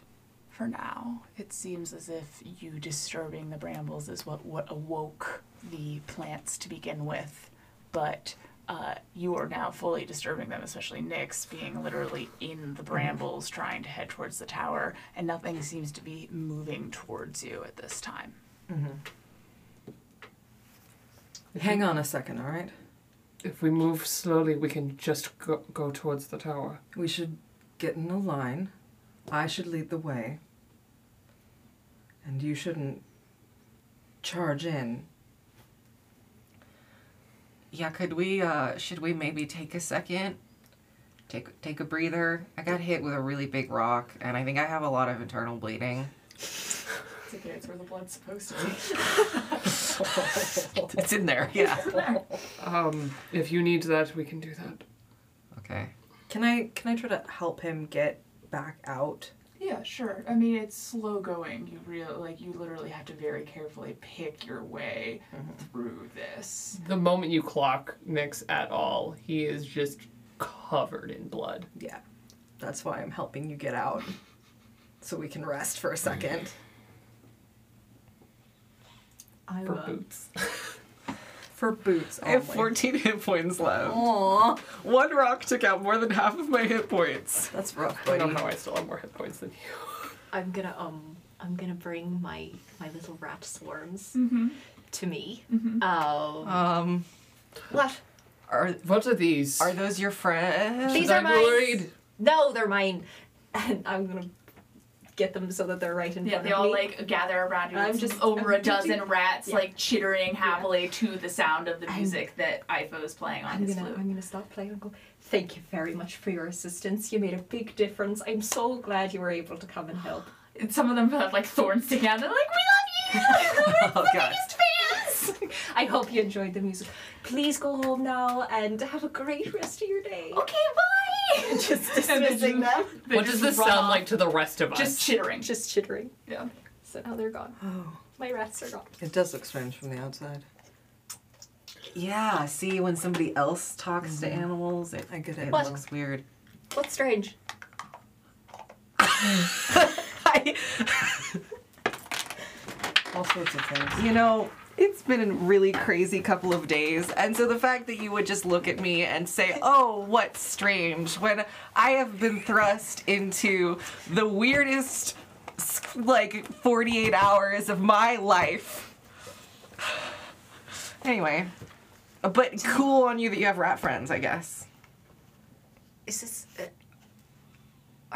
S11: for now. It seems as if you disturbing the brambles is what, what awoke the plants to begin with, but uh, you are now fully disturbing them, especially Nyx being literally in the brambles trying to head towards the tower, and nothing seems to be moving towards you at this time.
S1: Mm-hmm.
S5: Hang on a second, all right?
S6: If we move slowly, we can just go, go towards the tower.
S5: We should get in a line. I should lead the way. And you shouldn't charge in.
S4: Yeah, could we uh should we maybe take a second? Take take a breather. I got hit with a really big rock and I think I have a lot of internal bleeding.
S1: It's okay, it's where the blood's supposed to be.
S4: It's in there. Yeah.
S6: Um, if you need that, we can do that.
S4: Okay.
S5: Can I can I try to help him get back out?
S1: Yeah, sure. I mean, it's slow going. You real like you literally have to very carefully pick your way
S6: Mm-hmm.
S1: through this.
S6: The moment you clock Nyx at all, he is just covered in blood.
S5: Yeah. That's why I'm helping you get out. So we can rest for a second.
S1: I
S6: For
S1: will.
S6: boots.
S5: For boots.
S4: I have
S5: only.
S4: 14 hit points left.
S5: Aw,
S4: One rock took out more than half of my hit points.
S5: that's rough,
S6: I
S5: buddy.
S6: don't know how I still have more hit points than you.
S8: I'm gonna um I'm gonna bring my my little rat swarms
S6: Mm-hmm.
S8: to me. Um,
S4: Um
S8: what?
S4: are
S6: What are these?
S4: are those your friends?
S8: These
S6: Should
S8: are
S6: I be
S8: mine.
S6: worried?
S8: No, they're mine. And I'm gonna get them so that they're right in
S1: Yeah,
S8: front
S1: they
S8: of
S1: all
S8: me.
S1: like gather around you.
S8: Mm-hmm. I'm
S1: I'm
S8: just-
S1: just over
S8: I'm
S1: a dozen
S8: just-
S1: rats
S8: yeah.
S1: like chittering happily to the sound of the
S8: I'm-
S1: music that Ifo is playing on
S8: I'm
S1: his
S8: gonna
S1: flute.
S8: I'm gonna stop playing and go. Thank you very much for your assistance. You made a big difference. I'm so glad you were able to come and help.
S1: And some of them have like thorns sticking out. They're like, "We love you."
S4: Oh god.
S8: Fans, I hope you enjoyed the music. Please go home now and have a great rest of your day.
S1: okay, bye.
S8: Just
S1: And they
S8: dismissing them,
S1: They
S6: What does
S1: just
S6: this
S1: run
S6: sound
S1: off,
S6: like to the rest of us?
S1: Just chittering.
S8: just chittering.
S1: Yeah.
S8: So now they're gone.
S5: Oh,
S8: My rats are gone.
S5: it does look strange from the outside.
S4: Yeah, see when somebody else talks to animals, it,
S5: Mm-hmm. I get it.
S4: it
S5: What?
S4: looks weird.
S8: What's strange?
S4: I,
S5: All sorts of things.
S4: you know, it's been a really crazy couple of days. And so the fact that you would just look at me and say, oh, what's strange, when I have been thrust into the weirdest, s- like, 48 hours of my life. Anyway, uh, but cool on you that you have rat friends, I guess.
S8: Is this? Uh,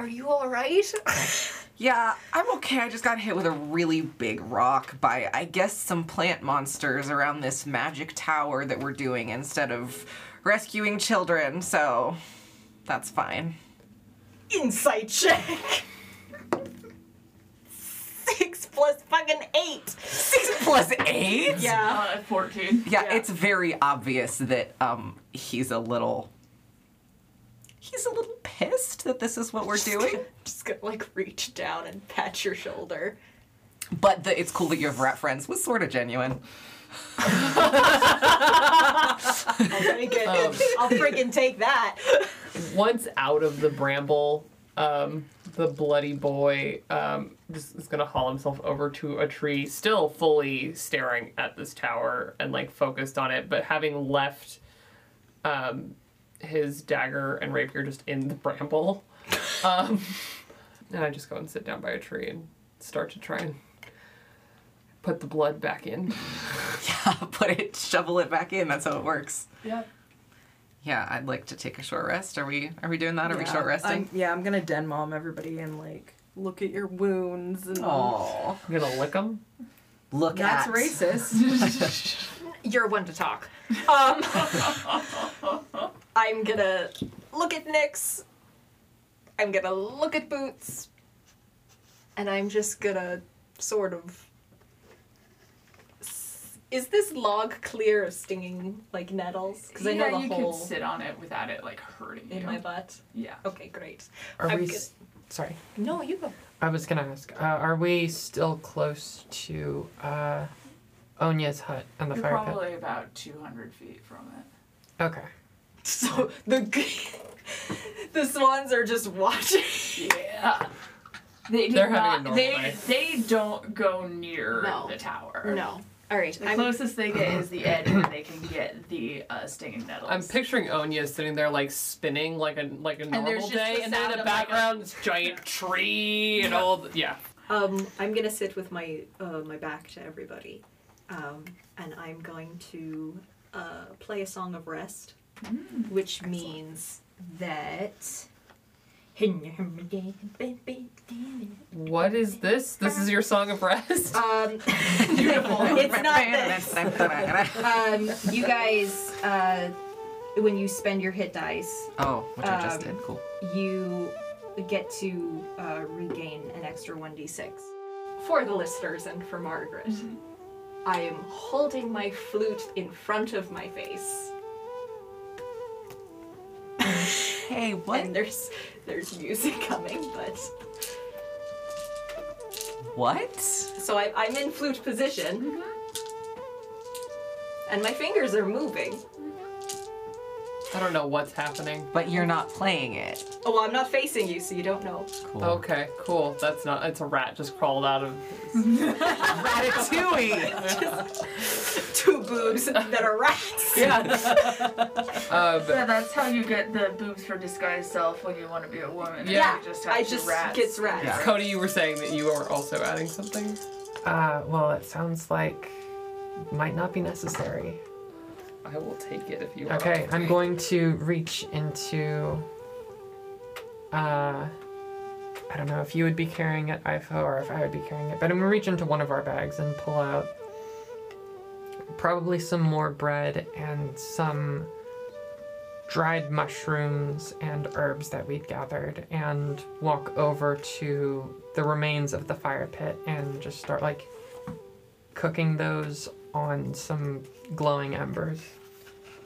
S8: are you all right?
S4: Yeah, I'm okay. I just got hit with a really big rock by, I guess, some plant monsters around this magic tower that we're doing instead of rescuing children, so that's fine.
S8: Insight check. Six plus fucking eight. Six
S4: plus eight?
S1: Yeah. Uh, 14.
S4: Yeah, it's very obvious that um, he's a little. He's a little pissed that this is what we're doing.
S8: Just gonna like reach down and pat your shoulder.
S4: But the it's cool that you have rat friends was sort of genuine.
S8: I'm gonna get.
S3: Oh.
S8: I'll freaking take that.
S6: Once out of the bramble, um, the bloody boy um, is, is gonna haul himself over to a tree, still fully staring at this tower and like focused on it, but having left um, his dagger and rapier just in the bramble. Um, and I just go and sit down by a tree and start to try and put the blood back in.
S4: yeah, put it, shovel it back in. That's how it works.
S1: Yep.
S4: Yeah, I'd like to take a short rest. Are we? Are we doing that? Are we short resting?
S5: I'm, yeah, I'm gonna den mom everybody and like look at your wounds and
S4: Oh,
S6: I'm gonna lick him.
S4: look
S5: that's
S4: at
S5: racist.
S8: You're one to talk. Um, I'm gonna look at Nyx. I'm gonna look at Boots. And I'm just gonna sort of. s- Is this log clear of stinging like nettles? Because I know
S1: yeah,
S8: the
S1: you
S8: hole
S1: could sit on it without it like hurting
S8: in
S1: you.
S8: my butt.
S1: yeah.
S8: Okay, great.
S3: Are
S8: I'm
S3: we?
S8: good.
S3: s Sorry,
S8: No, you go.
S3: I was gonna ask. Uh, are we still close to uh, Onya's hut and the
S1: You're
S3: fire
S1: probably about 200 feet from it.
S3: pit? Okay.
S8: So the g- the swans are just watching.
S1: Yeah. They do
S6: They're
S1: not,
S6: having a normal
S1: they,
S6: day.
S1: they don't go near
S8: No.
S1: the tower.
S8: No. All right.
S1: The
S8: I'm
S1: closest they get is the edge where they can get the uh, stinging nettles.
S6: I'm picturing Onya sitting there like spinning like a like a
S1: there's
S6: normal
S1: just
S6: day,
S1: the
S6: and then in
S1: sound
S6: the
S1: of, like, a-
S6: background this giant tree and all. The, yeah,
S8: Um, I'm gonna sit with my uh, my back to everybody, um, and I'm going to uh, play a song of rest, which means that.
S6: what is this? This is your song of rest.
S8: Um, it's not this. Um,
S30: you guys, uh, when you spend your hit dice,
S4: oh, which I just
S30: Um,
S4: did. Cool.
S30: you get to uh, regain an extra 1d6.
S8: for the listeners and for Margaret,
S4: Mm-hmm.
S8: I am holding my flute in front of my face,
S4: Hey, what?
S8: and there's there's music coming, but
S4: What?
S8: so I, I'm in flute position,
S4: Mm-hmm.
S8: and my fingers are moving.
S6: I don't know what's happening.
S4: But you're not playing it.
S8: Oh, well, I'm not facing you, so you don't know.
S4: Cool.
S6: Okay, cool. That's not. It's a rat just crawled out of.
S4: Ratatouille.
S8: two boobs that are rats.
S6: Um,
S1: Yeah, that's how you get the boobs for disguised self when you want to be a woman.
S6: Yeah.
S1: You just have
S8: I
S1: to
S8: just
S1: rats.
S8: gets rats.
S6: Cody, you were saying that you are also adding something.
S3: Uh, well, it sounds like might not be necessary.
S6: I will take it if you want.
S3: Okay, I'm going to reach into. Uh, I don't know if you would be carrying it, Ifo, or if I would be carrying it, but I'm gonna reach into one of our bags and pull out probably some more bread and some dried mushrooms and herbs that we'd gathered and walk over to the remains of the fire pit and just start like cooking those on some glowing embers.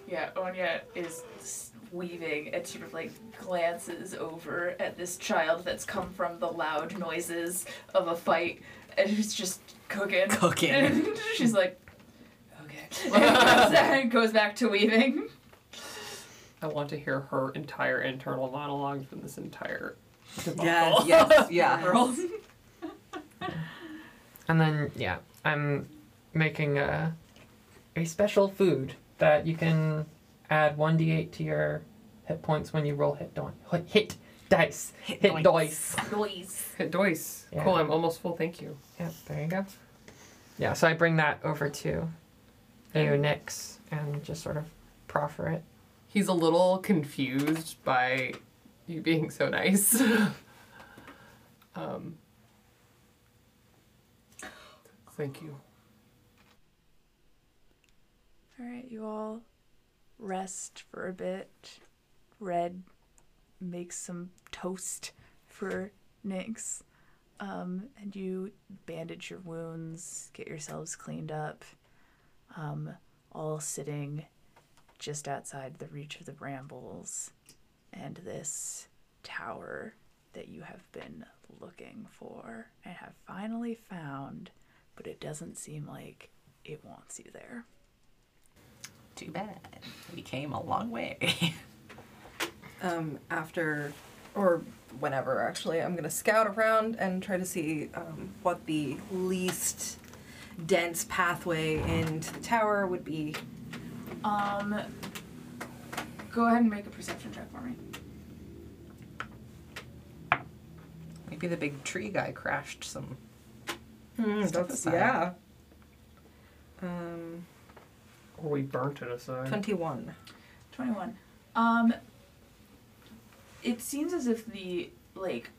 S1: Yeah, Onya is s- weaving and sort of like glances over at this child that's come from the loud noises of a fight and who's just cooking.
S4: Cooking.
S1: And she's like, okay. And goes- and goes back to weaving.
S6: I want to hear her entire internal monologue from this entire. Debacle.
S4: Yes, yes, yeah.
S3: And then yeah, I'm making a a special food that you can add one d8 to your hit points when you roll hit doin hit, hit dice hit, dice.
S1: Noise.
S6: Doyce.
S3: Yeah.
S6: Cool. I'm almost full. Thank you.
S3: Yeah, there you go. Yeah, so I bring that over to Aonix and just sort of proffer it.
S6: He's a little confused by you being so nice. um, thank you.
S11: All right, you all rest for a bit. Red makes some toast for Nyx.
S1: um, and you bandage your wounds, get yourselves cleaned up, um, all sitting just outside the reach of the brambles and this tower that you have been looking for and have finally found, but it doesn't seem like it wants you there.
S4: Too bad. We came a long way.
S5: um, after or whenever actually i'm gonna scout around and try to see um, what the least dense pathway into the tower would be
S11: Um, go ahead and make a perception check for me.
S4: Maybe the big tree guy crashed some. Stuff
S5: Hmm, that's-
S4: aside.
S5: yeah um,
S6: Or we burnt it aside.
S5: 21
S11: 21. Um, it seems as if the, like,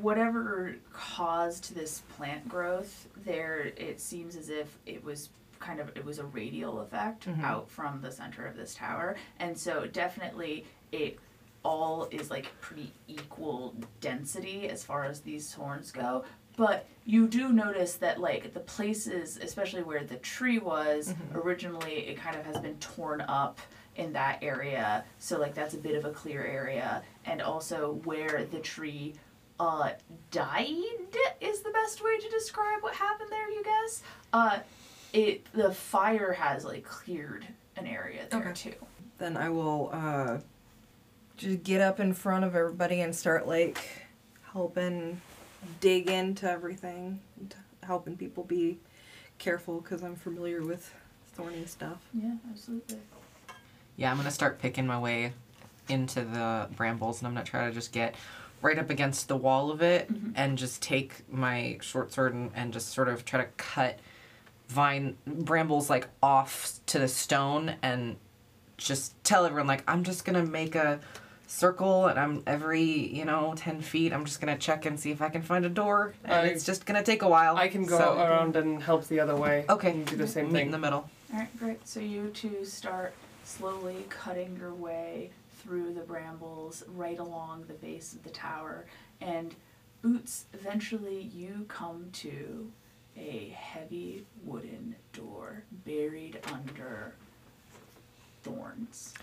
S11: whatever caused this plant growth there, it seems as if it was kind of, it was a radial effect out from the center of this tower. And so definitely it all is, like, pretty equal density as far as these horns go. But you do notice that, like, the places, especially where the tree was originally, it kind of has been torn up in that area. So, like, that's a bit of a clear area. And also where the tree uh, died is the best way to describe what happened there, you guess. Uh, it the fire has like cleared an area there too.
S5: then i will uh, just get up in front of everybody and start like helping dig into everything and helping people be careful because i'm familiar with thorny stuff
S11: Yeah, absolutely.
S4: Yeah, I'm gonna start picking my way into the brambles, and I'm gonna try to just get right up against the wall of it and just take my short sword and, and just sort of try to cut vine brambles like off to the stone and just tell everyone like I'm just gonna make a circle and I'm every you know ten feet I'm just gonna check and see if I can find a door and
S6: I-
S4: it's just gonna take a while.
S6: I can go
S4: So,
S6: around and help the other way.
S5: Oh,
S4: Okay.
S6: And do the same
S4: meet in
S6: thing.
S4: the middle.
S11: All right, great. So you two start slowly cutting your way through the brambles right along the base of the tower, and Boots, eventually you come to a heavy wooden door buried under thorns.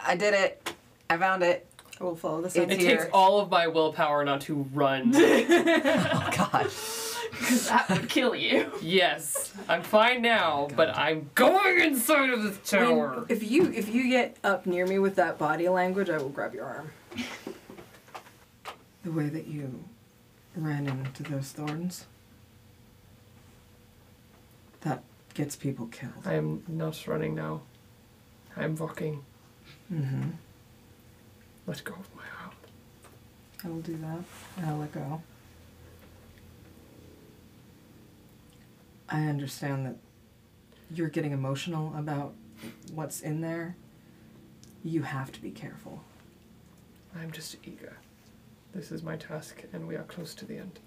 S4: I did it. I found it.
S5: i will follow this
S4: It
S6: It
S4: Here.
S6: takes all of my willpower not to run.
S4: Oh God.
S11: Because that would kill you.
S6: yes, I'm fine now, but I'm going inside of this
S5: I mean,
S6: tower.
S5: if you if you get up near me with that body language, I will grab your arm. the way that you ran into those thorns. That gets people killed.
S6: I am not running now. I'm walking.
S5: Mm-hmm.
S6: Let go of my arm.
S5: I will do that. And I'll let go. I understand that you're getting emotional about what's in there. You have to be careful.
S6: I'm just eager. This is my task, and we are close to the end.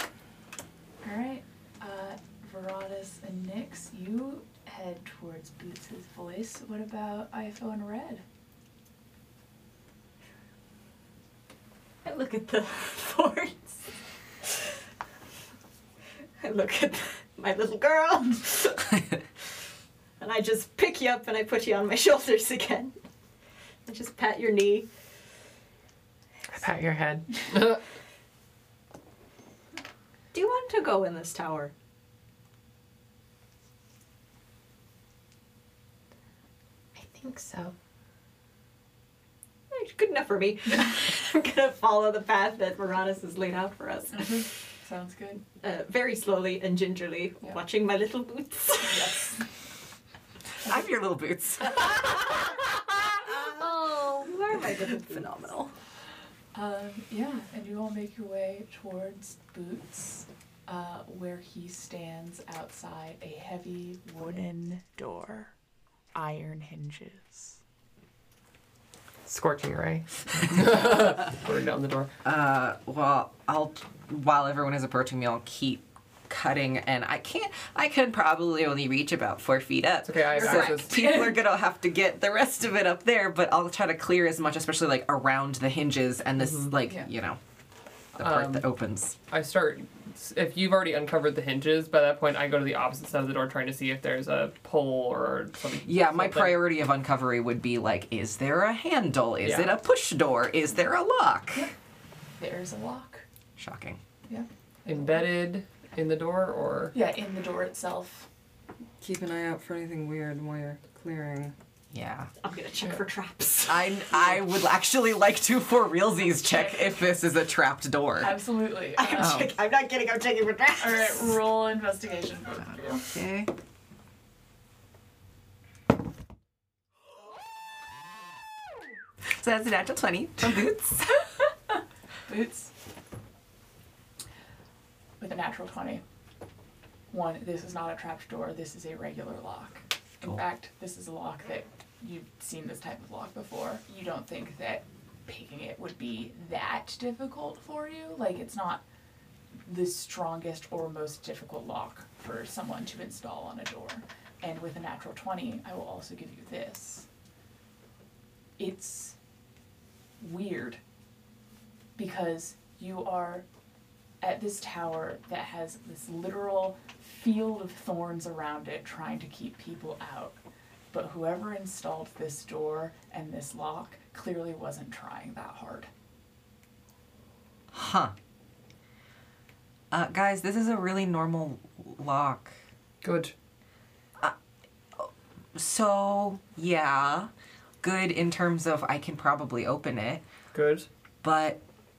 S11: All right, uh, Veratus and Nyx, you head towards Boots' voice. What about IFO and Red?
S8: I look at the thorns. I look at my little girl. and I just pick you up and I put you on my shoulders again. I just pat your knee.
S3: I pat your head.
S8: Do you want to go in this tower?
S2: I think so.
S8: Eh, Good enough for me. I'm gonna follow the path that Veronis has laid out for us.
S11: Sounds good.
S8: Uh, very slowly and gingerly,
S11: Yeah.
S8: watching my little boots.
S11: Yes.
S4: I'm your little boots.
S8: oh, where am I going? Phenomenal.
S11: Um, yeah, and you all make your way towards Boots, uh, where he stands outside a heavy wooden.
S1: Wooden door, iron hinges.
S3: Scorching ray.
S6: Burn down the door.
S4: Uh, well, I'll while everyone is approaching me, I'll keep cutting, and I can't. I can probably only reach about four feet up.
S6: okay, I have
S4: so
S6: access.
S4: people are gonna have to get the rest of it up there, but I'll try to clear as much, especially like around the hinges and this, like
S11: Yeah.
S4: you know, the part
S6: Mm-hmm. Um,
S4: that opens.
S6: I start. If you've already uncovered the hinges, by that point I go to the opposite side of the door trying to see if there's a pole or something.
S4: Yeah, my
S6: something.
S4: priority of uncovery would be like, is there a handle? Is
S6: Yeah.
S4: it a push door? Is there a lock?
S11: There's a lock.
S4: Shocking.
S6: Embedded in the door, or
S11: Yeah, in the door itself.
S5: Keep an eye out for anything weird while you're clearing.
S4: Yeah.
S2: I'm gonna check for traps.
S4: I I would actually like to for realsies check if this is a trapped door.
S11: Absolutely.
S2: I'm,
S4: Oh,
S2: check- I'm not kidding. I'm checking for traps.
S11: All right, roll investigation. both of you.
S4: Okay. So that's a natural 20 from Boots.
S11: Boots. With a natural 20. One, this is not a trapdoor, this is a regular lock. In
S4: Cool.
S11: fact, this is a lock that you've seen this type of lock before. You don't think that picking it would be that difficult for you? Like, it's not the strongest or most difficult lock for someone to install on a door. And with a natural 20, I will also give you this. It's weird because you are at this tower that has this literal field of thorns around it trying to keep people out. But whoever installed this door and this lock clearly wasn't trying that hard.
S4: Huh. Uh, guys, this is a really normal lock.
S6: good.
S4: So, yeah, good in terms of I can probably open it.
S6: Good.
S4: but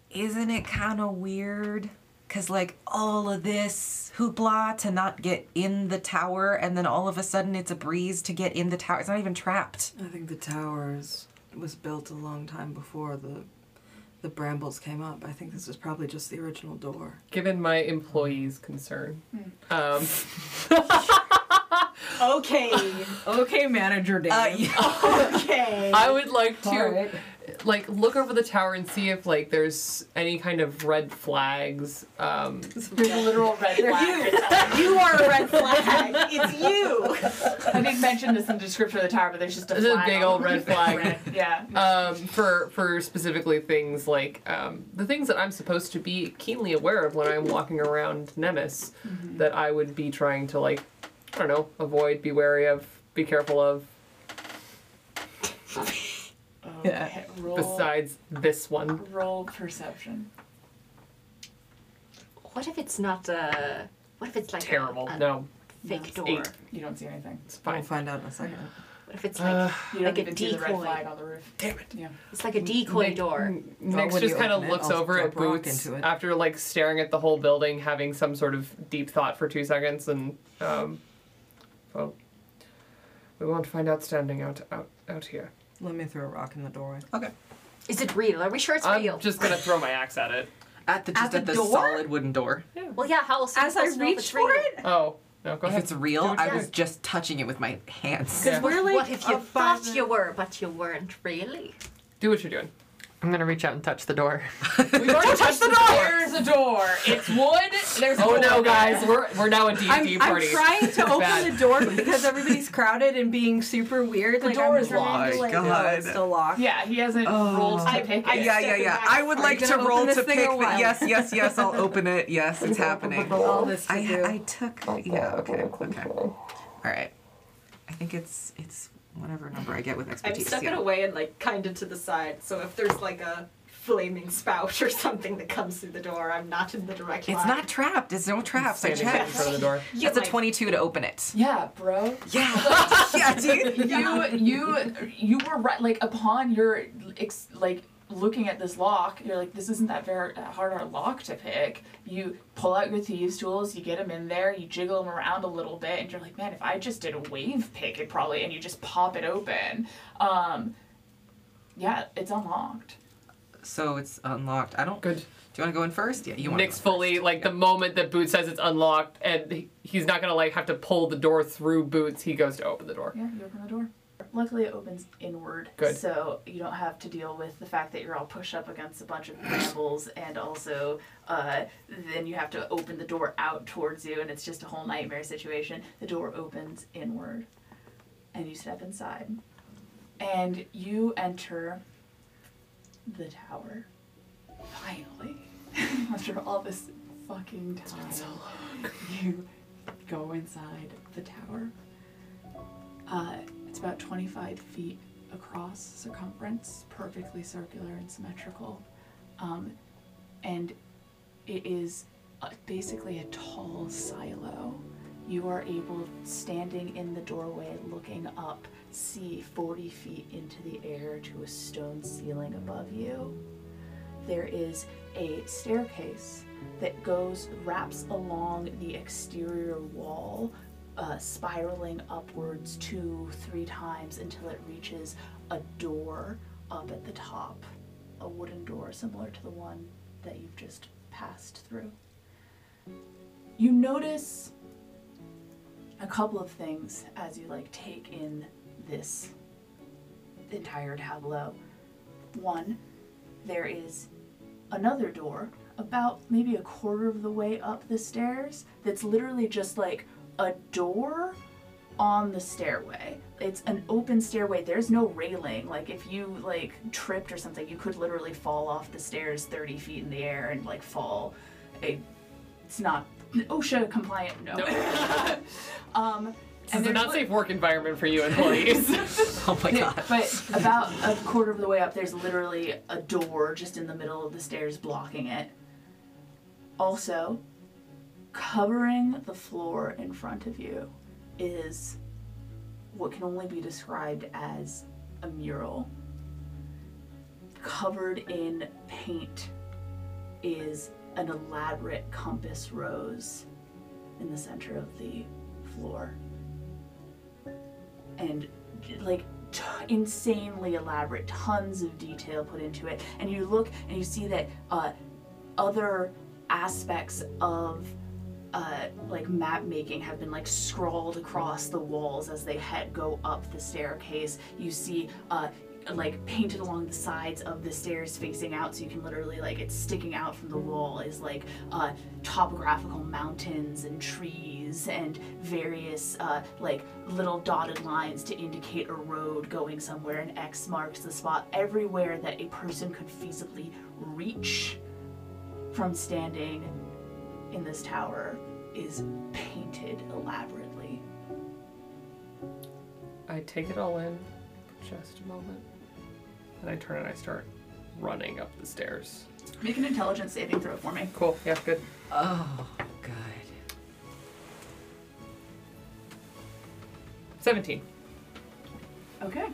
S4: isn't it kind of weird? Because, like, all of this hoopla to not get in the tower, and then all of a sudden it's a breeze to get in the tower. It's not even trapped.
S5: I think the towers was built a long time before the the brambles came up. I think this was probably just the original door.
S6: Given my employees' concern, um,
S8: Okay.
S5: Okay, manager Dan.
S4: Uh, yeah.
S8: Okay.
S6: I would like to
S5: All right.
S6: like look over the tower and see if like there's any kind of red flags. Um,
S11: There's a literal red flag.
S8: you are a red flag. It's you.
S11: I didn't mention this in the description of the tower, but there's just a
S6: There's a
S11: flag
S6: big
S11: on
S6: old
S11: it.
S6: red flag.
S11: yeah.
S6: um, for for specifically things like um, the things that I'm supposed to be keenly aware of when I'm walking around Nemes,
S5: Mm-hmm.
S6: that I would be trying to like, I don't know, avoid, be wary of, be careful of.
S11: Okay,
S5: Oh.
S11: roll,
S6: Besides this one,
S11: roll perception.
S8: What if it's not a? What if it's like a-
S6: terrible.
S5: Oh.
S8: A,
S6: No,
S8: fake door?
S6: eight.
S11: You don't see anything.
S6: it's
S5: We'll
S6: fine.
S5: find out in a second.
S8: What if it's like
S6: Uh,
S11: You don't
S8: Like a
S11: even see the red
S8: decoy.
S11: flag on the roof.
S6: Damn it.
S11: Yeah.
S8: it's like a decoy
S6: Nick-
S8: door?
S6: N-
S5: Well,
S6: Nyx
S5: when
S6: just
S5: you
S6: kind of
S5: open it,
S6: looks
S5: I'll
S6: over at
S5: drop rock
S6: Boots
S5: into it.
S6: after like staring at the whole building, having some sort of deep thought for two seconds, and um, well, we won't find out standing out out out here.
S5: Let me throw a rock in the doorway.
S8: Is it real? Are we sure it's
S6: I'm
S8: real?
S6: just gonna throw my axe at it.
S4: At the just
S8: the
S4: at the
S8: door?
S4: solid wooden door.
S8: well, yeah. How else? are we
S12: As I
S8: supposed to know if
S12: reach
S8: it's
S12: for
S8: real?
S12: it,
S6: Oh no, go
S4: if
S6: ahead.
S4: it's real,
S6: Do it
S4: I
S6: again.
S4: was just touching it with my hands.
S6: Yeah.
S8: We're like, what if you
S5: above
S8: thought
S5: it.
S8: you were, but you weren't really?
S6: Do what you're doing.
S3: I'm gonna reach out and touch the door.
S11: We've already touched the door. There's a door. It's wood. There's
S6: Oh
S11: a
S6: no,
S11: door.
S6: guys, we're we're now a D and D
S5: I'm, I'm
S6: party.
S5: trying to
S6: bad.
S5: open the door because everybody's crowded and being super weird. The like,
S11: door
S5: I'm
S11: is
S5: trying
S4: locked.
S5: to, like,
S4: God. Oh.
S5: No, it's still locked.
S11: Yeah, he hasn't rolled to pick it.
S4: yeah, yeah, yeah. I would
S5: Are
S4: like
S5: you
S4: to
S5: gonna
S4: roll
S5: open
S4: to
S5: this thing
S4: pick
S5: or
S4: the
S5: what?
S4: yes, yes, yes. I'll open it. Yes, it's happening.
S5: All this to
S4: I
S5: do.
S4: I took yeah. Okay, okay. All right. I think it's it's whatever number I get with
S2: I'm
S4: expertise.
S2: stuck
S4: yeah.
S2: it away and like kind of to the side. So if there's like a flaming spout or something that comes through the door, I'm not in the direct
S4: It's
S2: line.
S4: not trapped. It's no traps. I
S6: Standing right in
S4: checked.
S6: front of the door.
S2: You
S4: That's a
S2: might-
S4: 22 to open it.
S11: Yeah, bro.
S4: Yeah. yeah, dude.
S11: You you you were right. Like upon your ex, like looking at this lock, you're like, this isn't that very uh, hard a lock to pick. You pull out your thieves' tools, you get them in there, you jiggle them around a little bit, and you're like, man, if I just did a wave pick, it probably, and you just pop it open. Um, yeah, it's unlocked.
S4: So it's unlocked. I don't.
S6: Good.
S4: Do you want to go in first? Yeah, you want.
S6: Nick's fully like the moment that Boots says it's unlocked, and he- he's not gonna like have to pull the door through Boots. He goes to open the door.
S11: Yeah, you open the door. Luckily, it opens inward,
S6: Good.
S11: so you don't have to deal with the fact that you're all pushed up against a bunch of brambles, and also uh, then you have to open the door out towards you, and it's just a whole nightmare situation. The door opens inward, and you step inside, and you enter the tower. Finally, after all this fucking time, you go inside the tower. Uh, it's about 25 feet across circumference, perfectly circular and symmetrical. Um, and it is uh basically a tall silo. You are able, standing in the doorway, looking up, see 40 feet into the air to a stone ceiling above you. There is a staircase that goes, wraps along the exterior wall uh, spiraling upwards two, three times until it reaches a door up at the top, a wooden door similar to the one that you've just passed through. You notice a couple of things as you like take in this entire tableau. One, there is another door about maybe a quarter of the way up the stairs that's literally just like a door on the stairway. It's an open stairway. There's no railing. Like if you like tripped or something, you could literally fall off the stairs 30 feet in the air and like fall. It- it's not OSHA compliant. No. um,
S6: This is a
S11: there's
S6: not
S11: li-
S6: safe work environment for you employees.
S4: Oh my god.
S11: but about a quarter of the way up, there's literally a door just in the middle of the stairs blocking it. Also, covering the floor in front of you is what can only be described as a mural. Covered in paint is an elaborate compass rose in the center of the floor. And like t- insanely elaborate, tons of detail put into it. And you look and you see that uh, other aspects of uh, like map making have been like scrawled across the walls as they head go up the staircase. You see uh, like painted along the sides of the stairs facing out, so you can literally like it's sticking out from the wall is like uh, topographical mountains and trees and various uh, like little dotted lines to indicate a road going somewhere. An X marks the spot everywhere that a person could feasibly reach from standing in this tower is painted elaborately.
S6: I take it all in for just a moment. And I turn and I start running up the stairs.
S11: Make an intelligence saving throw for me.
S6: Cool. Yeah, good.
S4: Oh god.
S6: 17.
S11: Okay.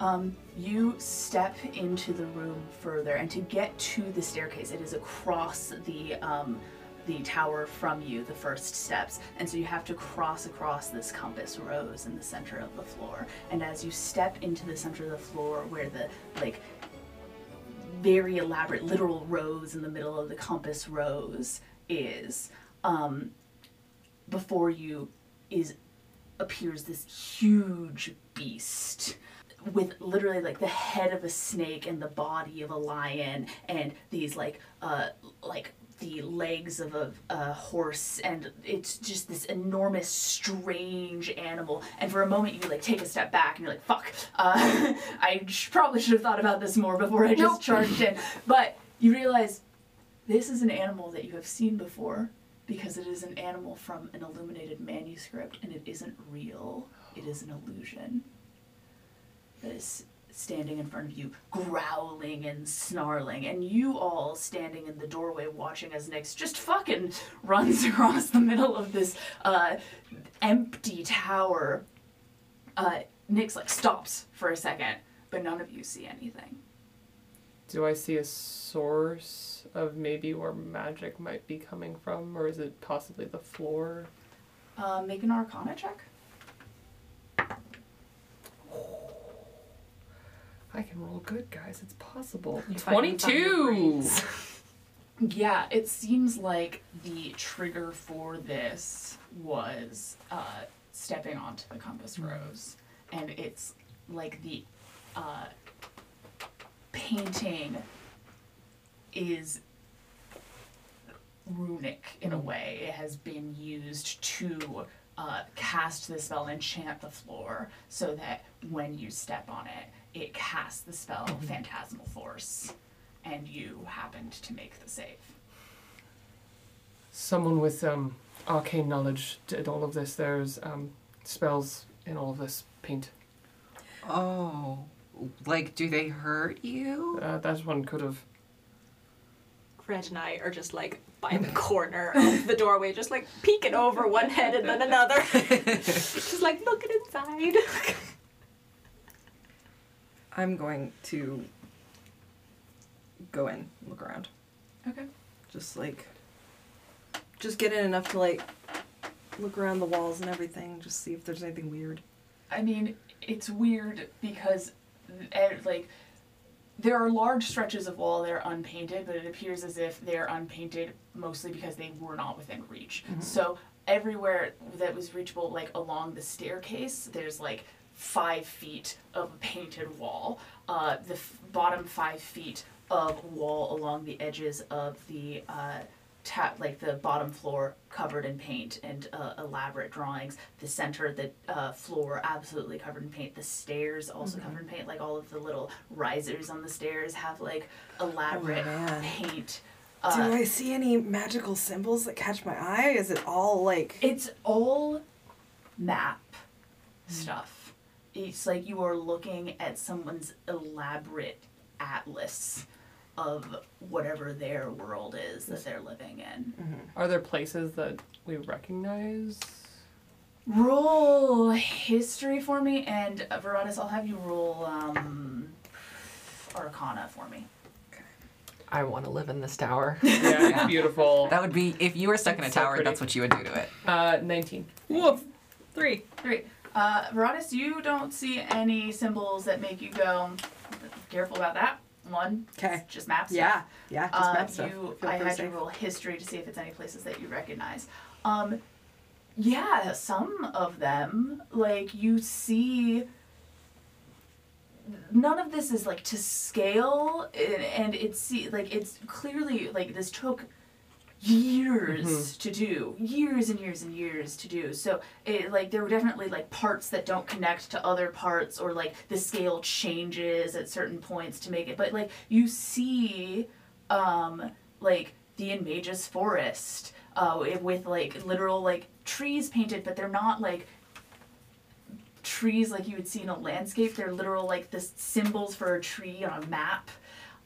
S11: Um, you step into the room further, and to get to the staircase, it is across the um, the tower from you, the first steps, and so you have to cross across this compass rose in the center of the floor. And as you step into the center of the floor, where the like very elaborate literal rose in the middle of the compass rose is, um, before you is appears this huge beast with literally like the head of a snake and the body of a lion and these like uh like the legs of a, a horse and it's just this enormous strange animal and for a moment you like take a step back and you're like fuck uh, i sh- probably should have thought about this more before i just charged in but you realize this is an animal that you have seen before because it is an animal from an illuminated manuscript and it isn't real. It is an illusion that is standing in front of you, growling and snarling, and you all standing in the doorway watching as Nyx just fucking runs across the middle of this uh, empty tower. Uh, Nyx like stops for a second, but none of you see anything.
S6: Do I see a source of maybe where magic might be coming from, or is it possibly the floor?
S11: Uh, make an Arcana check.
S6: I can roll good, guys. It's possible.
S5: find- you find your
S6: 22!
S11: Yeah, it seems like the trigger for this was uh, stepping onto the compass rose. and it's like the uh, painting is runic in a way. It has been used to uh, cast the spell and enchant the floor so that when you step on it, it casts the spell Phantasmal Force, and you happened to make the save.
S6: Someone with um, arcane knowledge did all of this. There's um, spells in all of this paint.
S4: Oh, like do they hurt you?
S6: Uh, that one could have.
S8: Fred and I are just like by the corner of the doorway, just like peeking over one head and then another. just like looking inside.
S5: I'm going to go in, look around.
S11: Okay.
S5: Just like, just get in enough to like look around the walls and everything, just see if there's anything weird.
S11: I mean, it's weird because, eh, like, there are large stretches of wall that are unpainted, but it appears as if they're unpainted mostly because they were not within reach. So everywhere that was reachable, like along the staircase, there's like five feet of painted wall. Uh, the f- bottom five feet of wall along the edges of the uh, tap like the bottom floor covered in paint and uh, elaborate drawings the center the uh, floor absolutely covered in paint the stairs also
S5: Mm-hmm.
S11: covered in paint like all of the little risers on the stairs have like elaborate
S5: Oh, man.
S11: paint Uh,
S5: Do I see any magical symbols that catch my eye? Is it all like
S11: it's all map
S5: Hmm.
S11: stuff it's like you are looking at someone's elaborate atlas of whatever their world is that they're living in
S6: Are there places that we recognize?
S11: Roll history for me, and uh, Veratus, I'll have you roll um, Arcana for me.
S3: I want to live in this tower.
S6: Yeah, it's beautiful.
S4: That would be if you were stuck in a
S6: So
S4: tower.
S6: pretty.
S4: That's what you would do to it.
S6: Uh, 19.
S5: woof? Three.
S11: Three. Uh, Veratus, you don't see any symbols that make you go careful about that. One.
S5: 'Kay.
S11: Just maps.
S5: Yeah, yeah, just
S11: Uh,
S5: map stuff.
S11: You,
S5: Feel
S11: I
S5: pretty
S11: had to
S5: safe.
S11: roll history to see if it's any places that you recognize. Um, yeah, some of them, like you see. None of this is like to scale, and, and it's see- like it's clearly like this took years
S5: Mm-hmm.
S11: to do years and years and years to do so it like there were definitely like parts that don't connect to other parts or like the scale changes at certain points to make it but like you see um like the Enmage's forest uh wi- with like literal like trees painted but they're not like trees like you would see in a landscape they're literal like the s- symbols for a tree on a map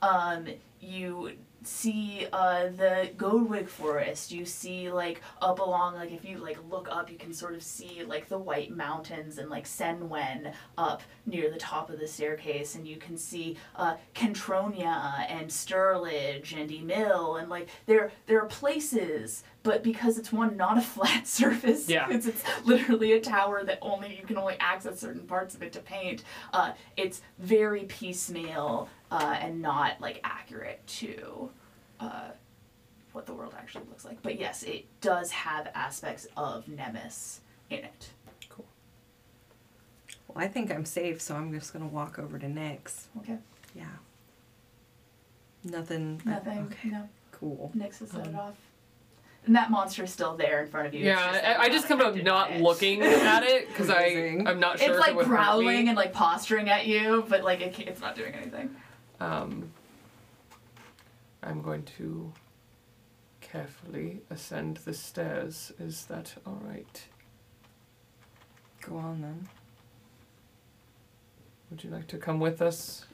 S11: um you see uh the Godwig forest you see like up along like if you like look up you can sort of see like the white mountains and like Senwen up near the top of the staircase and you can see uh Kentronia and Sturridge and Emil and like there there are places but because it's one not a flat surface
S6: Yeah.
S11: it's, it's literally a tower that only you can only access certain parts of it to paint uh it's very piecemeal uh, and not like accurate to uh, what the world actually looks like. But yes, it does have aspects of Nemesis in it.
S5: Well, I think I'm safe, so I'm just gonna walk over to Nyx.
S11: Okay.
S5: Yeah. Nothing.
S11: Nothing.
S5: Okay.
S11: No.
S5: Cool.
S11: Nyx has set it off. And that monster is still there in front of you. It's just,
S6: Yeah,
S11: like,
S6: I, I just come up
S11: affected
S6: not
S11: by it.
S6: looking at it because I
S5: Amazing.
S6: I'm not
S11: It's
S6: sure. if
S11: like
S6: it would hurt me.
S11: growling and like posturing at you, but like it, ca- it's not doing anything.
S6: Um, I'm going to carefully ascend the stairs. Is that all right?
S5: Go on then.
S6: Would you like to come with us?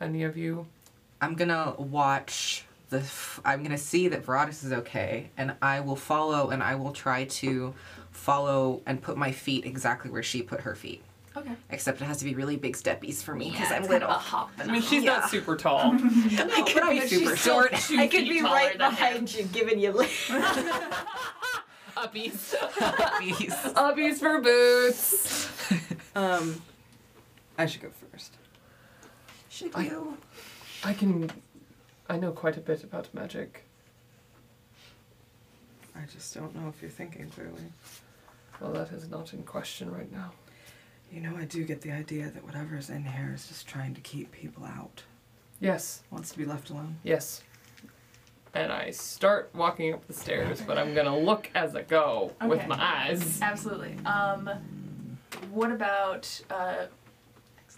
S6: Any of you?
S4: I'm gonna watch the. F- I'm gonna see that Veratus is okay, and I will follow, and I will try to follow and put my feet exactly where she put her feet.
S11: Okay.
S4: Except it has to be really big steppies for me because
S11: Yeah,
S4: I'm
S11: it's kind of
S4: little.
S11: a hop and
S6: I mean,
S11: a
S6: she's not super tall.
S4: I could be super short.
S8: I could be right behind you, giving you like
S6: Uppies.
S4: Uppies.
S6: Uppies for boots.
S5: Um, I should go first.
S4: Should you?
S6: I can. I know quite a bit about magic.
S5: I just don't know if you're thinking clearly.
S6: Well, that is not in question right now.
S31: You know, I do get the idea that whatever's in here is just trying to keep people out.
S6: Yes.
S31: Wants to be left alone.
S6: Yes. And I start walking up the stairs, but I'm gonna look as I go with
S11: Okay.
S6: my eyes.
S11: Absolutely. Um, what about uh,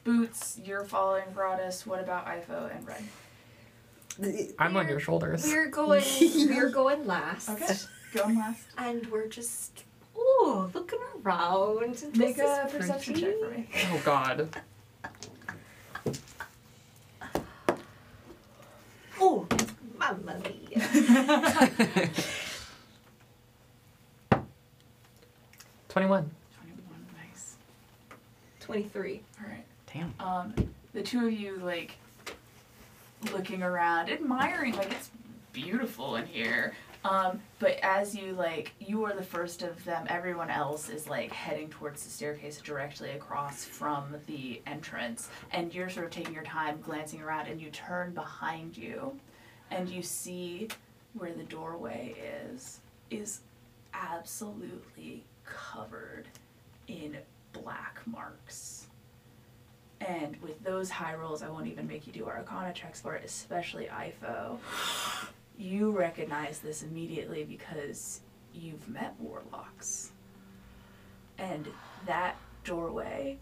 S11: Boots? You're following Broadus. What about Ifo and Red?
S3: I'm on your shoulders.
S12: We're going. we're going last.
S11: Okay. Going last.
S12: And we're just ooh looking around. This
S11: Make a
S12: is
S11: perception
S12: pretty.
S11: check for me.
S6: Oh God.
S12: Oh, mamma mia.
S6: Twenty-one.
S11: 21. Nice.
S8: 23.
S11: All right.
S4: Damn.
S11: um, the two of you like looking around, admiring like it's beautiful in here. Um, but as you like, you are the first of them. Everyone else is like heading towards the staircase directly across from the entrance, and you're sort of taking your time glancing around, and you turn behind you, and you see where the doorway is is absolutely covered in black marks. And with those high rolls, I won't even make you do Arcana checks for it, especially IFO. You recognize this immediately because you've met warlocks. And that doorway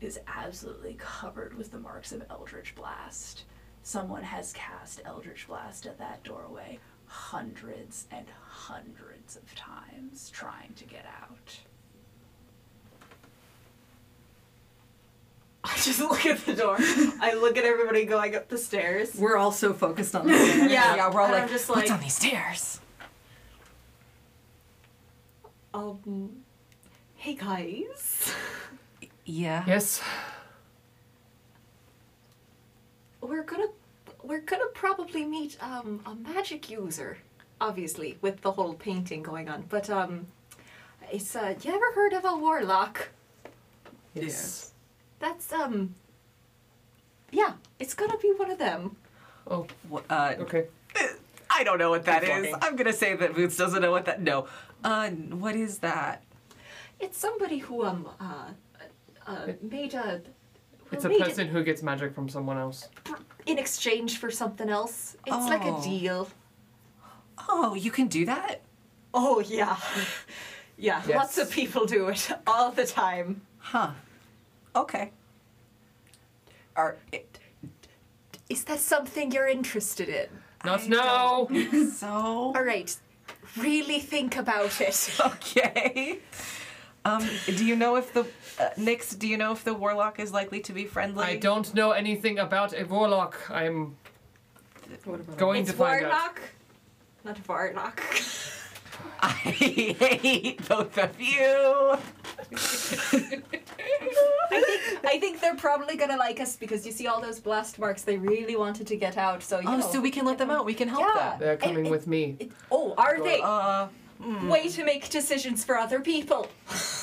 S11: is absolutely covered with the marks of Eldritch Blast. Someone has cast Eldritch Blast at that doorway hundreds and hundreds of times trying to get out.
S8: I just look at the door. I look at everybody going up the stairs.
S5: We're all so focused on this. yeah.
S8: yeah,
S4: we're all
S8: and
S4: like,
S8: I'm just like,
S4: these stairs?
S8: um, hey guys,
S4: Yeah.
S6: Yes.
S12: We're gonna we're gonna probably meet um a magic user, obviously, with the whole painting going on. But um it's uh you ever heard of a warlock?
S6: Yes.
S12: That's um Yeah, it's gonna be one of them.
S4: Wha- Uh,
S6: Okay.
S4: I don't know what that
S6: Keep
S4: is.
S6: walking.
S4: I'm gonna say that Boots doesn't know what that. No. Uh, what is that?
S12: It's somebody who um uh, uh made a
S6: It's a
S12: made it
S6: person who gets magic from someone else.
S12: in exchange for something else. It's like a
S4: Oh.
S12: deal.
S4: Oh, you can do that.
S8: oh yeah, yeah,
S6: Yes.
S8: lots of people do it all the time.
S4: Huh. Okay. Are it,
S12: Is that something you're interested in?
S6: Not
S4: I
S6: snow.
S4: so
S12: All right. Really think about it.
S4: okay. Um, do you know if the uh, Nix? Do you know if the warlock is likely to be friendly?
S6: I don't know anything about a warlock. I'm going
S8: it's
S6: to find out.
S8: Warlock, not Varlock.
S4: I hate both of you.
S12: I think I think they're probably gonna like us because you see all those blast marks. They really wanted to get out, so you
S4: Oh,
S12: know.
S4: so we can let them out. We can help
S12: Yeah.
S4: them.
S6: They're coming
S12: it-
S6: with me.
S12: It- oh, are they?
S4: Uh,
S12: Way to make decisions for other people.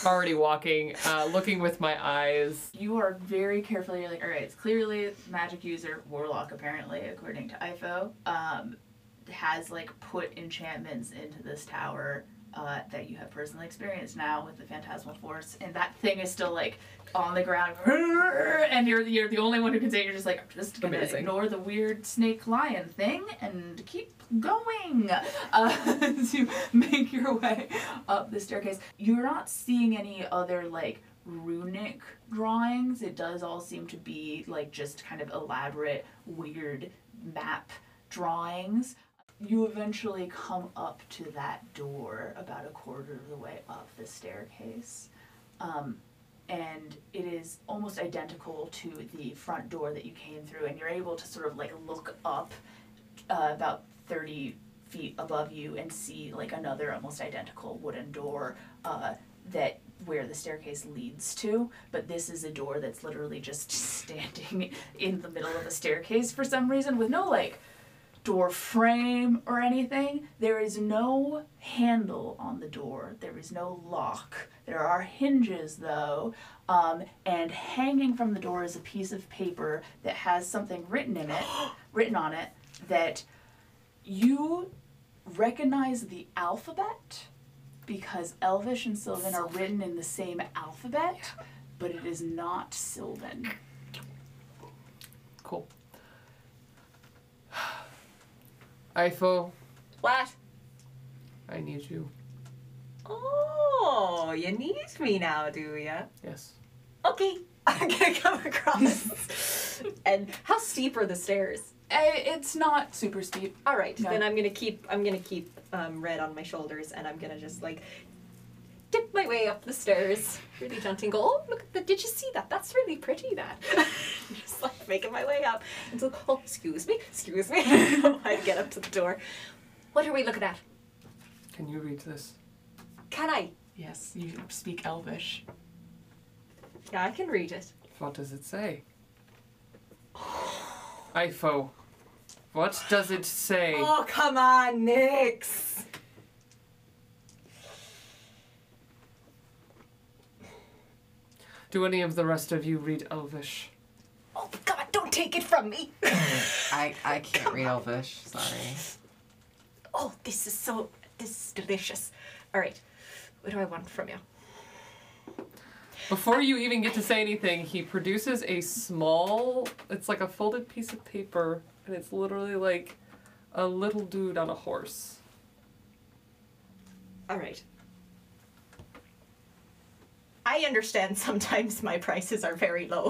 S6: Already walking, uh, looking with my eyes.
S11: you are very carefully you're like all right it's clearly magic user warlock apparently according to ifo um, has like put enchantments into this tower uh, that you have personally experienced now with the phantasmal force and that thing is still like on the ground and you're you're the only one who can say it. you're just like i'm just gonna
S5: Amazing.
S11: ignore the weird snake lion thing and keep going uh, to make your way up the staircase you're not seeing any other like runic drawings. It does all seem to be like just kind of elaborate, weird map drawings. You eventually come up to that door about a quarter of the way up the staircase. Um, and it is almost identical to the front door that you came through, and you're able to sort of like look up uh, about 30 feet above you and see like another almost identical wooden door uh, that where the staircase leads to but this is a door that's literally just standing in the middle of a staircase for some reason with no like door frame or anything there is no handle on the door there is no lock there are hinges though um, and hanging from the door is a piece of paper that has something written in it written on it that you recognize the alphabet because Elvish and Sylvan are written in the same alphabet, but it is not Sylvan.
S6: Cool. Ifo,
S8: What?
S6: I need you.
S8: Oh, you need me now, do ya?
S6: Yes.
S8: Okay, I'm gonna come across. and how steep are the stairs?
S11: Eh, It's not super steep.
S8: All right,
S11: No.
S8: then I'm gonna keep. I'm gonna keep um, red on my shoulders, and I'm gonna just like dip my way up the stairs, really daunting. Go, oh look at the. Did you see that? That's really pretty. That. just like making my way up. And so, oh, excuse me, excuse me. I get up to the door. What are we looking at?
S6: Can you read this?
S8: Can I?
S1: Yes, you speak Elvish.
S8: Yeah, I can read it.
S6: What does it say? Ifo, what does it say?
S8: Oh come on, Nix.
S6: Do any of the rest of you read Elvish?
S8: Oh God, don't take it from me.
S4: I, I can't read Elvish. Sorry.
S8: Oh, this is so. This is delicious. All right, what do I want from you?
S6: Before you even get to say anything, he produces a small, it's like a folded piece of paper, and it's literally like a little dude on a horse.
S8: All right. I understand sometimes my prices are very low.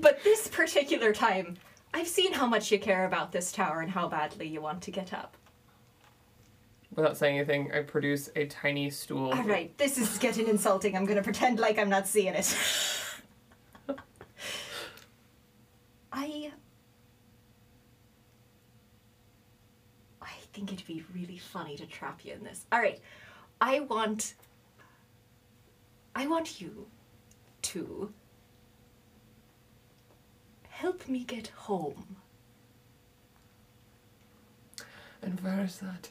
S8: but this particular time, I've seen how much you care about this tower and how badly you want to get up.
S6: Without saying anything, I produce a tiny stool.
S8: All right, this is getting insulting. I'm going to pretend like I'm not seeing it. I. I think it'd be really funny to trap you in this. All right, I want. I want you to help me get home.
S6: And where is that?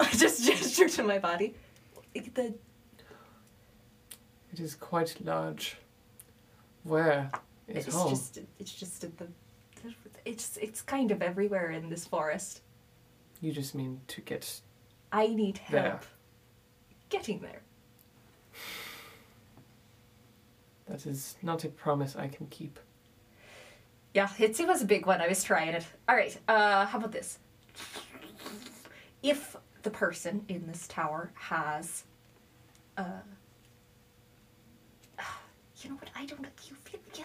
S8: I just gesture to my body. The
S6: It is quite large. Where is
S8: It's
S6: home?
S8: just it's just at the it's it's kind of everywhere in this forest.
S6: You just mean to get
S8: I need
S6: there.
S8: help getting there.
S6: That is not a promise I can keep.
S8: Yeah, it, it was a big one. I was trying it. All right. Uh, how about this? If the person in this tower has, uh, you know what? I don't. You feel you,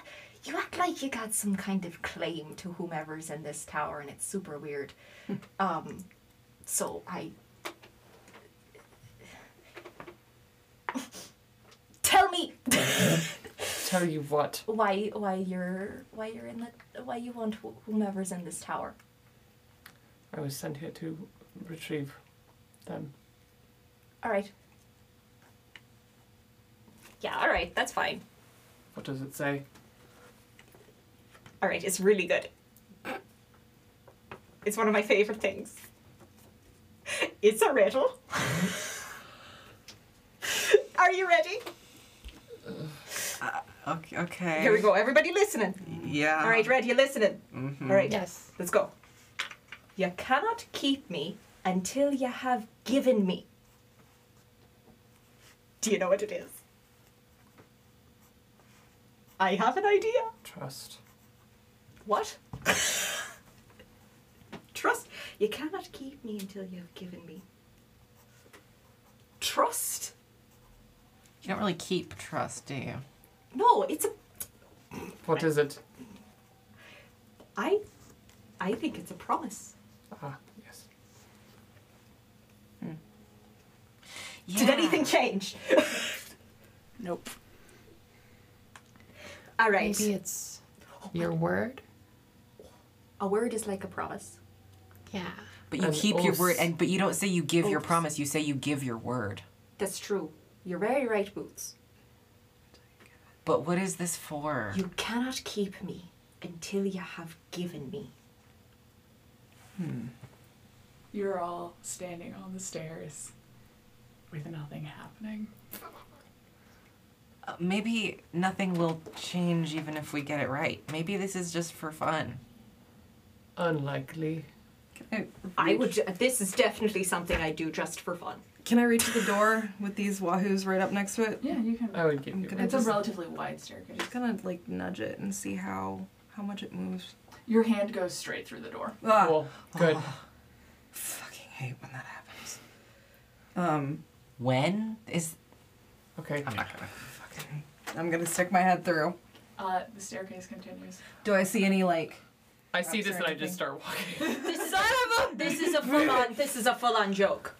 S8: you act like you got some kind of claim to whomever's in this tower, and it's super weird. um, so I. Tell me
S6: Tell you what.
S8: why why you're why you're in the why you want wh- whomever's in this tower.
S6: I was sent here to retrieve them.
S8: All right. Yeah, all right, that's fine.
S6: What does it say?
S8: All right, it's really good. It's one of my favorite things. It's a riddle. Are you ready?
S4: Okay. okay.
S8: Here we go. Everybody listening.
S4: Yeah.
S8: All right, Red, you listening?
S4: Mhm.
S8: All right. Yes. Let's go. You cannot keep me until you have given me. Do you know what it is? I have an idea.
S6: Trust.
S8: What? Trust. You cannot keep me until you have given me. Trust?
S4: You don't really keep trust, do you?
S8: No, it's a.
S6: What is it?
S8: I. I think it's a promise.
S6: Ah, yes.
S8: Did anything change?
S1: Nope.
S8: All right.
S3: Maybe it's your word.
S8: A word is like a promise.
S12: Yeah.
S4: But you
S6: An
S4: keep your word,
S6: oath.
S4: and but you don't say you give your
S8: Oath.
S4: promise. You say you give your word.
S8: That's true. You're very right, Boots.
S4: But what is this for?
S8: You cannot keep me until you have given me.
S1: You're all standing on the stairs with nothing happening.
S4: Uh, maybe nothing will change even if we get it right. Maybe this is just for fun.
S6: Unlikely.
S8: I would. This is definitely something I do just for fun.
S5: Can I reach the door with these wahoos right up next to it?
S11: Yeah, you can.
S6: I would give
S5: I'm
S6: you
S5: gonna
S11: it's a
S5: just-
S11: relatively wide staircase.
S5: just gonna like nudge it and see how how much it moves.
S11: Your hand goes straight through the door.
S5: Ah,
S6: Cool. Good.
S5: fucking hate when that happens. Um,
S4: When is?
S6: Okay.
S4: I'm not gonna.
S5: fucking, I'm gonna stick my head through.
S11: Uh, the staircase continues.
S5: Do I see any like?
S6: I see this and I just
S5: Sorry.
S6: start walking.
S12: This is, a, this is a full on. This is a full on joke.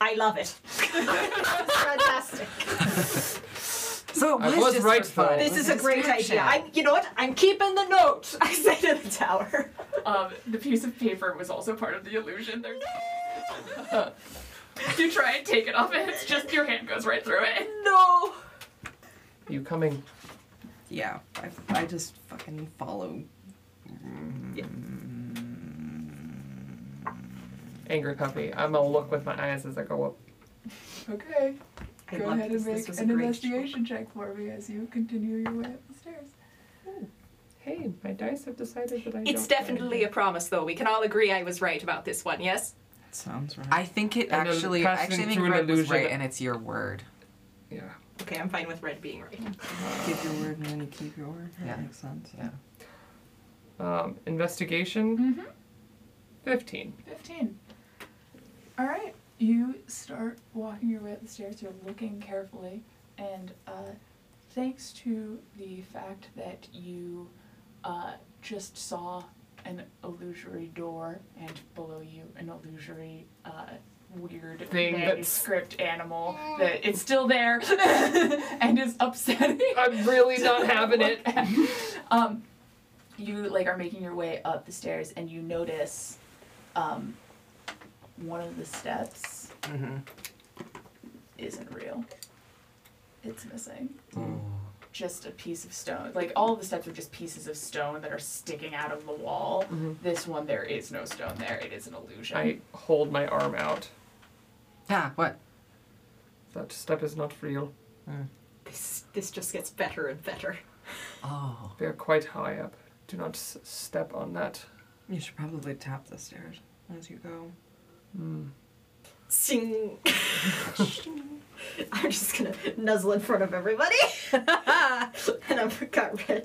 S12: I love it.
S8: Fantastic.
S5: So it
S6: I
S5: was,
S6: was
S5: just
S6: right,
S5: for fun.
S6: though.
S5: It
S8: This is
S5: was
S8: a great
S5: distraction.
S8: idea. I'm, you know what? I'm keeping the note. I say to the tower.
S11: Um, the piece of paper was also part of the illusion. There's. you try and take it off, and it's just your hand goes right through it.
S8: No.
S6: you coming?
S5: yeah, I, I just fucking follow.
S6: Angry puppy. I'm gonna look with my eyes as I go up.
S11: Okay.
S5: I
S11: Go
S5: love
S11: ahead
S5: this.
S11: and
S5: This
S11: make
S5: was a
S11: an
S5: great
S11: investigation check for me as you continue your way up the stairs.
S6: Hey, my dice have decided that I.
S12: It's
S6: don't
S12: definitely a promise, though. We can all agree I was right about this one. Yes.
S31: Sounds right.
S4: I think it
S6: And then
S4: actually. I
S6: passing
S4: actually think
S6: through an
S4: Red was
S6: illusion-
S4: right, and it's your word.
S6: Yeah.
S12: Okay, I'm fine with red being right.
S31: keep your word and then you keep your word. That
S4: Yeah.
S31: makes sense.
S4: Yeah.
S6: Um, investigation.
S11: Mm-hmm.
S6: Fifteen.
S11: 15. All right. You start walking your way up the stairs. You're looking carefully. And uh, thanks to the fact that you uh, just saw an illusory door and below you an illusory uh, weird
S6: Thing that's-
S11: manuscript animal that it's still there and is upsetting
S6: I'm really not having it.
S11: um, you like are making your way up the stairs and you notice um, one of the steps isn't real. It's missing. Just a piece of stone. Like all of the steps are just pieces of stone that are sticking out of the wall. This one, there is no stone there. It is an illusion.
S6: I hold my arm out.
S4: Yeah. What?
S6: That step is not real.
S8: This this just gets better and better.
S4: Oh.
S6: They are quite high up. Do not s- step on that.
S31: You should probably tap the stairs as you go.
S8: Sing. I'm just gonna nuzzle in front of everybody, and I've got red.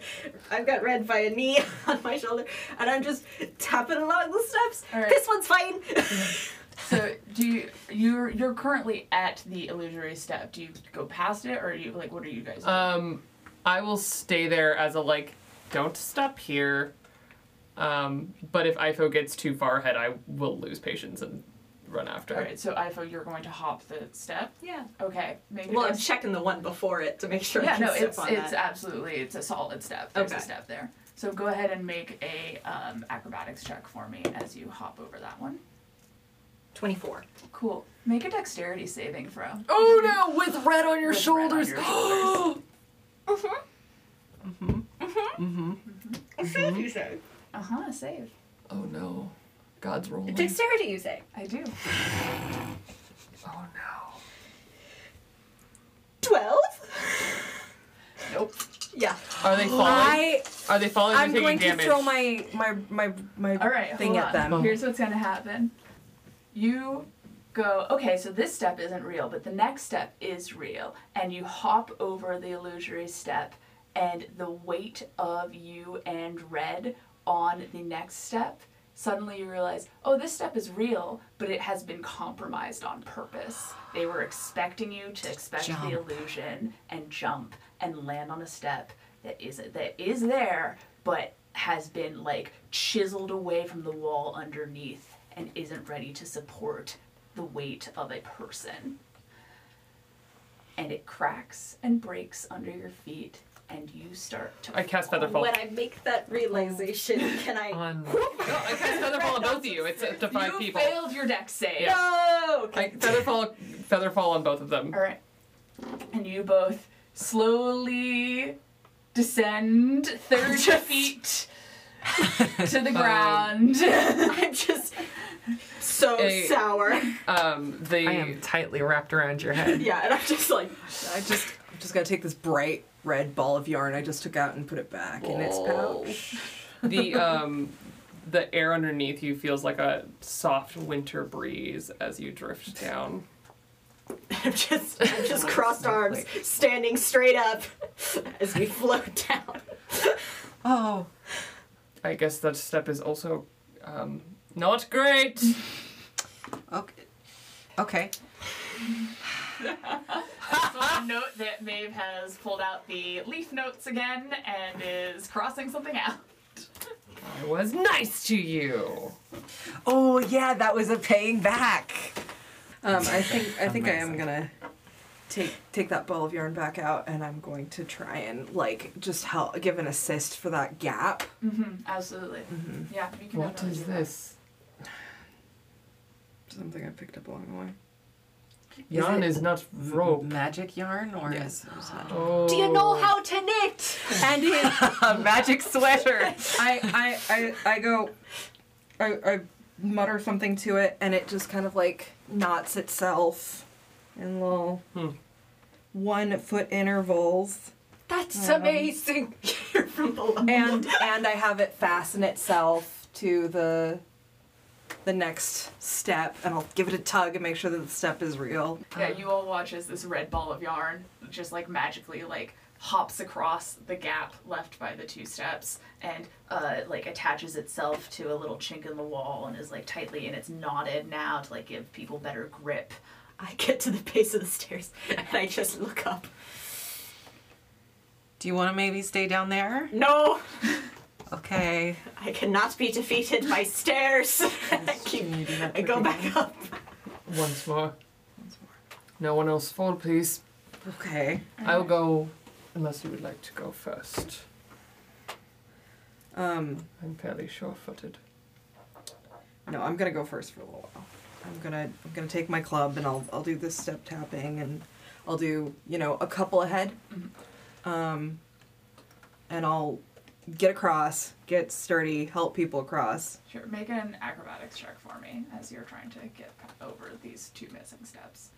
S8: I've got red by a knee on my shoulder, and I'm just tapping along the steps.
S11: All right.
S8: This one's fine.
S11: so do you you're you're currently at the illusory step. Do you go past it or are you like what are you guys doing?
S8: Uh,
S6: Um, I will stay there as a like, don't step here. Um, but if Ifo gets too far ahead, I will lose patience and run after.
S11: All right, so Ifo, you're going to hop the step.
S8: Yeah.
S11: Okay. Make
S8: Well, I'm
S11: it's,
S8: checking the one before it to make sure. I
S11: yeah,
S8: can
S11: no,
S8: step
S11: it's
S8: on
S11: it's
S8: that.
S11: absolutely it's a solid step. There's a
S8: Okay.
S11: step there. So go ahead and make a um, acrobatics check for me as you hop over that one.
S8: twenty-four.
S11: Cool. Make a dexterity saving throw.
S3: Oh no, with red on your
S11: With red on
S3: shoulders.
S11: your shoulders.
S8: you say?
S11: uh huh. Save.
S6: Oh no, God's rolling.
S8: Dexterity, you say?
S11: I do.
S6: Oh no.
S8: Twelve.
S11: Nope.
S8: Yeah.
S6: Are they falling?
S5: I
S6: Are they falling? or
S5: I'm
S6: taking
S5: going
S6: damage?
S5: to throw my my my my
S11: All right,
S5: thing
S11: hold
S5: at
S11: on.
S5: them.
S11: Here's what's gonna happen. You go, okay, so this step isn't real, but the next step is real, and you hop over the illusory step, and the weight of you and red on the next step. Suddenly, you realize, oh, this step is real, but it has been compromised on purpose. They were expecting you to expect
S4: Jump.
S11: the illusion and jump and land on a step that is that is there, but has been like chiseled away from the wall underneath and isn't ready to support the weight of a person. And it cracks and breaks under your feet, and you start to.
S6: I cast feather fall.
S8: When I make that realization, can I?
S3: On
S6: No, I cast featherfall on both of you. It's up to five
S11: you
S6: people.
S11: failed your deck save.
S6: Yeah.
S8: Oh, okay.
S6: I featherfall, featherfall on both of them.
S11: All right, and you both slowly descend thirty feet to the ground.
S8: I'm just
S11: Oh,
S8: so
S6: A-
S8: sour.
S6: Um, the
S3: I am tightly wrapped around your head.
S8: Yeah, and I'm just like,
S5: I just I'm just gonna take this bright red ball of yarn I just took out and put it back in its pouch.
S6: the um the air underneath you feels like a soft winter breeze as you drift down.
S2: I'm just, I'm just crossed arms, standing straight up as we float down.
S6: Oh. I guess that step is also um, not great.
S4: Okay. Okay.
S11: I saw a note that Maeve has pulled out the leaf notes again and is crossing something out.
S6: I was nice to you.
S4: Oh yeah, that was a paying back.
S5: Um, I think I think I am gonna take take that ball of yarn back out, and I'm going to try and like just help give an assist for that gap.
S11: Mm-hmm, absolutely. Yeah, you
S6: Mm-hmm.
S11: can
S6: What
S11: definitely
S6: is
S11: do that.
S6: this?
S31: Something I picked up along the way.
S6: Yarn
S4: it
S6: is not rope.
S4: Magic yarn or
S31: Yes. it was magic.
S6: Oh.
S12: Do you know how to knit?
S4: And a magic sweater.
S5: I I I, I go, I, I mutter something to it, and it just kind of like knots itself in little
S6: Hmm.
S5: one foot intervals. Um,
S12: That's amazing.
S5: and and I have it fasten itself to the the next step, and I'll give it a tug and make sure that the step is real.
S11: Yeah, you all watch as this red ball of yarn just like magically like hops across the gap left by the two steps and uh, like attaches itself to a little chink in the wall and is like tightly and it's knotted now to like give people better grip.
S2: I get to the base of the stairs and I just look up.
S4: Do you want to maybe stay down there?
S2: No,
S4: Okay.
S2: I cannot be defeated by stairs. I, keep,
S31: Can you do that
S2: I go
S31: quickly?
S2: back up.
S6: Once more. No one else fall, please.
S31: Okay.
S6: I'll go unless you would like to go first.
S31: Um.
S6: I'm fairly sure-footed.
S31: No, I'm gonna go first for a little while.
S5: I'm gonna I'm gonna take my club and I'll I'll do this step tapping and I'll do you know a couple ahead, um, and I'll get across, get sturdy, help people across.
S11: Sure, make an acrobatics check for me as you're trying to get over these two missing steps.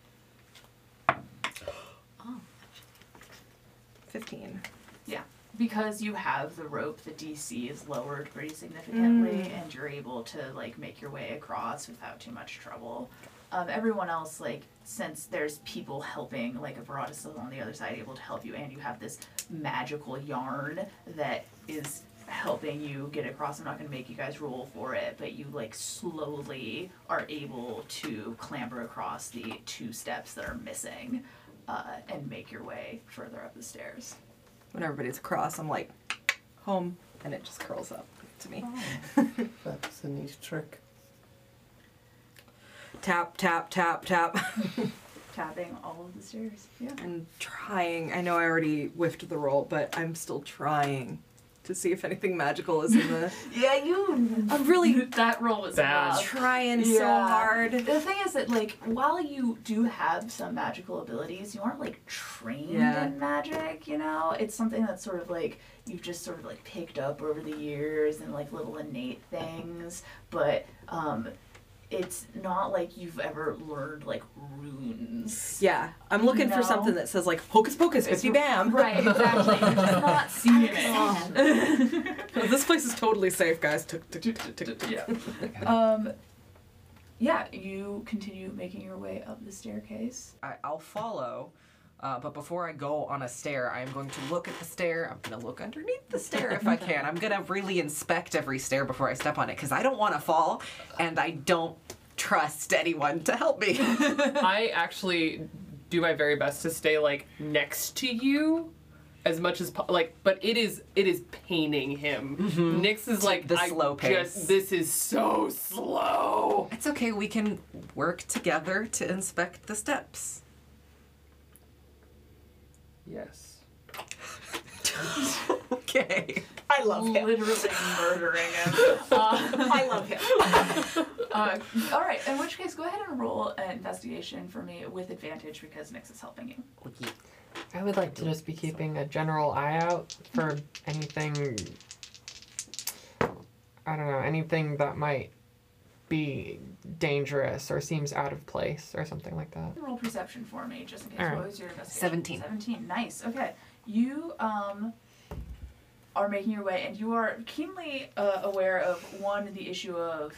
S5: Fifteen.
S11: because you have the rope the dc is lowered pretty significantly and you're able to like make your way across without too much trouble um, everyone else like since there's people helping like a is still on the other side able to help you and you have this magical yarn that is helping you get across i'm not going to make you guys roll for it but you like slowly are able to clamber across the two steps that are missing uh, and make your way further up the stairs
S5: When everybody's across, I'm like home, and it just curls up to me.
S6: That's a neat trick.
S5: Tap tap tap tap.
S11: tapping all of the stairs. Yeah.
S5: I'm trying. I know I already whiffed the roll, but I'm still trying to see if anything magical is in the.
S11: Yeah, you.
S5: I'm really
S11: That roll was
S6: Bad.
S11: rough.
S5: trying so
S11: Yeah.
S5: hard.
S11: The thing is that, like, while you do have some magical abilities, you aren't, like, trained
S5: Yeah.
S11: in magic, you know? It's something that's sort of, like, you've just sort of, like, picked up over the years and, like, little innate things, but, um, it's not like you've ever learned, like, runes.
S5: Yeah, I'm looking
S11: No.
S5: for something that says like hocus pocus, bippy bam.
S11: Right, exactly. You've just not seen it.
S5: this place is totally safe, guys. Tuk, tuk, tuk, tuk, tuk.
S6: Yeah.
S11: Um, yeah, you continue making your way up the staircase.
S4: I, I'll follow. Uh, but before I go on a stair, I'm going to look at the stair. I'm going to look underneath the stair if I can. I'm going to really inspect every stair before I step on it because I don't want to fall and I don't trust anyone to help me.
S6: I actually do my very best to stay like next to you as much as po- like but it is it is paining him. Nix is like
S4: Mm-hmm. the
S6: I
S4: slow pace.
S6: just- this is so slow.
S4: it's okay. We can work together to inspect the steps.
S6: Yes.
S4: Okay.
S2: I love him.
S11: Literally murdering him.
S2: I love him.
S11: Uh, all right, in which case, go ahead and roll an investigation for me with advantage because Nix is helping you.
S3: I would like to just be keeping a general eye out for anything. I don't know, anything that might be dangerous or seems out of place or something like that.
S11: Roll perception for me, just in case.
S3: All right.
S11: What was your investigation?
S4: Seventeen.
S11: Seventeen. Nice. Okay. You um are making your way, and you are keenly uh, aware of one the issue of.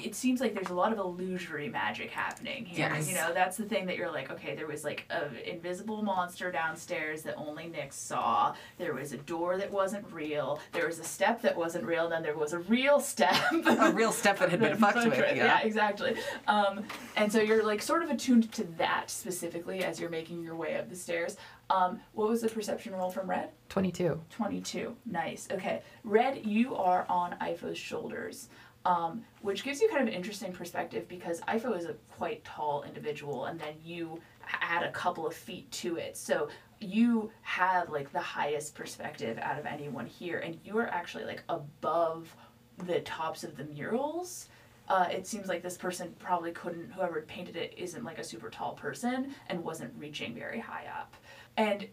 S11: It seems like there's a lot of illusory magic happening here.
S5: Yes.
S11: You know, that's the thing that you're like, okay, there was like an invisible monster downstairs that only Nick saw. There was a door that wasn't real. There was a step that wasn't real. Then there was a real step.
S4: a real step that had been fucked with. Yeah.
S11: yeah, exactly. Um, and so you're like sort of attuned to that specifically as you're making your way up the stairs. Um, what was the perception roll from Red?
S3: 22.
S11: 22. Nice. Okay. Red, you are on Ifo's shoulders, um, which gives you kind of an interesting perspective because Ifo is a quite tall individual, and then you add a couple of feet to it. So you have like the highest perspective out of anyone here, and you are actually like above the tops of the murals. Uh, it seems like this person probably couldn't, whoever painted it isn't like a super tall person and wasn't reaching very high up. And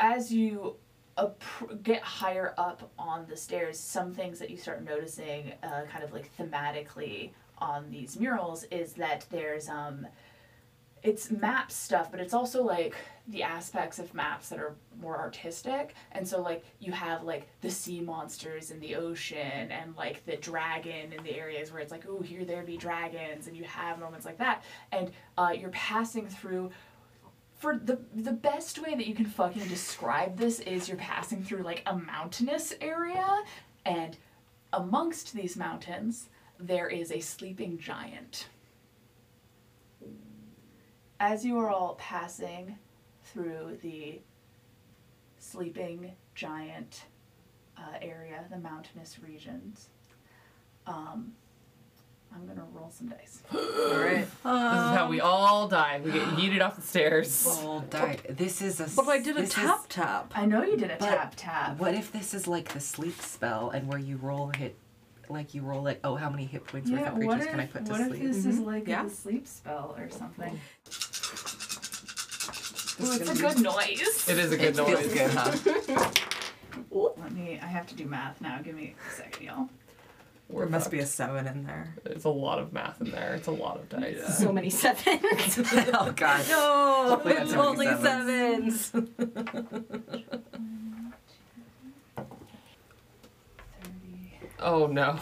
S11: as you appr- get higher up on the stairs, some things that you start noticing, uh, kind of like thematically on these murals, is that there's um, it's map stuff, but it's also like the aspects of maps that are more artistic. And so like you have like the sea monsters in the ocean and like the dragon in the areas where it's like, oh, here there be dragons, and you have moments like that. And uh, you're passing through for the the best way that you can fucking describe this is you're passing through like a mountainous area and amongst these mountains there is a sleeping giant. As you are all passing through the sleeping giant uh, area, the mountainous regions, um, I'm gonna roll some dice.
S6: All right. this is how
S12: Um,
S6: we all die. We get yeeted off the stairs.
S4: All died. Oh, This is a.
S6: But I did a
S4: this is-
S6: tap
S5: tap.
S11: I know you did a
S4: But
S11: tap tap.
S4: What if this is like the sleep spell and where you roll hit, like you roll like oh how many hit points worth of creatures
S11: what if,
S4: can I put to
S11: what if
S4: sleep?
S11: this is
S5: Mhm.
S11: like
S5: Yeah.
S11: a sleep spell or something?
S5: This
S11: Ooh,
S5: is
S11: it's a
S5: gonna be-
S11: good noise.
S6: It is a good
S4: It feels
S6: noise.
S4: good, huh?
S11: Let me. I have to do math now. Give me a second, y'all.
S6: We're
S5: There must
S6: fucked.
S5: be a seven in there.
S6: It's a lot of math in there. It's a lot of dice.
S12: So many sevens.
S4: oh god.
S12: no,
S4: Hopefully that's how many
S12: only sevens.
S6: Oh no.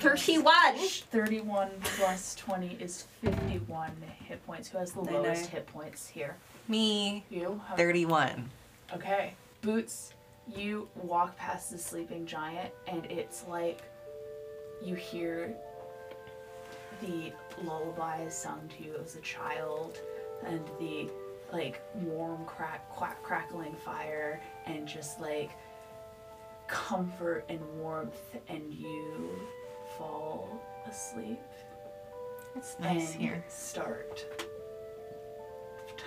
S12: 31.
S11: 31 plus 20 is 51 hit points. Who has the
S5: They
S11: lowest
S5: know.
S11: hit points here?
S4: Me.
S11: You? How-
S4: Thirty-one.
S11: Okay. Boots, you walk past the sleeping giant, and it's like you hear the lullabies sung to you as a child, and the like warm crack, quack, crackling fire, and just like comfort and warmth, and you fall asleep
S12: It's
S11: and start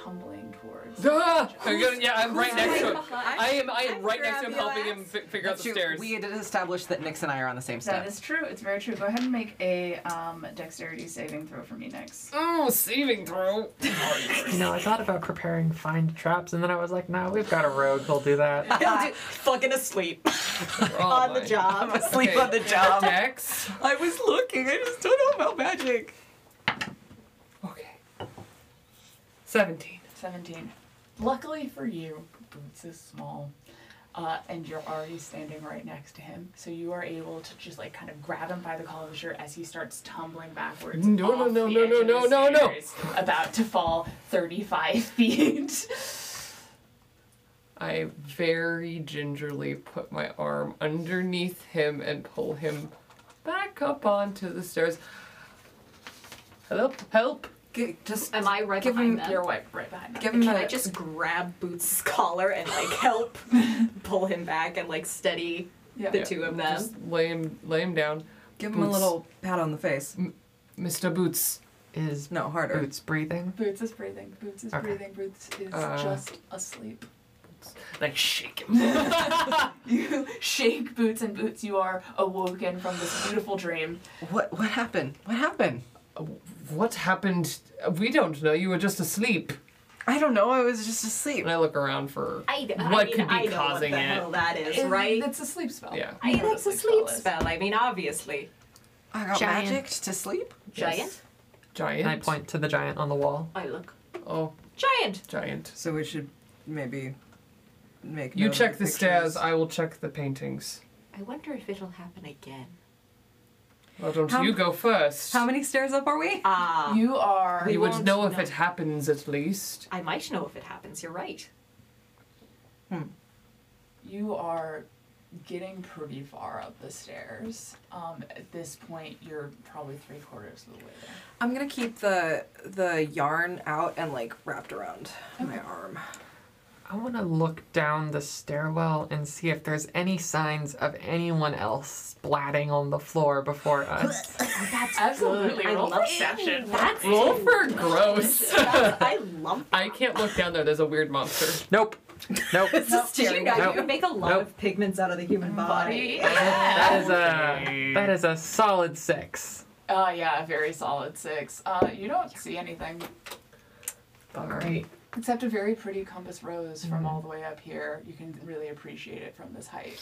S11: tumbling towards.
S6: Ah! I'm gonna- yeah, I'm right next to him.
S12: behind?
S6: I am. I am
S12: I
S6: right next
S12: grab
S6: to him,
S12: your
S6: helping him
S12: ass.
S6: fi- figure out the
S4: That's true.
S6: stairs.
S4: We did establish that Nix and I are on the same
S11: That
S4: step.
S11: is true. It's very true. Go ahead and make a um, dexterity saving throw for me next.
S6: Oh, saving throw.
S3: You know, I thought about preparing find traps, and then I was like, nah, we've got a rogue who'll do that.
S4: I'll do fucking asleep.
S6: on the
S4: job. I'm asleep
S6: Okay.
S4: on the job.
S6: Next.
S4: I was looking. I just don't know about magic.
S6: Okay. Seventeen.
S11: 17. Luckily for you, Boots is small. Uh, and you're already standing right next to him, so you are able to just like kind of grab him by the collar of his shirt as he starts tumbling backwards.
S6: Mm, No, no,
S11: off
S6: no,
S11: the
S6: no,
S11: edge
S6: no,
S11: of the
S6: no, no, no.
S11: stairs, About to fall 35 feet.
S6: I very gingerly put my arm underneath him and pull him back up onto the stairs. Help! Help!
S5: G- just
S12: Am I right
S5: Give him
S12: behind them?
S11: you're right, right behind him.
S5: give him
S8: Can
S5: a.
S8: I just grab Boots' collar and like help pull him back and like steady
S11: Yeah.
S8: the two of them?
S6: Just lay him, lay him down,
S5: give him a
S6: Boots.
S5: little pat on the face?
S6: Mr. Boots.
S3: Is
S5: No, harder.
S4: Er,
S3: Boots breathing?
S11: Boots is breathing. Boots is
S3: Okay.
S11: breathing. Boots is
S6: Uh,
S11: just asleep.
S6: Like shake him.
S11: You shake Boots and Boots, you are awoken from this beautiful dream.
S4: What? What happened? What happened?
S6: what happened? We don't know. You were just asleep.
S4: I don't know. I was just asleep.
S6: And I look around for
S8: I,
S6: what could be causing
S8: what the
S6: it.
S8: hell that is,
S11: It-
S8: right?
S11: It's a sleep spell.
S6: Yeah.
S8: I,
S11: You know what
S8: that's a sleep
S11: is.
S8: spell. I mean, obviously.
S4: I got
S32: Giant.
S4: magicked to sleep.
S8: Giant.
S6: Giant.
S3: And I point to the giant on the wall.
S8: I look.
S6: Oh,
S8: Giant.
S6: giant.
S5: so we should maybe
S31: make.
S6: You
S31: note of
S6: check the stairs,
S31: pictures.
S6: I will check the paintings.
S8: I wonder if it'll happen again.
S6: Why don't
S5: How-
S6: you go first?
S5: How many stairs up are we?
S8: Ah.
S11: You are.
S6: you would
S8: won't
S6: know if
S8: know.
S6: it happens at least.
S8: I might know if it happens. You're right.
S11: You are getting pretty far up the stairs. Um, at this point, you're probably three quarters of the way there.
S5: I'm gonna keep the the yarn out and like wrapped around my arm.
S3: I want to look down the stairwell and see if there's any signs of anyone else splatting on the floor before us.
S8: That's
S11: Absolutely,
S8: Good. I
S11: roll
S8: love
S11: perception.
S8: That's
S6: Roll for gross.
S8: That's- I love.
S6: I can't look down there. There's a weird monster.
S3: nope. Nope.
S8: Staring at
S3: Nope.
S8: you. Make a lot
S3: Nope.
S8: of pigments out of the human
S6: Mm-hmm.
S8: body.
S3: That is a that is a solid six.
S11: Uh, yeah, a very solid six. Uh, you don't see anything
S3: All right.
S11: except a very pretty compass rose from all the way up here. You can really appreciate it from this height.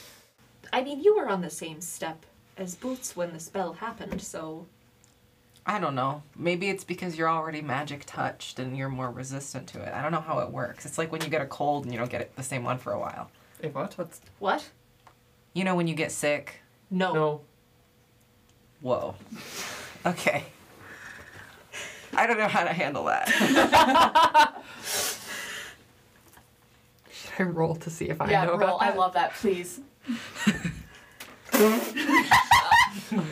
S8: I mean, you were on the same step as Boots when the spell happened, so
S4: I don't know. Maybe it's because you're already magic touched and you're more resistant to it. I don't know how it works. It's like when you get a cold and you don't get it- the same one for a while.
S6: Hey, what?
S8: what?
S4: You know when you get sick?
S8: No.
S6: No.
S4: Whoa. Okay. I don't know how to handle that.
S3: Should I roll to see if I
S11: yeah,
S3: know
S11: roll.
S3: about that?
S11: I love that. Please.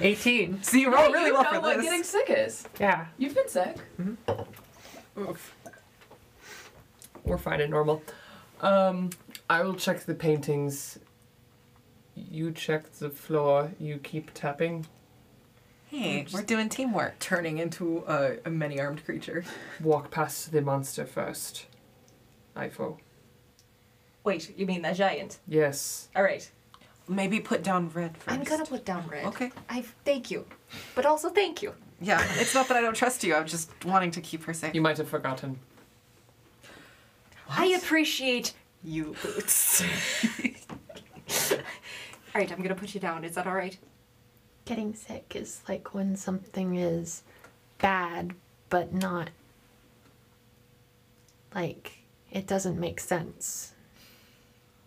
S3: 18.
S4: See, you roll
S11: Hey,
S4: really
S11: you
S4: well
S11: know
S4: for
S11: what
S4: this.
S11: getting sick is.
S3: Yeah.
S11: You've been sick.
S6: We're fine and normal. Um, I will check the paintings. You check the floor. You keep tapping.
S4: Hey, we're doing teamwork.
S5: Turning into a, a many armed creature.
S6: Walk past the monster first. Ifo.
S8: Wait, you mean that giant?
S6: Yes.
S8: All right.
S4: Maybe put down red first.
S8: I'm gonna put down red.
S4: Okay.
S8: I thank you, but also thank you.
S4: Yeah, it's not that I don't trust you. I'm just wanting to keep her safe.
S6: You might have forgotten.
S8: I appreciate you, Boots. all right, I'm gonna put you down. Is that all right?
S33: Getting sick is like when something is bad, but not like it doesn't make sense.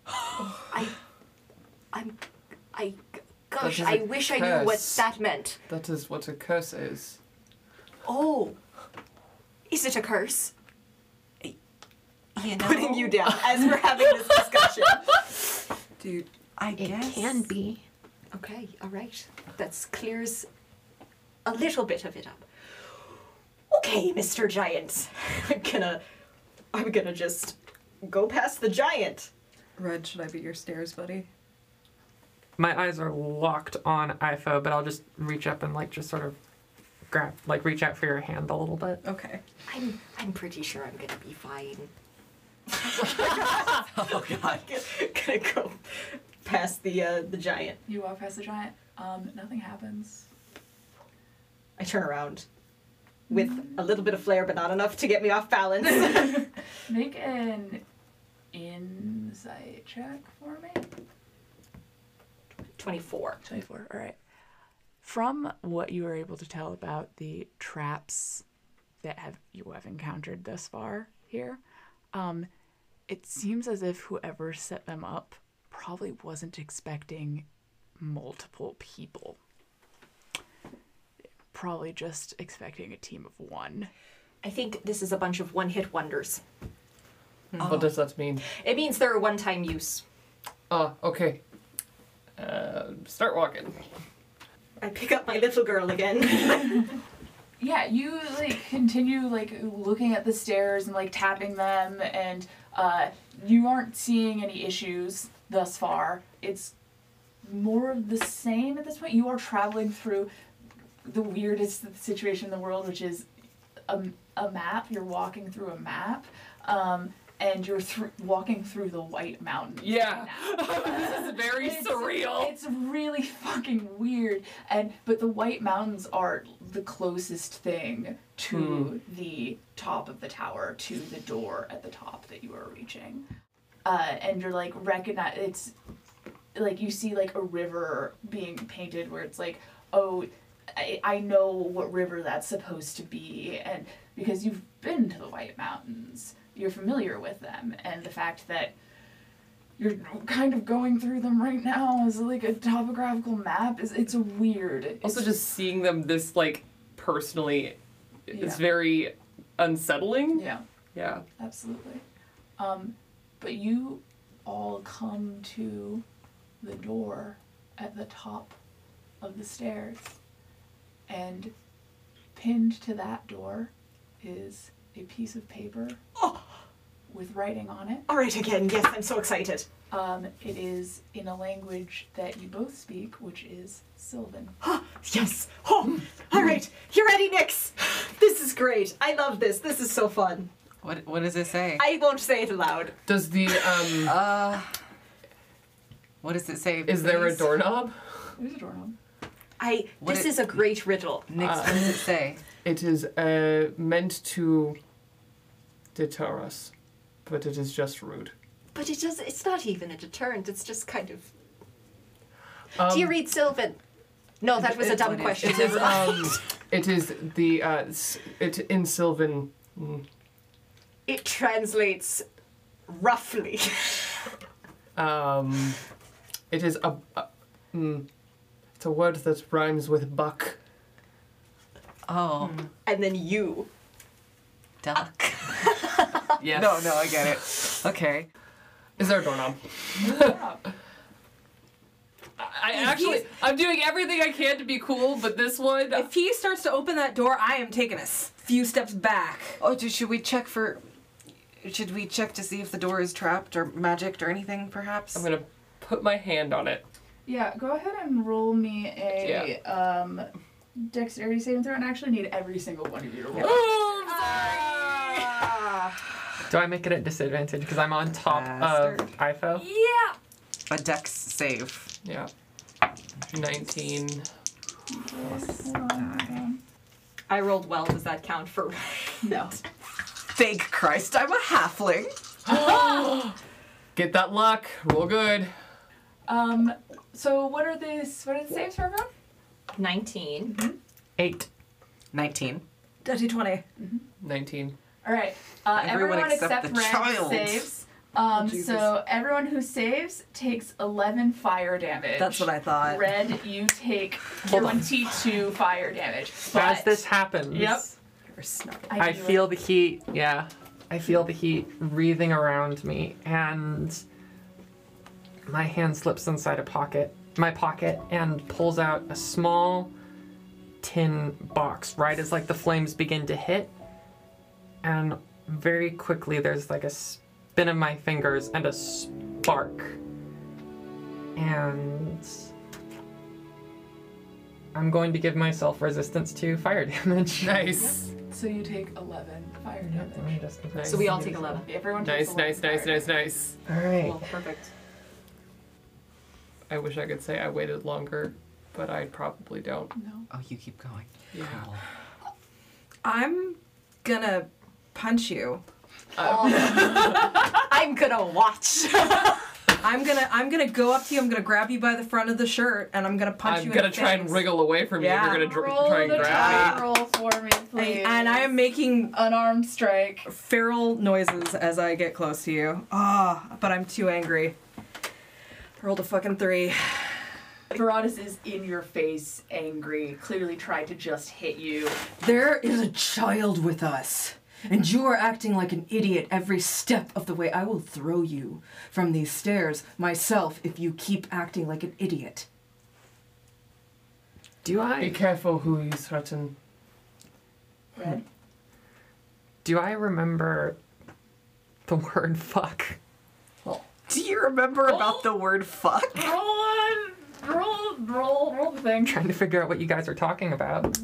S8: I, I'm, I, gosh,
S6: is
S8: I
S6: a
S8: wish I knew what
S6: curse.
S8: that meant.
S6: That is what a curse is.
S8: Oh, is it a curse?
S4: You know,
S8: Putting you down as we're having this discussion.
S5: Dude,
S4: I
S33: It
S4: guess.
S33: can be.
S8: Okay, all right. That clears a little bit of it up. Okay, Mr. Giant. I'm gonna I'm gonna just go past the giant.
S5: Red, should I be your stairs buddy?
S3: My eyes are locked on IFO, but I'll just reach up and like just sort of grab, like reach out for your hand a little bit.
S5: Okay.
S8: I'm I'm pretty sure I'm gonna be fine.
S4: Oh god.
S8: gonna go past the uh, the giant.
S11: You walk past the giant. Um, nothing happens.
S8: I turn around with a little bit of flair, but not enough to get me off balance.
S11: Make an insight check for me.
S8: Twenty-four.
S1: 24. All right. From what you were able to tell about the traps that have you have encountered thus far here, um, it seems as if whoever set them up probably wasn't expecting multiple people. Probably just expecting a team of one.
S8: I think this is a bunch of one-hit wonders.
S6: What does that mean?
S8: It means they're a one-time use.
S6: Ah, okay. Uh, start walking.
S8: I pick up my little girl again.
S11: Yeah, you like continue like looking at the stairs and like tapping them, and uh, you aren't seeing any issues thus far. It's more of the same at this point. You are traveling through the weirdest situation in the world, which is a, a map. You're walking through a map, um, and you're thr walking through the White Mountains.
S6: Yeah.
S11: this is
S6: very surreal.
S11: It's really fucking weird, and but the White Mountains are the closest thing to
S6: Hmm.
S11: the top of the tower, to the door at the top that you are reaching, uh, and you're like recognize it's like you see like a river being painted where it's like oh I, I know what river that's supposed to be and because you've been to the white mountains you're familiar with them and the fact that you're kind of going through them right now as like a topographical map. Is it's weird.
S6: Also,
S11: It's-
S6: just seeing them this like personally,
S11: Yeah.
S6: it's very unsettling.
S11: Yeah.
S6: Yeah.
S11: Absolutely. Um, but you all come to the door at the top of the stairs, and pinned to that door is a piece of paper with writing on it.
S8: All right, again. Yes, I'm so excited.
S11: Um, it is in a language that you both speak, which is Sylvan.
S8: Yes. Oh, all right. You're ready, Nix. This is great. I love this. This is so fun.
S4: What What does it say?
S8: I won't say it aloud.
S4: Does the um uh what does it say?
S6: Is there a
S4: please?
S6: doorknob?
S11: There's a doorknob.
S8: I.
S4: What
S8: this
S4: it-
S8: is a great riddle.
S4: it say?
S6: It is uh, meant to deter us, but it is just rude.
S1: But it does. It's not even a deterrent. It's just kind of.
S6: Um,
S1: Do you read Sylvan? No, that was a dumb question.
S6: It is, um, it is the uh, s- it in Sylvan. mm,
S8: It translates roughly.
S6: Um, it is a, a mm, it's a word that rhymes with buck.
S4: Oh.
S8: And then you.
S4: Duck.
S6: Yes.
S4: No, no, I get it. Okay.
S6: Is there a doorknob? I actually, I'm doing everything I can to be cool, but this one.
S5: If he starts to open that door, I am taking a s- few steps back.
S4: Oh, do, should we check for? Should we check to see if the door is trapped or magicked or anything? Perhaps.
S6: I'm gonna put my hand on it.
S11: Yeah, go ahead and roll me a um, dexterity saving throw, and I actually need every single one of you to roll.
S3: Do I make it at disadvantage because I'm on
S6: uh,
S3: top of IFO?
S4: A
S5: Yeah.
S4: dex save.
S6: Yeah. 19.
S5: I rolled well. Does that count for?
S11: No.
S4: Thank Christ, I'm a
S6: halfling. Get that luck. Roll good.
S11: Um, so what are these? What are the saves for everyone?
S1: 19
S6: Eight.
S4: 19.
S5: Dirty 20.
S6: 19.
S11: All right. Uh, everyone,
S6: Everyone
S11: except,
S6: except the
S11: Ren
S6: child.
S11: saves. Um,
S5: Jesus.
S11: so everyone who saves takes 11 fire damage.
S5: That's what I thought.
S11: Red, you take
S3: Hold on.
S11: 22 fire damage.
S3: As
S11: But-
S3: this happens,
S11: Yep.
S3: I,
S11: do
S3: feel the heat. Yeah, I feel the heat wreathing around me, and my hand slips inside a pocket, my pocket, and pulls out a small tin box. Right as like the flames begin to hit, and very quickly there's like a spin of my fingers and a spark, and. I'm going to give myself resistance to fire damage.
S6: Nice.
S11: So you take 11 fire
S3: Let me
S11: damage.
S3: just-
S5: So we all take 11.
S11: Everyone takes
S6: Nice,
S11: 11
S6: nice, nice, nice, nice.
S3: All right.
S5: Well, perfect.
S6: I wish I could say I waited longer, but I probably don't.
S11: No.
S4: Oh, you keep going.
S6: Yeah.
S5: I'm gonna punch you.
S6: Oh.
S34: I'm gonna watch.
S5: I'm gonna I'm gonna go up to you. I'm gonna grab you by the front of the shirt, and I'm gonna punch
S6: I'm
S5: you.
S6: gonna
S5: in the
S6: try
S5: face.
S6: and wriggle away from
S5: Yeah.
S6: you. You're gonna dr-
S5: Roll
S6: try and
S5: the
S6: grab me.
S5: die.
S11: Roll for me, please.
S5: And, and I am making
S11: unarmed strike,
S5: feral noises as I get close to you. Ah, but I'm too angry. I rolled a fucking three.
S11: Herodotus is in your face, angry, clearly tried to just hit you.
S5: There
S11: is a
S5: child with us, and you are acting like an idiot every step of the way. I will throw you from these stairs myself if you keep acting like an idiot.
S3: Do
S6: Be
S3: I
S6: careful who you threaten.
S11: Red.
S3: do I remember the word fuck?
S4: Do you remember
S6: Oh.
S4: about the word fuck?
S11: Roll on! Roll, roll, roll the
S3: I'm
S11: thing.
S3: trying to figure out what you guys are talking about.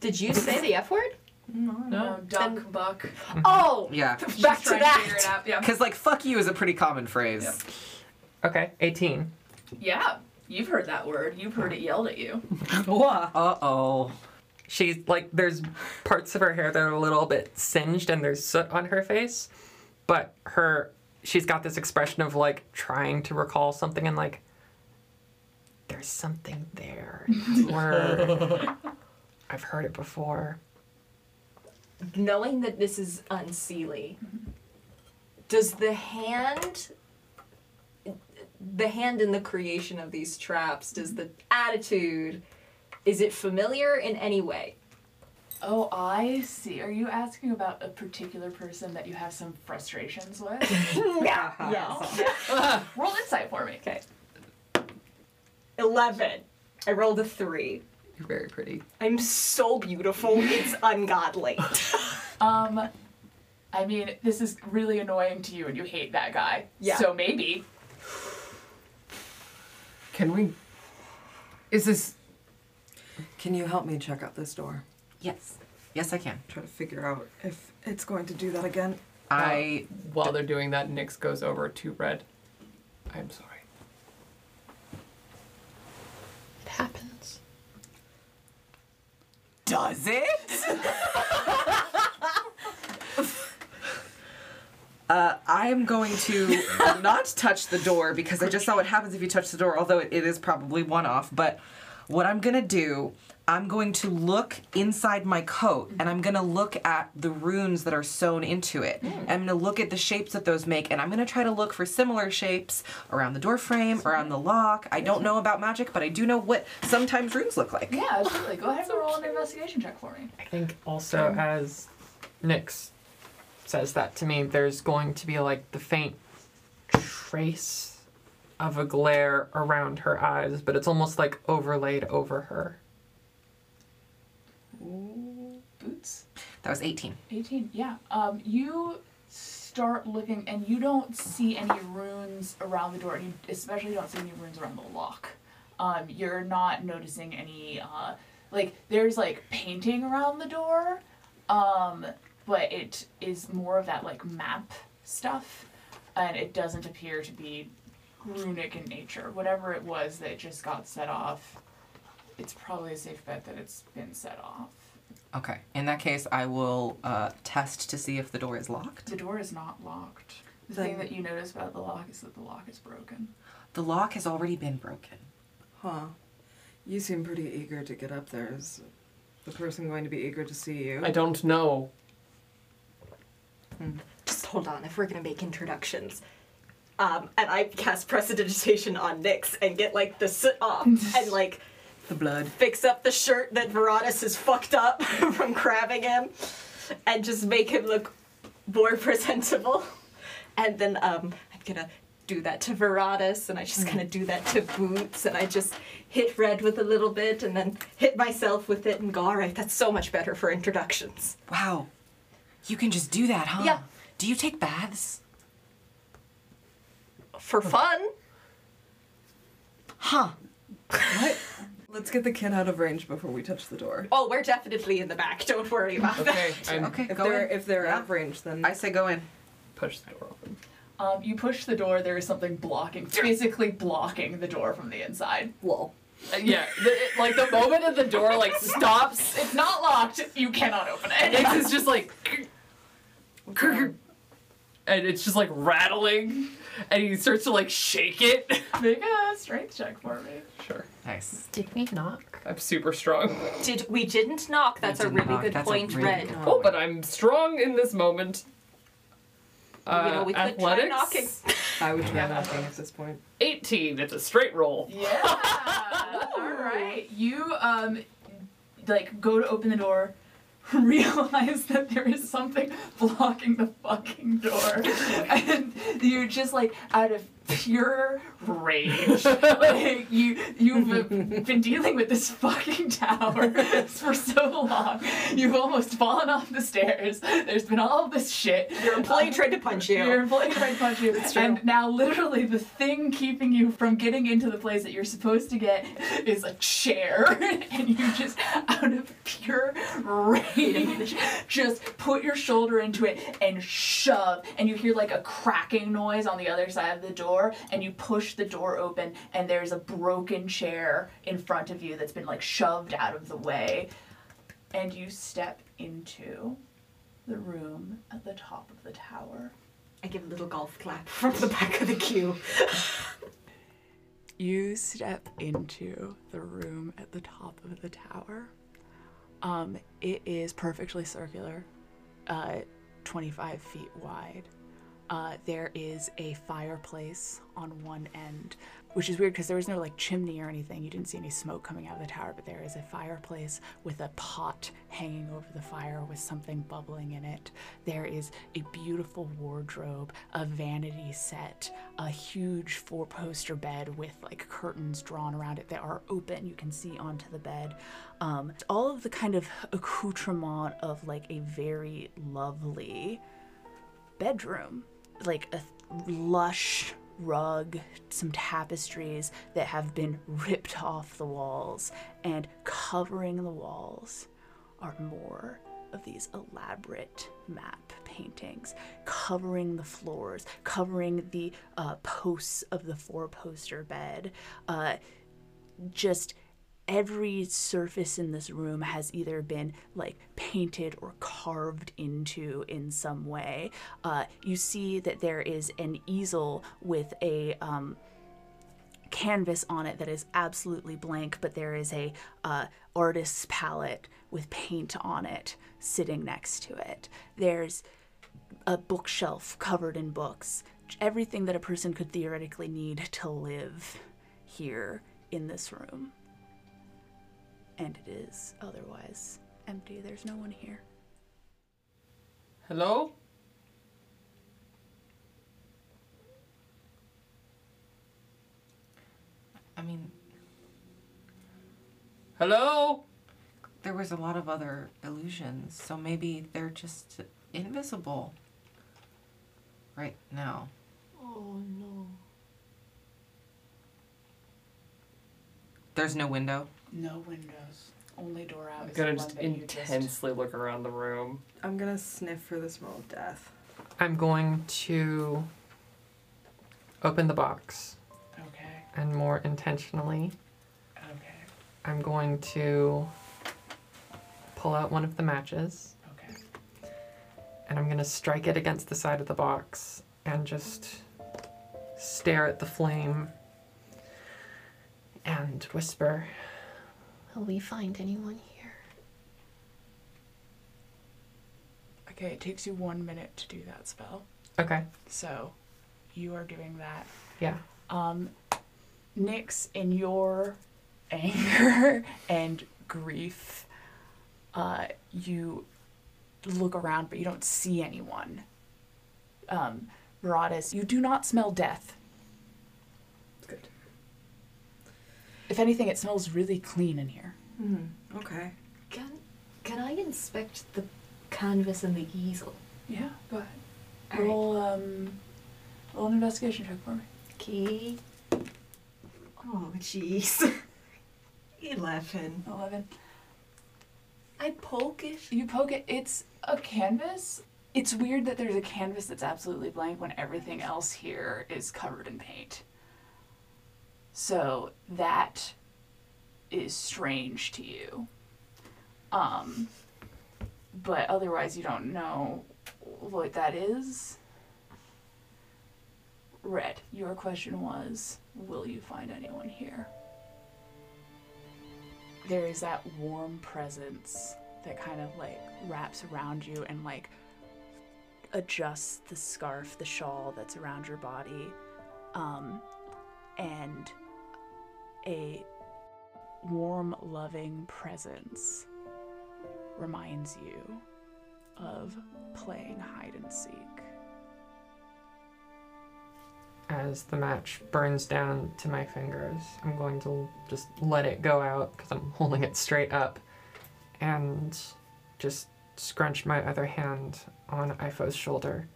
S1: Did you say the F word?
S11: No. Duck, buck.
S1: Oh!
S4: Yeah.
S1: Back
S11: Trying to figure it out, yeah.
S4: Because like fuck you is a pretty common phrase.
S3: Okay, 18.
S11: Yeah, you've heard that word. You've heard it yelled at you.
S4: Uh oh.
S3: She's like, there's parts of her hair that are a little bit singed and there's soot on her face, but her, she's got this expression of like trying to recall something and like, there's something there. Word. I've heard it before.
S1: Knowing that this is unseelie, does the hand
S8: the hand in the creation of these traps? Does the attitude is it familiar in any way?
S11: Oh, I see. Are you asking about a particular person that you have some frustrations with?
S8: yeah.
S11: Yes. Roll insight for me.
S8: Okay. Eleven. I rolled a three.
S6: You're very pretty.
S8: I'm so beautiful. It's ungodly.
S11: Um, I mean, this is really annoying to you, and you hate that guy.
S8: Yeah.
S11: So maybe.
S4: Can we? Is this? Can you help me check out this door?
S5: Yes. Yes, I can.
S4: Try to figure out if it's going to do that again.
S6: I while they're doing that, Nyx goes over to Red. I'm sorry.
S35: It happens.
S5: Does it? Uh, I am going to not touch the door because I just saw what happens if you touch the door, although it, it is probably one off. But what I'm going to do, I'm going to look inside my coat and I'm going to look at the runes that are sewn into it. And I'm going to look at the shapes that those make and I'm going to try to look for similar shapes around the door frame, around the lock. I don't know about magic, but I do know what sometimes runes look like.
S11: Yeah, absolutely. Go ahead and roll an investigation check for me.
S3: I think also as Nyx says that to me, there's going to be like the faint trace of a glare around her eyes, but it's almost like overlaid over her.
S11: Boots.
S5: That was 18.
S11: 18 yeah um, you start looking and you don't see any runes around the door and you especially don't see any runes around the lock um, you're not noticing any uh, like there's like painting around the door um, but it is more of that like map stuff and it doesn't appear to be runic in nature whatever it was that just got set off it's probably a safe bet that it's been set off
S5: Okay. In that case, I will uh, test to see if the door is locked.
S11: The door is not locked. The thing that you notice about the lock is that the lock is broken.
S5: The lock has already been broken.
S4: Huh. You seem pretty eager to get up there. Is the person going to be eager to see you?
S6: I don't know.
S8: Just hold on. If we're gonna make introductions, um, and I cast prestidigitation on Nyx and get like the soot off and like
S4: The blood.
S8: fix up the shirt that Veronis has fucked up from crabbing him, and just make him look more presentable. And then um, I'm gonna do that to Veratus, and I just kind of do that to Boots, and I just hit Red with a little bit, and then hit myself with it, and go, all right, that's so much better for introductions.
S5: Wow. You can just do that, huh?
S8: Yeah.
S5: Do you take baths?
S8: For fun.
S5: Huh.
S4: What? Let's get the kid out of range before we touch the door.
S8: Oh, we're definitely in the back. Don't worry about that.
S5: okay,
S4: if
S5: go
S4: they're
S5: in.
S4: if they're out of range, then
S5: I say go in.
S6: Push the door open.
S11: Um, you push the door, there is something blocking, physically blocking the door from the inside.
S4: Lol.
S6: Uh, yeah, the, it- like the moment that the door like stops,
S11: It's not locked, you cannot open it.
S6: Nyx is just like, and it's just like rattling, and he starts to like shake it. ah,
S11: Make a strength check for me.
S6: Sure. Nice.
S35: Did we knock?
S6: I'm super strong.
S8: Did we didn't knock? That's a really good point, Red.
S6: Oh, but I'm strong in this moment.
S8: You know, we could try
S6: athletics.
S8: knocking.
S4: I would try knocking at this point.
S6: 18. It's a straight roll.
S11: Yeah. All right. You um, like go to open the door, realize that there is something blocking the fucking door, and you're just like out of pure rage. like you you've been dealing with this fucking tower for so long. You've almost fallen off the stairs. There's been all this shit.
S8: Your employee tried to punch you.
S11: Your employee tried to punch you. And now literally the thing keeping you from getting into the place that you're supposed to get is a chair. and you just out of pure rage just put your shoulder into it and shove and you hear like a cracking noise on the other side of the door and you push the door open and there's a broken chair in front of you that's been like shoved out of the way and you step into the room at the top of the tower.
S8: I give a little golf clap from the back of the queue.
S7: You step into the room at the top of the tower. Um, it is perfectly circular, uh, 25 feet wide. Uh, there is a fireplace on one end, which is weird because there was no like chimney or anything. You didn't see any smoke coming out of the tower, but there is a fireplace with a pot hanging over the fire with something bubbling in it. There is a beautiful wardrobe, a vanity set, a huge four poster bed with like curtains drawn around it that are open. You can see onto the bed. Um, all of the kind of accoutrement of like a very lovely bedroom, like a th- lush rug, some tapestries that have been ripped off the walls, and covering the walls are more of these elaborate map paintings, covering the floors, covering the uh, posts of the four poster bed. Uh, just every surface in this room has either been like painted or carved into in some way. Uh, you see that there is an easel with a um, canvas on it that is absolutely blank, but there is a uh, artist's palette with paint on it sitting next to it. There's a bookshelf covered in books, everything that a person could theoretically need to live here in this room and it is otherwise empty. There's no one here.
S36: Hello?
S5: I mean,
S36: Hello?
S5: there was a lot of other illusions, so maybe they're just invisible right now.
S37: Oh no.
S5: There's no window.
S11: No windows. Only door out.
S36: I'm
S11: is
S36: gonna
S11: the
S36: just
S11: one that you just-
S36: intensely look around the room.
S38: I'm gonna sniff for the smell of death.
S6: I'm going to open the box.
S11: Okay.
S6: And more intentionally,
S11: Okay.
S6: I'm going to pull out one of the matches.
S11: Okay.
S6: And I'm going to strike it against the side of the box and just stare at the flame and whisper.
S3: Will we find anyone here?
S7: Okay, it takes you one minute to do that spell.
S6: Okay.
S7: So you are doing that.
S6: Yeah.
S7: Um, Nyx, in your anger and grief, uh, you look around, but you don't see anyone. Um, Varadis, you do not smell death.
S38: Good.
S7: If anything, it smells really clean in here.
S5: Mm-hmm.
S38: Okay.
S8: Can can I inspect the canvas and the easel?
S7: Yeah, go ahead. Roll, um, roll an investigation check for me.
S8: Okay. Oh, jeez. Eleven.
S7: Eleven.
S8: I poke it.
S7: You poke it. It's a canvas. It's weird that there's a canvas that's absolutely blank when everything else here is covered in paint. So that is strange to you. Um, but otherwise, you don't know what that is. Red, your question was Will you find anyone here? there is that warm presence that kind of like wraps around you and like adjusts the scarf, the shawl that's around your body, um, and a warm, loving presence reminds you of playing hide and seek.
S6: As the match burns down to my fingers, I'm going to just let it go out because I'm holding it straight up and just scrunch my other hand on Ifo's shoulder.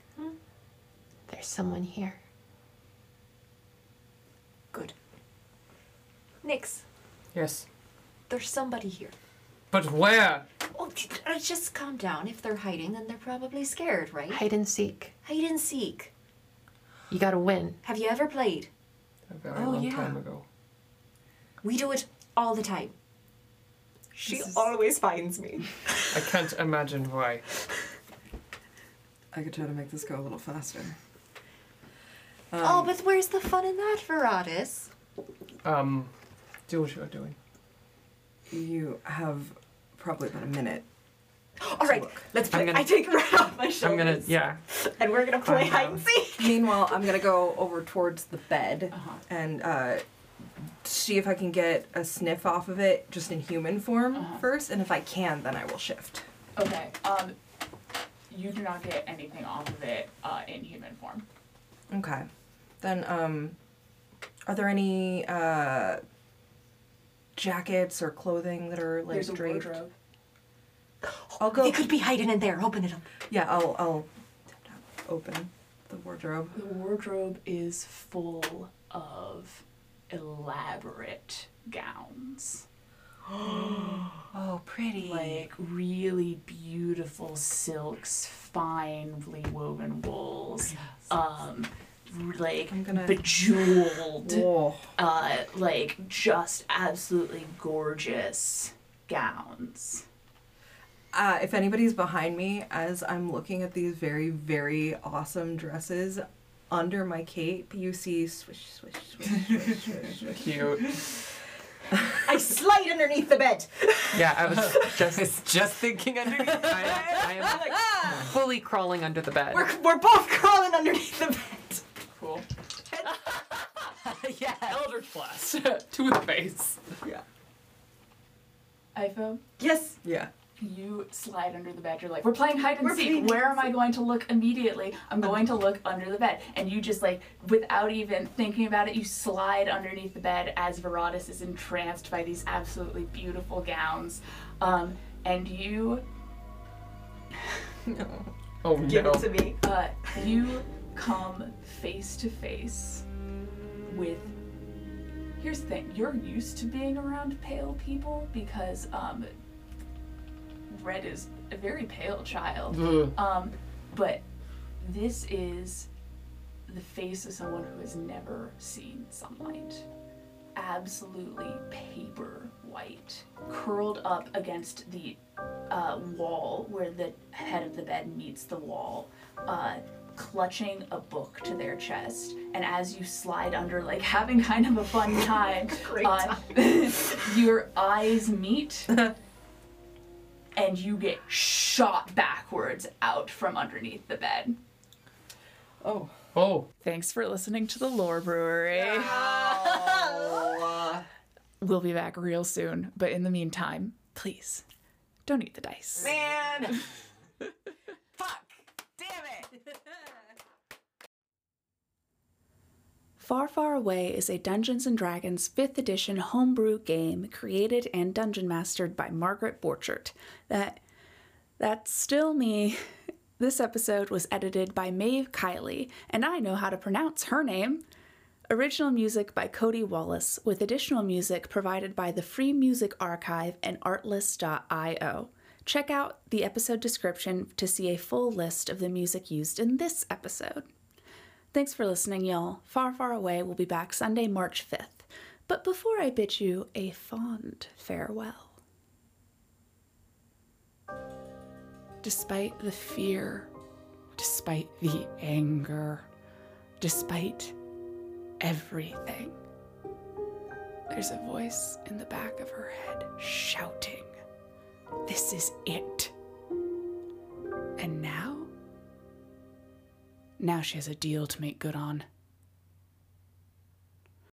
S3: There's someone here.
S8: Nix,
S36: Yes.
S8: there's somebody here.
S36: But where?
S8: Oh, j- uh, just calm down. If they're hiding, then they're probably scared, right?
S3: Hide and seek.
S8: Hide and seek.
S3: You gotta win.
S8: Have you ever played?
S36: A very
S8: Oh,
S36: long
S8: yeah.
S36: time ago.
S8: We do it all the time. She always finds me.
S36: I can't imagine why.
S39: I could try to make this go a little faster.
S40: Um,
S8: oh, but where's the fun in that, Veratis?
S36: Um, do what you are doing.
S39: You have probably about a minute
S8: All right, let's play. I take her out of my
S3: I'm
S8: shoulder,
S3: gonna, yeah.
S8: and we're gonna play
S3: Climb
S8: hide and seek.
S5: Meanwhile, I'm gonna go over towards the bed
S38: Uh-huh.
S5: and uh, see if I can get a sniff off of it, just in human form
S38: Uh-huh.
S5: first. And if I can, then I will shift.
S11: Okay. Um, you do not get anything off of it uh, in human form.
S5: Okay. Then, um, are there any uh, jackets or clothing that are like
S11: There's a
S5: draped?
S11: wardrobe.
S5: I'll go.
S40: It could be hiding in there. Open it up.
S5: Yeah, I'll I'll open the wardrobe.
S1: The wardrobe is full of elaborate gowns.
S5: oh, pretty.
S1: Like really beautiful silks, finely woven wools, um, r- like bejeweled, uh, like just absolutely gorgeous gowns.
S5: Uh, if anybody's behind me as I'm looking at these very, very awesome dresses, under my cape you see swish, swish, swish, swish, swish, swish.
S3: Cute.
S5: I slide underneath the bed.
S3: Yeah, I was just just thinking underneath. I am, I am fully crawling under the bed.
S8: We're, we're both crawling underneath the bed.
S6: Cool.
S8: yeah.
S6: Eldritch Blast. Two in the face.
S5: Yeah.
S11: iPhone,
S5: Yes. Yeah.
S11: you slide under the bed. You're like, we're playing hide and seek. Um, Where am I going to look immediately? I'm going to look under the bed. And you just like, without even thinking about it, you slide underneath the bed as Veratus is entranced by these absolutely beautiful gowns. Um, and you
S6: Oh
S8: Give
S6: no.
S8: it to me.
S11: Uh, you come face to face with. Here's the thing you're used to being around pale people because um, Red is a very pale child.
S6: Ugh.
S11: Um, but this is the face of someone who has never seen sunlight. Absolutely paper white, curled up against the uh, wall where the head of the bed meets the wall, uh, clutching a book to their chest. And as you slide under, like having kind of a fun time, uh, your eyes meet. And you get shot backwards out from underneath the bed.
S1: Oh.
S6: Oh.
S1: Thanks for listening to the Lore Brewery. We'll be back real soon, but in the meantime, please don't eat the dice.
S40: Man!
S7: Far Far Away is a Dungeons and Dragons 5th edition homebrew game created and dungeon mastered by Margaret Borchert. That that's still me. This episode was edited by Maeve Kiley, and I know how to pronounce her name. Original music by Cody Wallace, with additional music provided by the Free Music Archive and Artlist.io. Check out the episode description to see a full list of the music used in this episode. Thanks for listening, y'all. Far, far away will be back Sunday, March 5th. But before I bid you a fond farewell,
S1: despite the fear, despite the anger, despite everything. There's a voice in the back of her head shouting, This is it. And now? Now she has a deal to make good on.